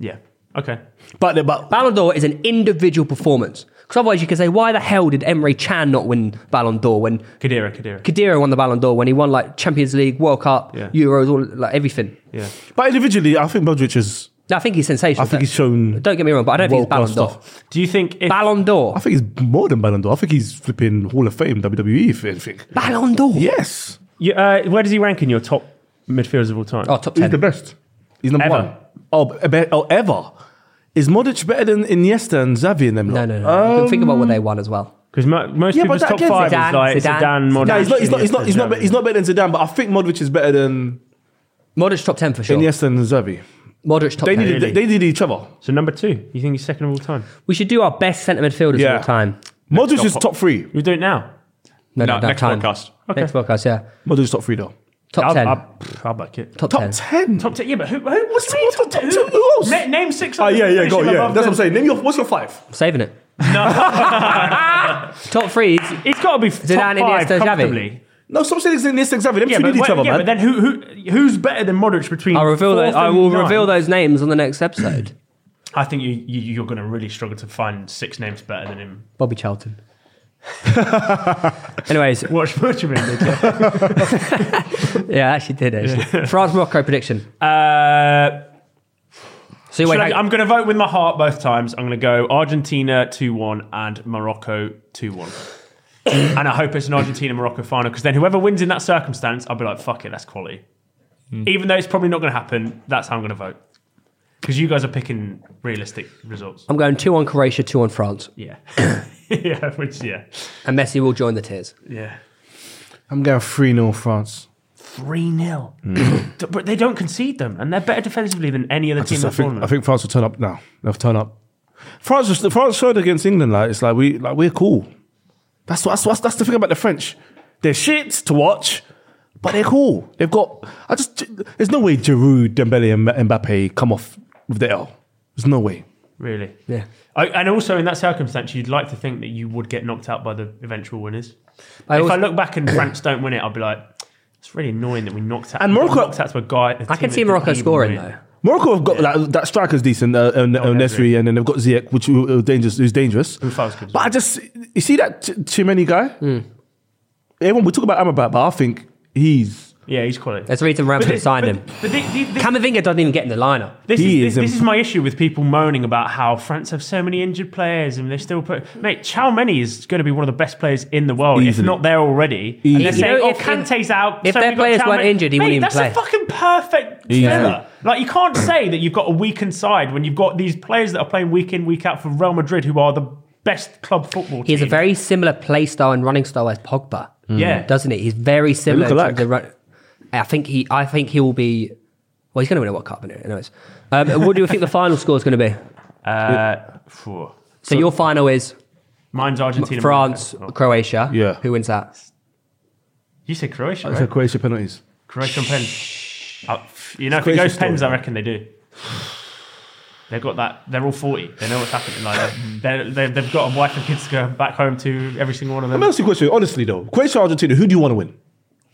[SPEAKER 1] Yeah. Okay.
[SPEAKER 4] But the- but
[SPEAKER 3] Ballon d'Or is an individual performance. Because otherwise, you could say, why the hell did Emre Chan not win Ballon d'Or when
[SPEAKER 1] Kadira, Kadira.
[SPEAKER 3] Kadira won the Ballon d'Or when he won like Champions League, World Cup,
[SPEAKER 1] Yeah.
[SPEAKER 3] Euros, all like everything.
[SPEAKER 1] yeah.
[SPEAKER 4] but individually, I think Modric is.
[SPEAKER 3] No, I think he's sensational.
[SPEAKER 4] I think
[SPEAKER 3] Don't-
[SPEAKER 4] he's shown
[SPEAKER 3] Don't get me wrong, but I don't think it's Ballon
[SPEAKER 4] world-class
[SPEAKER 3] d'Or.
[SPEAKER 4] stuff.
[SPEAKER 1] Do you think if
[SPEAKER 3] Ballon d'Or.
[SPEAKER 4] I think he's more than Ballon d'Or. I think he's flipping Hall of Fame WWE. If anything,
[SPEAKER 3] Ballon d'Or.
[SPEAKER 4] yes,
[SPEAKER 1] you, uh, where does he rank in your top midfielders of all time?
[SPEAKER 3] Oh, top
[SPEAKER 4] he's the
[SPEAKER 3] ten.
[SPEAKER 4] best. He's number
[SPEAKER 1] Ever.
[SPEAKER 4] one. Oh, be- oh, ever. Is Modric better than Iniesta and Xavi and them?
[SPEAKER 3] No,
[SPEAKER 4] lot? Um,
[SPEAKER 3] no, no. you can think about what they won as well.
[SPEAKER 1] Because mo- most
[SPEAKER 4] Yeah,
[SPEAKER 1] people's
[SPEAKER 4] but that
[SPEAKER 1] top
[SPEAKER 4] again-
[SPEAKER 1] five
[SPEAKER 3] Zidane,
[SPEAKER 1] is like
[SPEAKER 3] Zidane.
[SPEAKER 1] Zidane, Modric.
[SPEAKER 4] No, he's not. He's not. He's not. He's not,
[SPEAKER 1] Iniesta,
[SPEAKER 4] be- he's not better than Zidane. But I think Modric is better than
[SPEAKER 3] Modric top ten for sure.
[SPEAKER 4] Iniesta and Xavi.
[SPEAKER 3] Modric top
[SPEAKER 4] They
[SPEAKER 3] ten.
[SPEAKER 4] needed.
[SPEAKER 1] Really?
[SPEAKER 4] They needed each other.
[SPEAKER 1] So number two, you think he's second of all time?
[SPEAKER 3] We should do our best centre midfielders
[SPEAKER 4] Yeah.
[SPEAKER 3] of all time.
[SPEAKER 4] Modric is top three.
[SPEAKER 1] We do it now.
[SPEAKER 3] No,
[SPEAKER 5] No,
[SPEAKER 3] no, no
[SPEAKER 5] next
[SPEAKER 3] time.
[SPEAKER 5] podcast.
[SPEAKER 3] Next podcast, yeah.
[SPEAKER 4] Modric is top three though.
[SPEAKER 3] Top
[SPEAKER 1] I'll,
[SPEAKER 3] ten.
[SPEAKER 1] I'll, pff, I'll back it.
[SPEAKER 3] top,
[SPEAKER 4] Top
[SPEAKER 3] ten.
[SPEAKER 4] ten.
[SPEAKER 1] Top ten. Yeah, but who? who what's
[SPEAKER 4] What's- what the top
[SPEAKER 1] who-
[SPEAKER 4] ten? Who else?
[SPEAKER 1] Na- name six.
[SPEAKER 4] Oh yeah, yeah, go
[SPEAKER 1] Finish
[SPEAKER 4] yeah.
[SPEAKER 1] above
[SPEAKER 4] That's what I'm
[SPEAKER 1] the-
[SPEAKER 4] saying. Name your. What's your five?
[SPEAKER 3] Saving it. top three. is-
[SPEAKER 1] It's got to be
[SPEAKER 3] Zidane,
[SPEAKER 1] Zidane, top five
[SPEAKER 3] Iniesta, Xavi.
[SPEAKER 1] comfortably.
[SPEAKER 4] No, stop saying it's Iniesta and Xavi. Them
[SPEAKER 1] Yeah,
[SPEAKER 4] two
[SPEAKER 1] but,
[SPEAKER 4] need each
[SPEAKER 1] wait,
[SPEAKER 4] other,
[SPEAKER 1] yeah
[SPEAKER 4] man.
[SPEAKER 1] but then who, who who's better than Modric between?
[SPEAKER 3] I'll reveal
[SPEAKER 1] fourth
[SPEAKER 3] those. I
[SPEAKER 1] and
[SPEAKER 3] will
[SPEAKER 1] ninth?
[SPEAKER 3] reveal those names on the next episode.
[SPEAKER 1] I think you, you you're going to really struggle to find six names better than him.
[SPEAKER 3] Bobby Charlton. Anyways,
[SPEAKER 1] Watch much of him.
[SPEAKER 3] yeah, I actually did it. actually. France Morocco prediction.
[SPEAKER 1] uh,
[SPEAKER 3] So you wait,
[SPEAKER 1] Should I-
[SPEAKER 3] hang-
[SPEAKER 1] I'm going to vote with my heart both times. I'm going to go Argentina 2 1 and Morocco 2 1. and I hope it's an Argentina Morocco final because then whoever wins in that circumstance, I'll be like, fuck it, that's quality.
[SPEAKER 3] Hmm.
[SPEAKER 1] Even though it's probably not going to happen, that's how I'm going to vote. Because you guys are picking realistic results.
[SPEAKER 3] I'm going two on Croatia, two on France,
[SPEAKER 1] Yeah. yeah, which, yeah.
[SPEAKER 3] and Messi will join the tears.
[SPEAKER 1] Yeah.
[SPEAKER 4] I'm going three 0 France.
[SPEAKER 1] 3 0. but they don't concede them, and they're better defensively than any other team in
[SPEAKER 4] Mm.
[SPEAKER 1] the
[SPEAKER 4] I think, I
[SPEAKER 1] tournament.
[SPEAKER 4] think France will turn up now. They'll turn up. France, was- France showed against England like it's like we like we're cool. That's what that's, what, that's the thing about the French. They're shit to watch, but they're cool. They've got. I just there's no way Giroud, Dembele, and Mbappe come off with the L. There's no way.
[SPEAKER 1] Really?
[SPEAKER 3] Yeah.
[SPEAKER 1] I, and also in that circumstance, you'd like to think that you would get knocked out by the eventual winners.
[SPEAKER 3] I
[SPEAKER 1] if
[SPEAKER 3] also-
[SPEAKER 1] I look back and France don't win it, I'll be like, it's really annoying that we knocked out.
[SPEAKER 4] And
[SPEAKER 1] we got
[SPEAKER 4] Morocco-
[SPEAKER 1] knocked out to a guy. a
[SPEAKER 3] I
[SPEAKER 1] team
[SPEAKER 3] can see
[SPEAKER 1] that
[SPEAKER 3] Morocco
[SPEAKER 1] didn't even
[SPEAKER 3] scoring
[SPEAKER 1] win.
[SPEAKER 3] though.
[SPEAKER 4] Morocco have got like, that striker's decent, uh, and and Nesri, and then they've got Ziyech, which uh, dangerous, who's dangerous.
[SPEAKER 1] fouls good as
[SPEAKER 4] But I just you see that Ch- Chimeni guy.
[SPEAKER 1] Hmm.
[SPEAKER 4] Everyone we talk about Amrabat, but I think he's
[SPEAKER 1] Yeah, he's quality.
[SPEAKER 3] There's a reason Ramsey signed him.
[SPEAKER 1] But thi- thi- thi-
[SPEAKER 3] Camavinga doesn't even get in the lineup.
[SPEAKER 1] this,
[SPEAKER 4] he
[SPEAKER 1] is,
[SPEAKER 4] is
[SPEAKER 1] this, this
[SPEAKER 4] a-
[SPEAKER 1] is my issue with people moaning about how France have so many injured players and they still put. Mate, Chalmeny is going to be one of the best players in the world, if
[SPEAKER 4] Easily.
[SPEAKER 1] not there already. And they're
[SPEAKER 4] Easily.
[SPEAKER 1] saying,
[SPEAKER 3] You know,
[SPEAKER 1] oh,
[SPEAKER 3] if-
[SPEAKER 1] Kante's out.
[SPEAKER 3] if
[SPEAKER 1] so
[SPEAKER 3] their
[SPEAKER 1] we've got
[SPEAKER 3] players weren't
[SPEAKER 1] Tchouaméni."
[SPEAKER 3] injured, he
[SPEAKER 1] Mate,
[SPEAKER 3] wouldn't even
[SPEAKER 1] that's
[SPEAKER 3] play.
[SPEAKER 1] a fucking perfect
[SPEAKER 4] Easily.
[SPEAKER 1] filler. Like, you can't say that you've got a weakened side when you've got these players that are playing week in, week out for Real Madrid, who are the best club football team.
[SPEAKER 3] He has a very similar play style and running style as Pogba.
[SPEAKER 1] Yeah.
[SPEAKER 3] doesn't he? He's very similar.
[SPEAKER 4] look
[SPEAKER 3] to
[SPEAKER 4] alike.
[SPEAKER 3] the run- I think he. I think he will be. Well, he's going to win a World Cup, anyway. anyways. Um, what do you think the final score is going to be?
[SPEAKER 1] Uh, phew.
[SPEAKER 3] So, your final is
[SPEAKER 1] Mine's Argentina.
[SPEAKER 3] France,
[SPEAKER 1] Morocco.
[SPEAKER 3] Croatia.
[SPEAKER 4] Yeah.
[SPEAKER 3] Who wins that?
[SPEAKER 1] You said Croatia,
[SPEAKER 4] it's a
[SPEAKER 1] right?
[SPEAKER 4] Croatia penalties.
[SPEAKER 1] Croatian pens. Uh, pff, you know, if it
[SPEAKER 4] Croatia
[SPEAKER 1] goes pens,
[SPEAKER 4] story.
[SPEAKER 1] I reckon they do. They've got that. They're all forty. They know what's happening. Like
[SPEAKER 4] Mm.
[SPEAKER 1] they're, they're, they've got a wife and kids to go back home to. Every single one of
[SPEAKER 4] Let
[SPEAKER 1] them.
[SPEAKER 4] me ask you a question, honestly though. Croatia, Argentina, who do you want to win?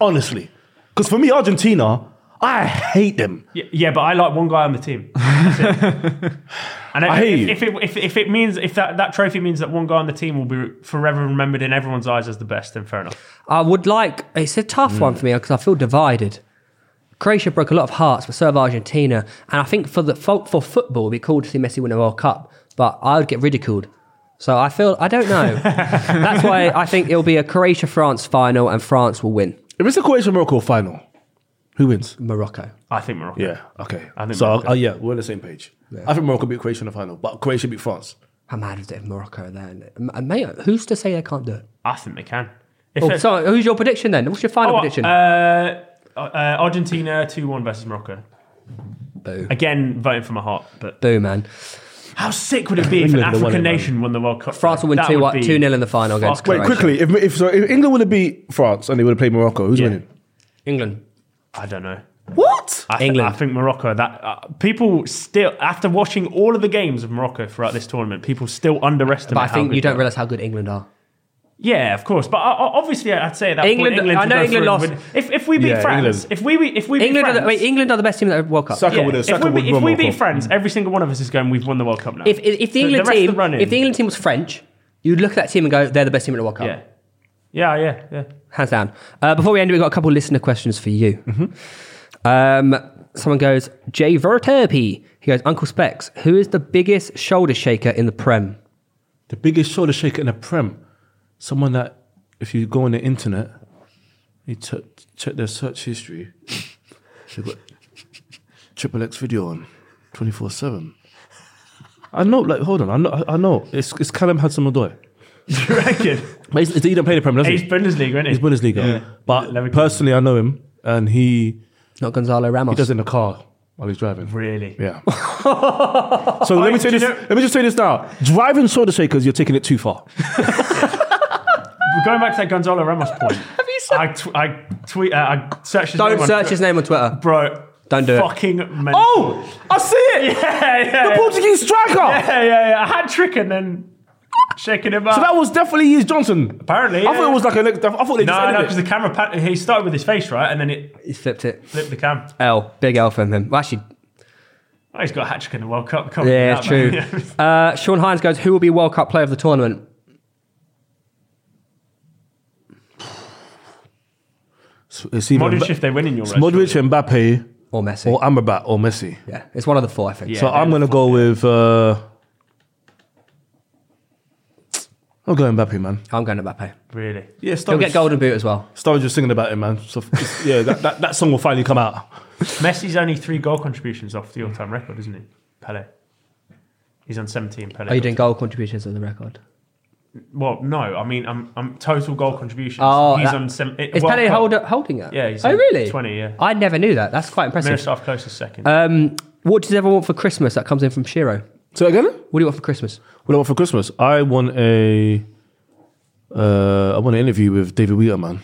[SPEAKER 4] Honestly, because for me, Argentina, I hate them.
[SPEAKER 1] Yeah, yeah, but I like one guy on the team. That's it. and
[SPEAKER 4] I hear you.
[SPEAKER 1] if, if, it, if, if it means if that, that trophy means that one guy on the team will be forever remembered in everyone's eyes as the best, then fair enough.
[SPEAKER 3] I would like. It's a tough one
[SPEAKER 1] Mm.
[SPEAKER 3] for me because I feel divided. Croatia broke a lot of hearts, but so have Argentina. And I think for the for, for football, it'd be cool to see Messi win a World Cup, but I would get ridiculed. So I feel I don't know. That's why I think it'll be a Croatia France final, and France will win.
[SPEAKER 4] If it's a Croatia Morocco final, who wins?
[SPEAKER 3] Morocco.
[SPEAKER 1] I think Morocco.
[SPEAKER 4] Yeah, okay.
[SPEAKER 1] I think
[SPEAKER 4] so.
[SPEAKER 1] Morocco.
[SPEAKER 4] uh, yeah, we're on the same page. I think Morocco beat Croatia in the final, but Croatia beat France.
[SPEAKER 3] I'm mad at it if Morocco are there. M- and Mate, who's to say they can't do it?
[SPEAKER 1] I think they can. If
[SPEAKER 3] Oh,
[SPEAKER 1] it-
[SPEAKER 3] so who's your prediction then? What's your final
[SPEAKER 1] Oh,
[SPEAKER 3] prediction?
[SPEAKER 1] Uh, uh, Argentina two one versus Morocco.
[SPEAKER 3] Boo.
[SPEAKER 1] Again, voting for my heart, but
[SPEAKER 3] Boo, man.
[SPEAKER 1] How sick would it be if an
[SPEAKER 4] England won it,
[SPEAKER 1] African
[SPEAKER 4] man.
[SPEAKER 1] nation won the World Cup?
[SPEAKER 3] France will win
[SPEAKER 1] That
[SPEAKER 3] 2
[SPEAKER 1] would
[SPEAKER 3] one-
[SPEAKER 1] be
[SPEAKER 3] 2-0 in the final against
[SPEAKER 1] fucking-
[SPEAKER 4] Wait, quickly, if, if, so, if England would have beat France and they would have played Morocco, who's
[SPEAKER 1] Yeah.
[SPEAKER 4] winning?
[SPEAKER 3] England.
[SPEAKER 1] I don't know.
[SPEAKER 4] What?
[SPEAKER 1] I think-
[SPEAKER 3] England.
[SPEAKER 1] I think Morocco. That uh, people still, after watching all of the games of Morocco throughout this tournament, people still underestimate.
[SPEAKER 3] But I
[SPEAKER 1] how
[SPEAKER 3] think
[SPEAKER 1] good
[SPEAKER 3] you
[SPEAKER 1] they
[SPEAKER 3] don't
[SPEAKER 1] are.
[SPEAKER 3] realise how good England are.
[SPEAKER 1] Yeah, of course. But uh, uh, obviously, I'd say at that
[SPEAKER 3] England-
[SPEAKER 1] Point, England
[SPEAKER 3] I
[SPEAKER 1] would
[SPEAKER 3] know
[SPEAKER 1] go
[SPEAKER 3] England
[SPEAKER 1] through and
[SPEAKER 3] lost.
[SPEAKER 1] win. If, if we beat
[SPEAKER 4] Yeah,
[SPEAKER 1] France,
[SPEAKER 4] England.
[SPEAKER 1] if we beat- if we beat
[SPEAKER 3] England are, the,
[SPEAKER 1] France,
[SPEAKER 3] wait, England are the best team at the World Cup.
[SPEAKER 4] Sucker
[SPEAKER 1] yeah,
[SPEAKER 4] would have.
[SPEAKER 1] if
[SPEAKER 4] Sucker
[SPEAKER 1] we,
[SPEAKER 4] would
[SPEAKER 1] beat- if
[SPEAKER 4] won
[SPEAKER 1] we
[SPEAKER 4] Morocco.
[SPEAKER 1] beat France, every single one of us is going. We've won the World Cup now.
[SPEAKER 3] If, if, if the England
[SPEAKER 1] rest of the
[SPEAKER 3] team,
[SPEAKER 1] running-
[SPEAKER 3] if the England team was French, you'd look at that team and go, they're the best team at the World Cup.
[SPEAKER 1] yeah, yeah, yeah, yeah.
[SPEAKER 3] Hands down. Uh, before we end, we've got a couple of listener questions for you. Um, someone goes, Jay Verterpe. He goes, Uncle Specs, who is the biggest shoulder shaker in the Prem?
[SPEAKER 4] The biggest shoulder shaker in the Prem. Someone that, if you go on the internet, you t- check their search history, they've got Triple X video on 24 7. I know, like, hold on, I know, I know. It's, it's Callum Hudson Odoi.
[SPEAKER 1] Do you reckon?
[SPEAKER 4] But he's, he don't play the Prem, does
[SPEAKER 1] He's
[SPEAKER 4] he?
[SPEAKER 1] Bundesliga, isn't he?
[SPEAKER 4] He's Bundesliga. But
[SPEAKER 1] Leverkusen.
[SPEAKER 4] personally, I know him, and he,
[SPEAKER 3] Not Gonzalo Ramos.
[SPEAKER 4] he does it in the car while he's driving.
[SPEAKER 1] Really?
[SPEAKER 4] Yeah. so let me
[SPEAKER 1] do
[SPEAKER 4] say
[SPEAKER 1] you
[SPEAKER 4] this.
[SPEAKER 1] know-
[SPEAKER 4] let me just say this now. Driving shoulder shakers, you're taking it too far.
[SPEAKER 1] But Going back to that Gonzalo Ramos point. Have you seen? I, tw- I tweet. Uh, I searched. His
[SPEAKER 3] Don't
[SPEAKER 1] name
[SPEAKER 3] search
[SPEAKER 1] on,
[SPEAKER 3] his name on Twitter.
[SPEAKER 1] bro.
[SPEAKER 3] Don't do it.
[SPEAKER 1] fucking it. Fucking.
[SPEAKER 4] Oh, I see it.
[SPEAKER 1] Yeah, yeah.
[SPEAKER 4] The Portuguese striker.
[SPEAKER 1] Yeah, yeah, yeah. I had trick and then shaking him up.
[SPEAKER 4] So that was definitely Hughes Johnson.
[SPEAKER 1] Apparently,
[SPEAKER 4] I thought
[SPEAKER 1] yeah.
[SPEAKER 4] it was like a. leg- I thought they just
[SPEAKER 1] no,
[SPEAKER 4] ended
[SPEAKER 1] no,
[SPEAKER 4] it.
[SPEAKER 1] because the camera pan- he started with his face right, and then it
[SPEAKER 3] He's flipped it.
[SPEAKER 1] flipped the cam.
[SPEAKER 3] L. Big L from him. Well, actually,
[SPEAKER 1] Oh, he's got a hat trick in the World Cup. Come on,
[SPEAKER 3] yeah,
[SPEAKER 1] that,
[SPEAKER 3] it's true.
[SPEAKER 1] man.
[SPEAKER 3] uh, Sean Hines goes, who will be World Cup player of the tournament?
[SPEAKER 4] It's either
[SPEAKER 1] Modric
[SPEAKER 4] Mba-
[SPEAKER 1] if they win in your
[SPEAKER 4] it's
[SPEAKER 1] race,
[SPEAKER 4] Modric, Mbappe,
[SPEAKER 3] Or Messi?
[SPEAKER 4] or uh, Amrabat, or Messi.
[SPEAKER 3] yeah, it's one of the four, I think.
[SPEAKER 1] Yeah,
[SPEAKER 4] so I'm
[SPEAKER 1] they're
[SPEAKER 4] gonna
[SPEAKER 1] the
[SPEAKER 4] go with. Uh, I'll go Mbappe, man.
[SPEAKER 3] I'm going to Mbappe.
[SPEAKER 1] Really?
[SPEAKER 4] Yeah,
[SPEAKER 3] He'll
[SPEAKER 4] Sturridge.
[SPEAKER 3] get golden boot as well.
[SPEAKER 4] Sturridge was singing about him, man. So just- yeah, that, that, that song will finally come out.
[SPEAKER 1] Messi's only three goal contributions off the all-time record, isn't he? Pele. He's on 17. Pele.
[SPEAKER 3] Are Oh, you doing goal contributions on the record?
[SPEAKER 1] Well, no. I mean, I'm, I'm total goal contributions.
[SPEAKER 3] Oh,
[SPEAKER 1] he's
[SPEAKER 3] that-
[SPEAKER 1] on sem- it-
[SPEAKER 3] Is
[SPEAKER 1] World
[SPEAKER 3] Pele
[SPEAKER 1] Cup.
[SPEAKER 3] hold, holding it?
[SPEAKER 1] Yeah, he's
[SPEAKER 3] oh
[SPEAKER 1] on
[SPEAKER 3] really?
[SPEAKER 1] 20, yeah.
[SPEAKER 3] I never knew that. That's quite impressive.
[SPEAKER 1] Miroslav closest second.
[SPEAKER 3] Um, what does everyone want for Christmas? That comes in from Shiro.
[SPEAKER 4] So again.
[SPEAKER 3] What do you want for Christmas?
[SPEAKER 4] What do I want for Christmas? I want a. Uh, I want an interview with David Wheater, man.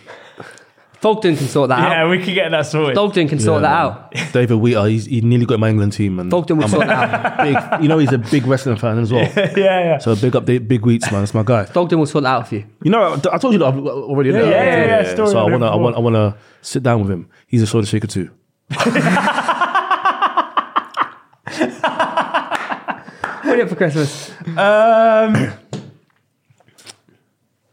[SPEAKER 3] Fogden can sort that out.
[SPEAKER 1] yeah, we could get that sorted.
[SPEAKER 3] Fogden can sort that out.
[SPEAKER 4] David Wheater, he's, he nearly got my England team, man.
[SPEAKER 3] Fogden will
[SPEAKER 4] I'm
[SPEAKER 3] sort that out.
[SPEAKER 4] a big, you know, he's a big wrestling fan as well.
[SPEAKER 1] yeah, yeah.
[SPEAKER 4] So big up, Dave- big Wheats, man. That's my guy.
[SPEAKER 3] Fogden will sort that out for you.
[SPEAKER 4] You know, I I told you that I've already. Yeah,
[SPEAKER 1] yeah, yeah, yeah, story
[SPEAKER 4] So I
[SPEAKER 1] on
[SPEAKER 4] want to,
[SPEAKER 1] him
[SPEAKER 4] I want, I want to sit down with him. He's a shoulder shaker too.
[SPEAKER 3] What do you want for Christmas?
[SPEAKER 1] Um,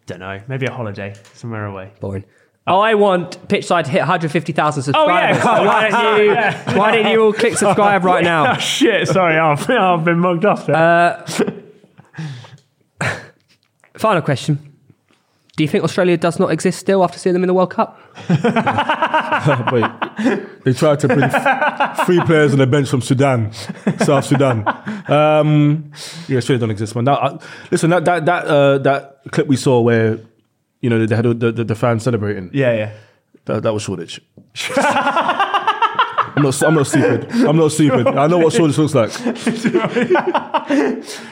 [SPEAKER 1] don't know. Maybe a holiday somewhere away.
[SPEAKER 3] Boring. I want Pitchside to hit 150,000 subscribers.
[SPEAKER 1] Oh. come
[SPEAKER 3] So
[SPEAKER 1] on.
[SPEAKER 3] why, don't you,
[SPEAKER 1] Yeah.
[SPEAKER 3] why don't you all click subscribe right
[SPEAKER 1] Oh
[SPEAKER 3] now? Uh,
[SPEAKER 1] shit! Sorry, I've, I've been mugged off there.
[SPEAKER 3] Final question. Do you think Australia does not exist still after seeing them in the World Cup?
[SPEAKER 4] Wait, they tried to bring three players on the bench from Sudan, South Sudan. Um, yeah, Australia don't exist, man. That, I, listen, that that that uh, that clip we saw where you know they had all the, the, the fans celebrating.
[SPEAKER 1] yeah, yeah.
[SPEAKER 4] That, that was Shoreditch. I'm not. I'm not stupid. I'm not stupid. I know what Shoreditch looks like.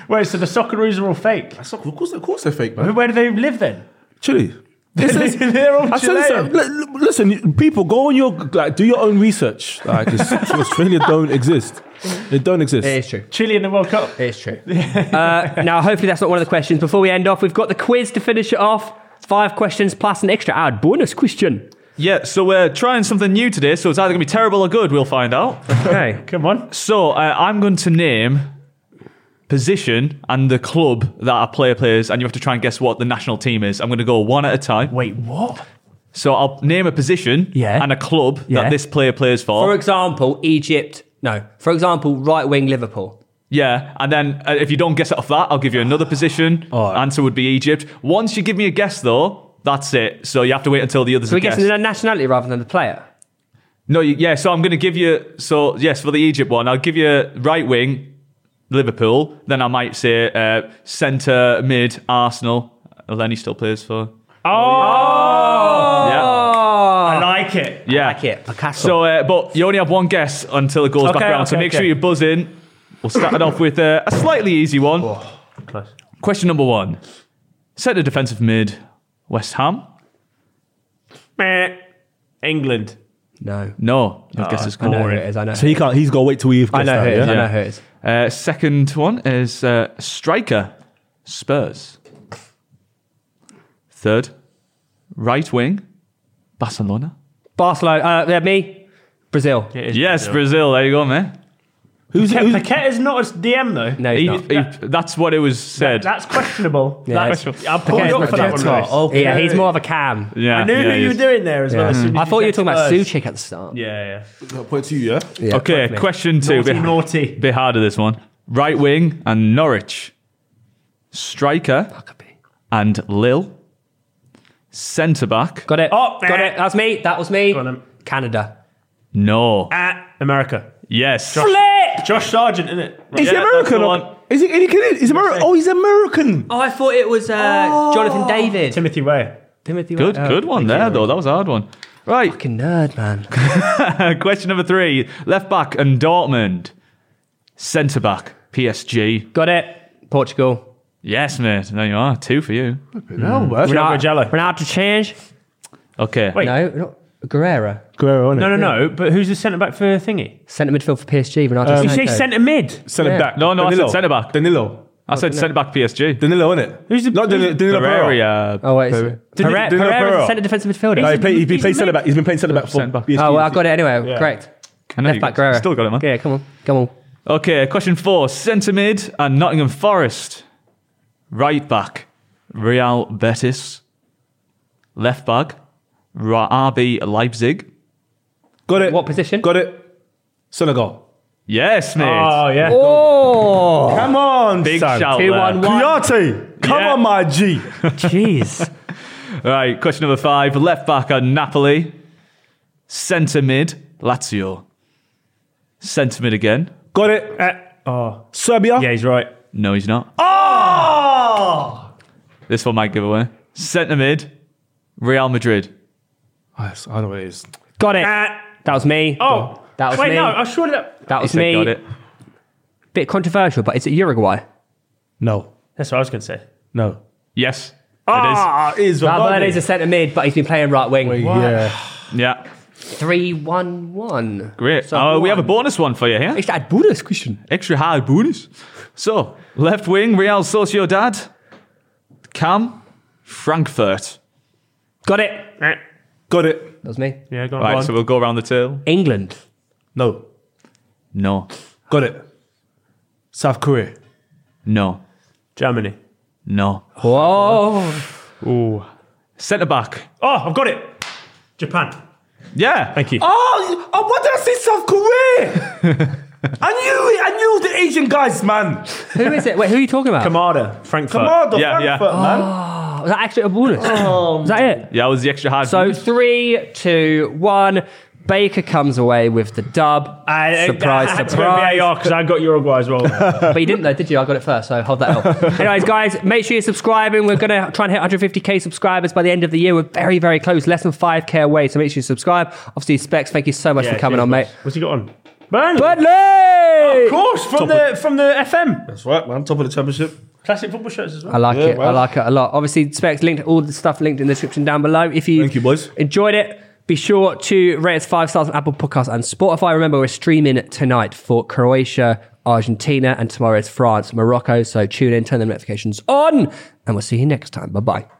[SPEAKER 1] Wait, so the Socceroos are all fake?
[SPEAKER 4] Of course, of course, they're fake, man.
[SPEAKER 1] Where do they live then?
[SPEAKER 4] Chile.
[SPEAKER 1] They're all
[SPEAKER 4] I said this,
[SPEAKER 1] Chilean.
[SPEAKER 4] li- li- listen, you- people, go on your like, do your own research. Like, it's- Australia don't exist. They don't exist.
[SPEAKER 3] It is true.
[SPEAKER 1] Chile in the World Cup.
[SPEAKER 3] It is true. uh, now, hopefully, that's not one of the questions. Before we end off, we've got the quiz to finish it off. Five questions plus an extra hour bonus question.
[SPEAKER 5] Yeah, so we're trying something new today, so it's either going to be terrible or good, we'll find out.
[SPEAKER 3] Okay.
[SPEAKER 1] Come on.
[SPEAKER 5] So uh, I'm going to name position and the club that our player plays, and you have to try and guess what the national team is. I'm going to go one at a time.
[SPEAKER 1] Wait, what?
[SPEAKER 5] So I'll name a position
[SPEAKER 3] Yeah.
[SPEAKER 5] and a club
[SPEAKER 3] Yeah.
[SPEAKER 5] that this player plays for.
[SPEAKER 3] For example, Egypt. No. For example, right wing Liverpool.
[SPEAKER 5] yeah, and then uh, if you don't guess it off that, I'll give you another position. Answer would be Egypt. Once you give me a guess, though, that's it. So you have to wait until the others
[SPEAKER 3] So
[SPEAKER 5] have
[SPEAKER 3] we're guessing
[SPEAKER 5] guessed.
[SPEAKER 3] the nationality rather than the player.
[SPEAKER 5] No, you- yeah. So I'm going to give you. So yes, for the Egypt one, I'll give you right wing, Liverpool. Then I might say uh, centre mid, Arsenal. Lenny still plays for.
[SPEAKER 1] Oh,
[SPEAKER 5] Yeah,
[SPEAKER 1] I
[SPEAKER 3] Oh,
[SPEAKER 1] like it.
[SPEAKER 5] yeah.
[SPEAKER 3] like it. Picasso.
[SPEAKER 5] So, uh, but you only have one guess until it goes
[SPEAKER 1] Okay,
[SPEAKER 5] back around. so
[SPEAKER 1] okay,
[SPEAKER 5] make
[SPEAKER 1] okay.
[SPEAKER 5] sure you buzz in We'll start it off with uh, a slightly easy one. Question number one. Centre defensive mid, West Ham?
[SPEAKER 1] Meh. England.
[SPEAKER 3] No.
[SPEAKER 5] No. I
[SPEAKER 1] Uh,
[SPEAKER 5] guess it's
[SPEAKER 3] I know who
[SPEAKER 5] glory.
[SPEAKER 3] it is. I know.
[SPEAKER 4] So he can't. He's got to wait till we've.
[SPEAKER 3] I know
[SPEAKER 4] guessed
[SPEAKER 3] who
[SPEAKER 4] that,
[SPEAKER 3] it is.
[SPEAKER 4] yeah?
[SPEAKER 3] I know who it is.
[SPEAKER 5] Uh, second one is uh, striker, Spurs. Third, right wing, Barcelona.
[SPEAKER 3] Barcelona. Uh, yeah, me. Brazil.
[SPEAKER 1] It is
[SPEAKER 5] Yes, Brazil. There you go, man.
[SPEAKER 4] Who's,
[SPEAKER 1] Paquet,
[SPEAKER 4] who's
[SPEAKER 1] Paquet is not a DM though.
[SPEAKER 3] No, he's
[SPEAKER 5] He,
[SPEAKER 3] not.
[SPEAKER 5] he- that's what it was said.
[SPEAKER 1] That's questionable.
[SPEAKER 3] Yeah,
[SPEAKER 1] That's-
[SPEAKER 3] it's-
[SPEAKER 1] I'll pull
[SPEAKER 3] Paquet's
[SPEAKER 1] you
[SPEAKER 3] not
[SPEAKER 1] up for that one.
[SPEAKER 4] Jetta.
[SPEAKER 1] Lewis.
[SPEAKER 4] Okay.
[SPEAKER 3] Yeah, he's more of a cam.
[SPEAKER 5] yeah,
[SPEAKER 1] I knew
[SPEAKER 5] yeah,
[SPEAKER 1] who
[SPEAKER 5] he
[SPEAKER 1] you were
[SPEAKER 5] is.
[SPEAKER 1] doing there as well. as soon as
[SPEAKER 3] I thought you were
[SPEAKER 1] said
[SPEAKER 3] talking about
[SPEAKER 1] Spurs.
[SPEAKER 3] Suchik at the start.
[SPEAKER 1] Yeah,
[SPEAKER 4] point two? Yeah.
[SPEAKER 3] Yeah,
[SPEAKER 5] Okay,
[SPEAKER 3] fuck me.
[SPEAKER 5] question
[SPEAKER 1] yeah.
[SPEAKER 5] two.
[SPEAKER 1] Naughty,
[SPEAKER 5] bit,
[SPEAKER 1] naughty.
[SPEAKER 5] bit harder this one. Right wing and Norwich. Striker and Lil. Centre back.
[SPEAKER 3] Got it.
[SPEAKER 1] Oh,
[SPEAKER 3] got
[SPEAKER 1] eh.
[SPEAKER 3] it. That's me. That was me.
[SPEAKER 1] Got him.
[SPEAKER 3] Canada.
[SPEAKER 5] No.
[SPEAKER 1] At America.
[SPEAKER 5] Yes.
[SPEAKER 3] Flip!
[SPEAKER 1] Josh Sargent, isn't it?
[SPEAKER 4] Is he
[SPEAKER 5] Yeah, that's the
[SPEAKER 4] American?
[SPEAKER 5] one.
[SPEAKER 4] Or, is he? Is he Canadian? Is American? Oh, he's American.
[SPEAKER 3] Oh, I thought it was uh, Jonathan David.
[SPEAKER 1] Timothy Way.
[SPEAKER 3] Timothy.
[SPEAKER 5] Good,
[SPEAKER 3] oh,
[SPEAKER 5] good one
[SPEAKER 3] thank you.
[SPEAKER 5] there, though. That was a hard one. Right.
[SPEAKER 3] Fucking nerd, man.
[SPEAKER 5] Question number three. Left back and Dortmund. Centre back. PSG.
[SPEAKER 3] got it. Portugal.
[SPEAKER 5] Yes, mate. There you are. Two for you.
[SPEAKER 4] No, that's
[SPEAKER 1] Renato Jello.
[SPEAKER 3] Ronaldo to change.
[SPEAKER 5] Okay.
[SPEAKER 1] Wait.
[SPEAKER 3] No, not Guerrero.
[SPEAKER 4] Guerrero, isn't
[SPEAKER 1] No,
[SPEAKER 4] it?
[SPEAKER 1] no, no. But who's the centre back for Thingy?
[SPEAKER 3] Centre midfield for PSG. Ronaldo.
[SPEAKER 1] you say
[SPEAKER 3] Sancho.
[SPEAKER 1] centre mid.
[SPEAKER 4] Centre
[SPEAKER 3] Yeah.
[SPEAKER 4] back.
[SPEAKER 5] No, no, I said
[SPEAKER 4] Danilo.
[SPEAKER 5] centre back.
[SPEAKER 4] Danilo.
[SPEAKER 5] I said centre back PSG.
[SPEAKER 4] Danilo, isn't it?
[SPEAKER 1] Who's the-
[SPEAKER 4] not Danilo?
[SPEAKER 1] who's-
[SPEAKER 4] Danilo Pereira.
[SPEAKER 5] Pereira.
[SPEAKER 3] Oh wait,
[SPEAKER 4] Pereira.
[SPEAKER 3] Pereira. Pereira,
[SPEAKER 4] Danilo Pereira.
[SPEAKER 3] Pereira. centre defensive midfielder.
[SPEAKER 4] No, he played, he's been
[SPEAKER 1] he's
[SPEAKER 4] playing
[SPEAKER 1] a
[SPEAKER 4] centre
[SPEAKER 1] mid.
[SPEAKER 4] back. He's been playing centre back for
[SPEAKER 5] Centre back.
[SPEAKER 4] PSG.
[SPEAKER 3] oh, well, I got it anyway. Correct.
[SPEAKER 5] I know
[SPEAKER 3] Left
[SPEAKER 5] you
[SPEAKER 3] back Guerrero.
[SPEAKER 5] Still got it, man.
[SPEAKER 3] Yeah, come on, come on.
[SPEAKER 5] Okay, question four. Centre mid and Nottingham Forest. Right back, Real Betis. Left back, Ra- RB Leipzig.
[SPEAKER 4] Got it.
[SPEAKER 3] What position?
[SPEAKER 4] Got it. Senegal.
[SPEAKER 5] Yes, mate.
[SPEAKER 1] Oh, yeah.
[SPEAKER 3] Oh,
[SPEAKER 4] Come on,
[SPEAKER 5] Big
[SPEAKER 4] son.
[SPEAKER 5] shout
[SPEAKER 3] Ah, Two,
[SPEAKER 5] there.
[SPEAKER 3] one, one.
[SPEAKER 4] Kuyate. Come
[SPEAKER 5] Yeah.
[SPEAKER 4] on, my G.
[SPEAKER 1] Jeez.
[SPEAKER 5] Right, question number five. Left back are Napoli. Centre mid, Lazio. Centre mid again.
[SPEAKER 4] Got it.
[SPEAKER 5] Eh.
[SPEAKER 1] Uh, oh.
[SPEAKER 4] Serbia.
[SPEAKER 1] Yeah, he's right.
[SPEAKER 5] No, he's not.
[SPEAKER 4] Oh!
[SPEAKER 5] This one might give away. Centre mid, Real Madrid.
[SPEAKER 4] Ah, I don't know what it is.
[SPEAKER 3] got it.
[SPEAKER 5] Uh,
[SPEAKER 1] At.
[SPEAKER 3] That was me.
[SPEAKER 1] Oh.
[SPEAKER 3] That was
[SPEAKER 1] Wait,
[SPEAKER 3] me.
[SPEAKER 1] no. I sure that.
[SPEAKER 3] that
[SPEAKER 5] He
[SPEAKER 3] was
[SPEAKER 5] said
[SPEAKER 3] me.
[SPEAKER 5] got it.
[SPEAKER 3] Bit controversial, but is it Uruguay?
[SPEAKER 4] No.
[SPEAKER 1] That's what I was going to say.
[SPEAKER 4] No.
[SPEAKER 5] Yes.
[SPEAKER 4] Ah, it is.
[SPEAKER 3] Valverde is a centre mid, but he's been playing right wing.
[SPEAKER 4] Yeah.
[SPEAKER 5] It is. Yeah.
[SPEAKER 3] Three one one.
[SPEAKER 5] Great.
[SPEAKER 3] So
[SPEAKER 5] Uh,
[SPEAKER 3] one.
[SPEAKER 5] we have a bonus one for you here.
[SPEAKER 3] It's that Buddhist question.
[SPEAKER 5] Extra high bonus. So, left wing, Real Sociedad. Cam, Frankfurt.
[SPEAKER 3] Got it. That
[SPEAKER 1] Eh.
[SPEAKER 4] Got it.
[SPEAKER 3] was me.
[SPEAKER 1] Yeah, go on.
[SPEAKER 5] Right,
[SPEAKER 1] go on.
[SPEAKER 5] so we'll go around the table.
[SPEAKER 3] England.
[SPEAKER 4] No.
[SPEAKER 5] No.
[SPEAKER 4] Got it. South Korea.
[SPEAKER 5] No.
[SPEAKER 1] Germany.
[SPEAKER 5] No.
[SPEAKER 3] Whoa.
[SPEAKER 5] Ooh. Centre back.
[SPEAKER 1] Oh, I've got it. Japan.
[SPEAKER 5] Yeah.
[SPEAKER 1] Thank you.
[SPEAKER 4] Oh, oh, what did I say? South Korea. I knew it. I knew the Asian guys, man.
[SPEAKER 3] who is it? Wait, who are you talking about?
[SPEAKER 1] Kamada. Frankfurt.
[SPEAKER 4] Come on, the
[SPEAKER 5] Yeah, yeah.
[SPEAKER 4] Frankfurt, man.
[SPEAKER 3] Oh, was that actually a bonus?
[SPEAKER 1] Oh,
[SPEAKER 3] Is that it?
[SPEAKER 5] Yeah, it was the extra high
[SPEAKER 3] So
[SPEAKER 5] bonus.
[SPEAKER 3] three, two, one. Baker comes away with the dub.
[SPEAKER 1] I- I-
[SPEAKER 3] surprise,
[SPEAKER 1] I had to go
[SPEAKER 3] surprise.
[SPEAKER 1] VAR because I got Uruguay as well.
[SPEAKER 3] But you didn't though, did you? I got it first, so hold that up. Anyways, guys, make sure you're subscribing. We're going to try and hit 150k subscribers by the end of the year. We're very, very close, less than 5k away. So make sure you subscribe. Obviously, Specs, thank you so much
[SPEAKER 1] Yeah,
[SPEAKER 3] for coming
[SPEAKER 1] cheers,
[SPEAKER 3] on, mate.
[SPEAKER 1] boys. What's he got on? Burnley.
[SPEAKER 3] Burnley!
[SPEAKER 1] Oh, Of course, from the from the FM.
[SPEAKER 4] That's right, man. Top of the championship.
[SPEAKER 1] Classic football shirts as well.
[SPEAKER 3] I like
[SPEAKER 4] Yeah,
[SPEAKER 3] it. I
[SPEAKER 4] well.
[SPEAKER 3] like it a lot. Obviously, specs linked all the stuff linked in the description down below. If you
[SPEAKER 4] Thank you, boys.
[SPEAKER 3] enjoyed it, be sure to rate us five stars on Apple Podcasts and Spotify. Remember, we're streaming tonight for Croatia, Argentina, and tomorrow is France, Morocco. So tune in, turn the notifications on, and we'll see you next time. Bye bye.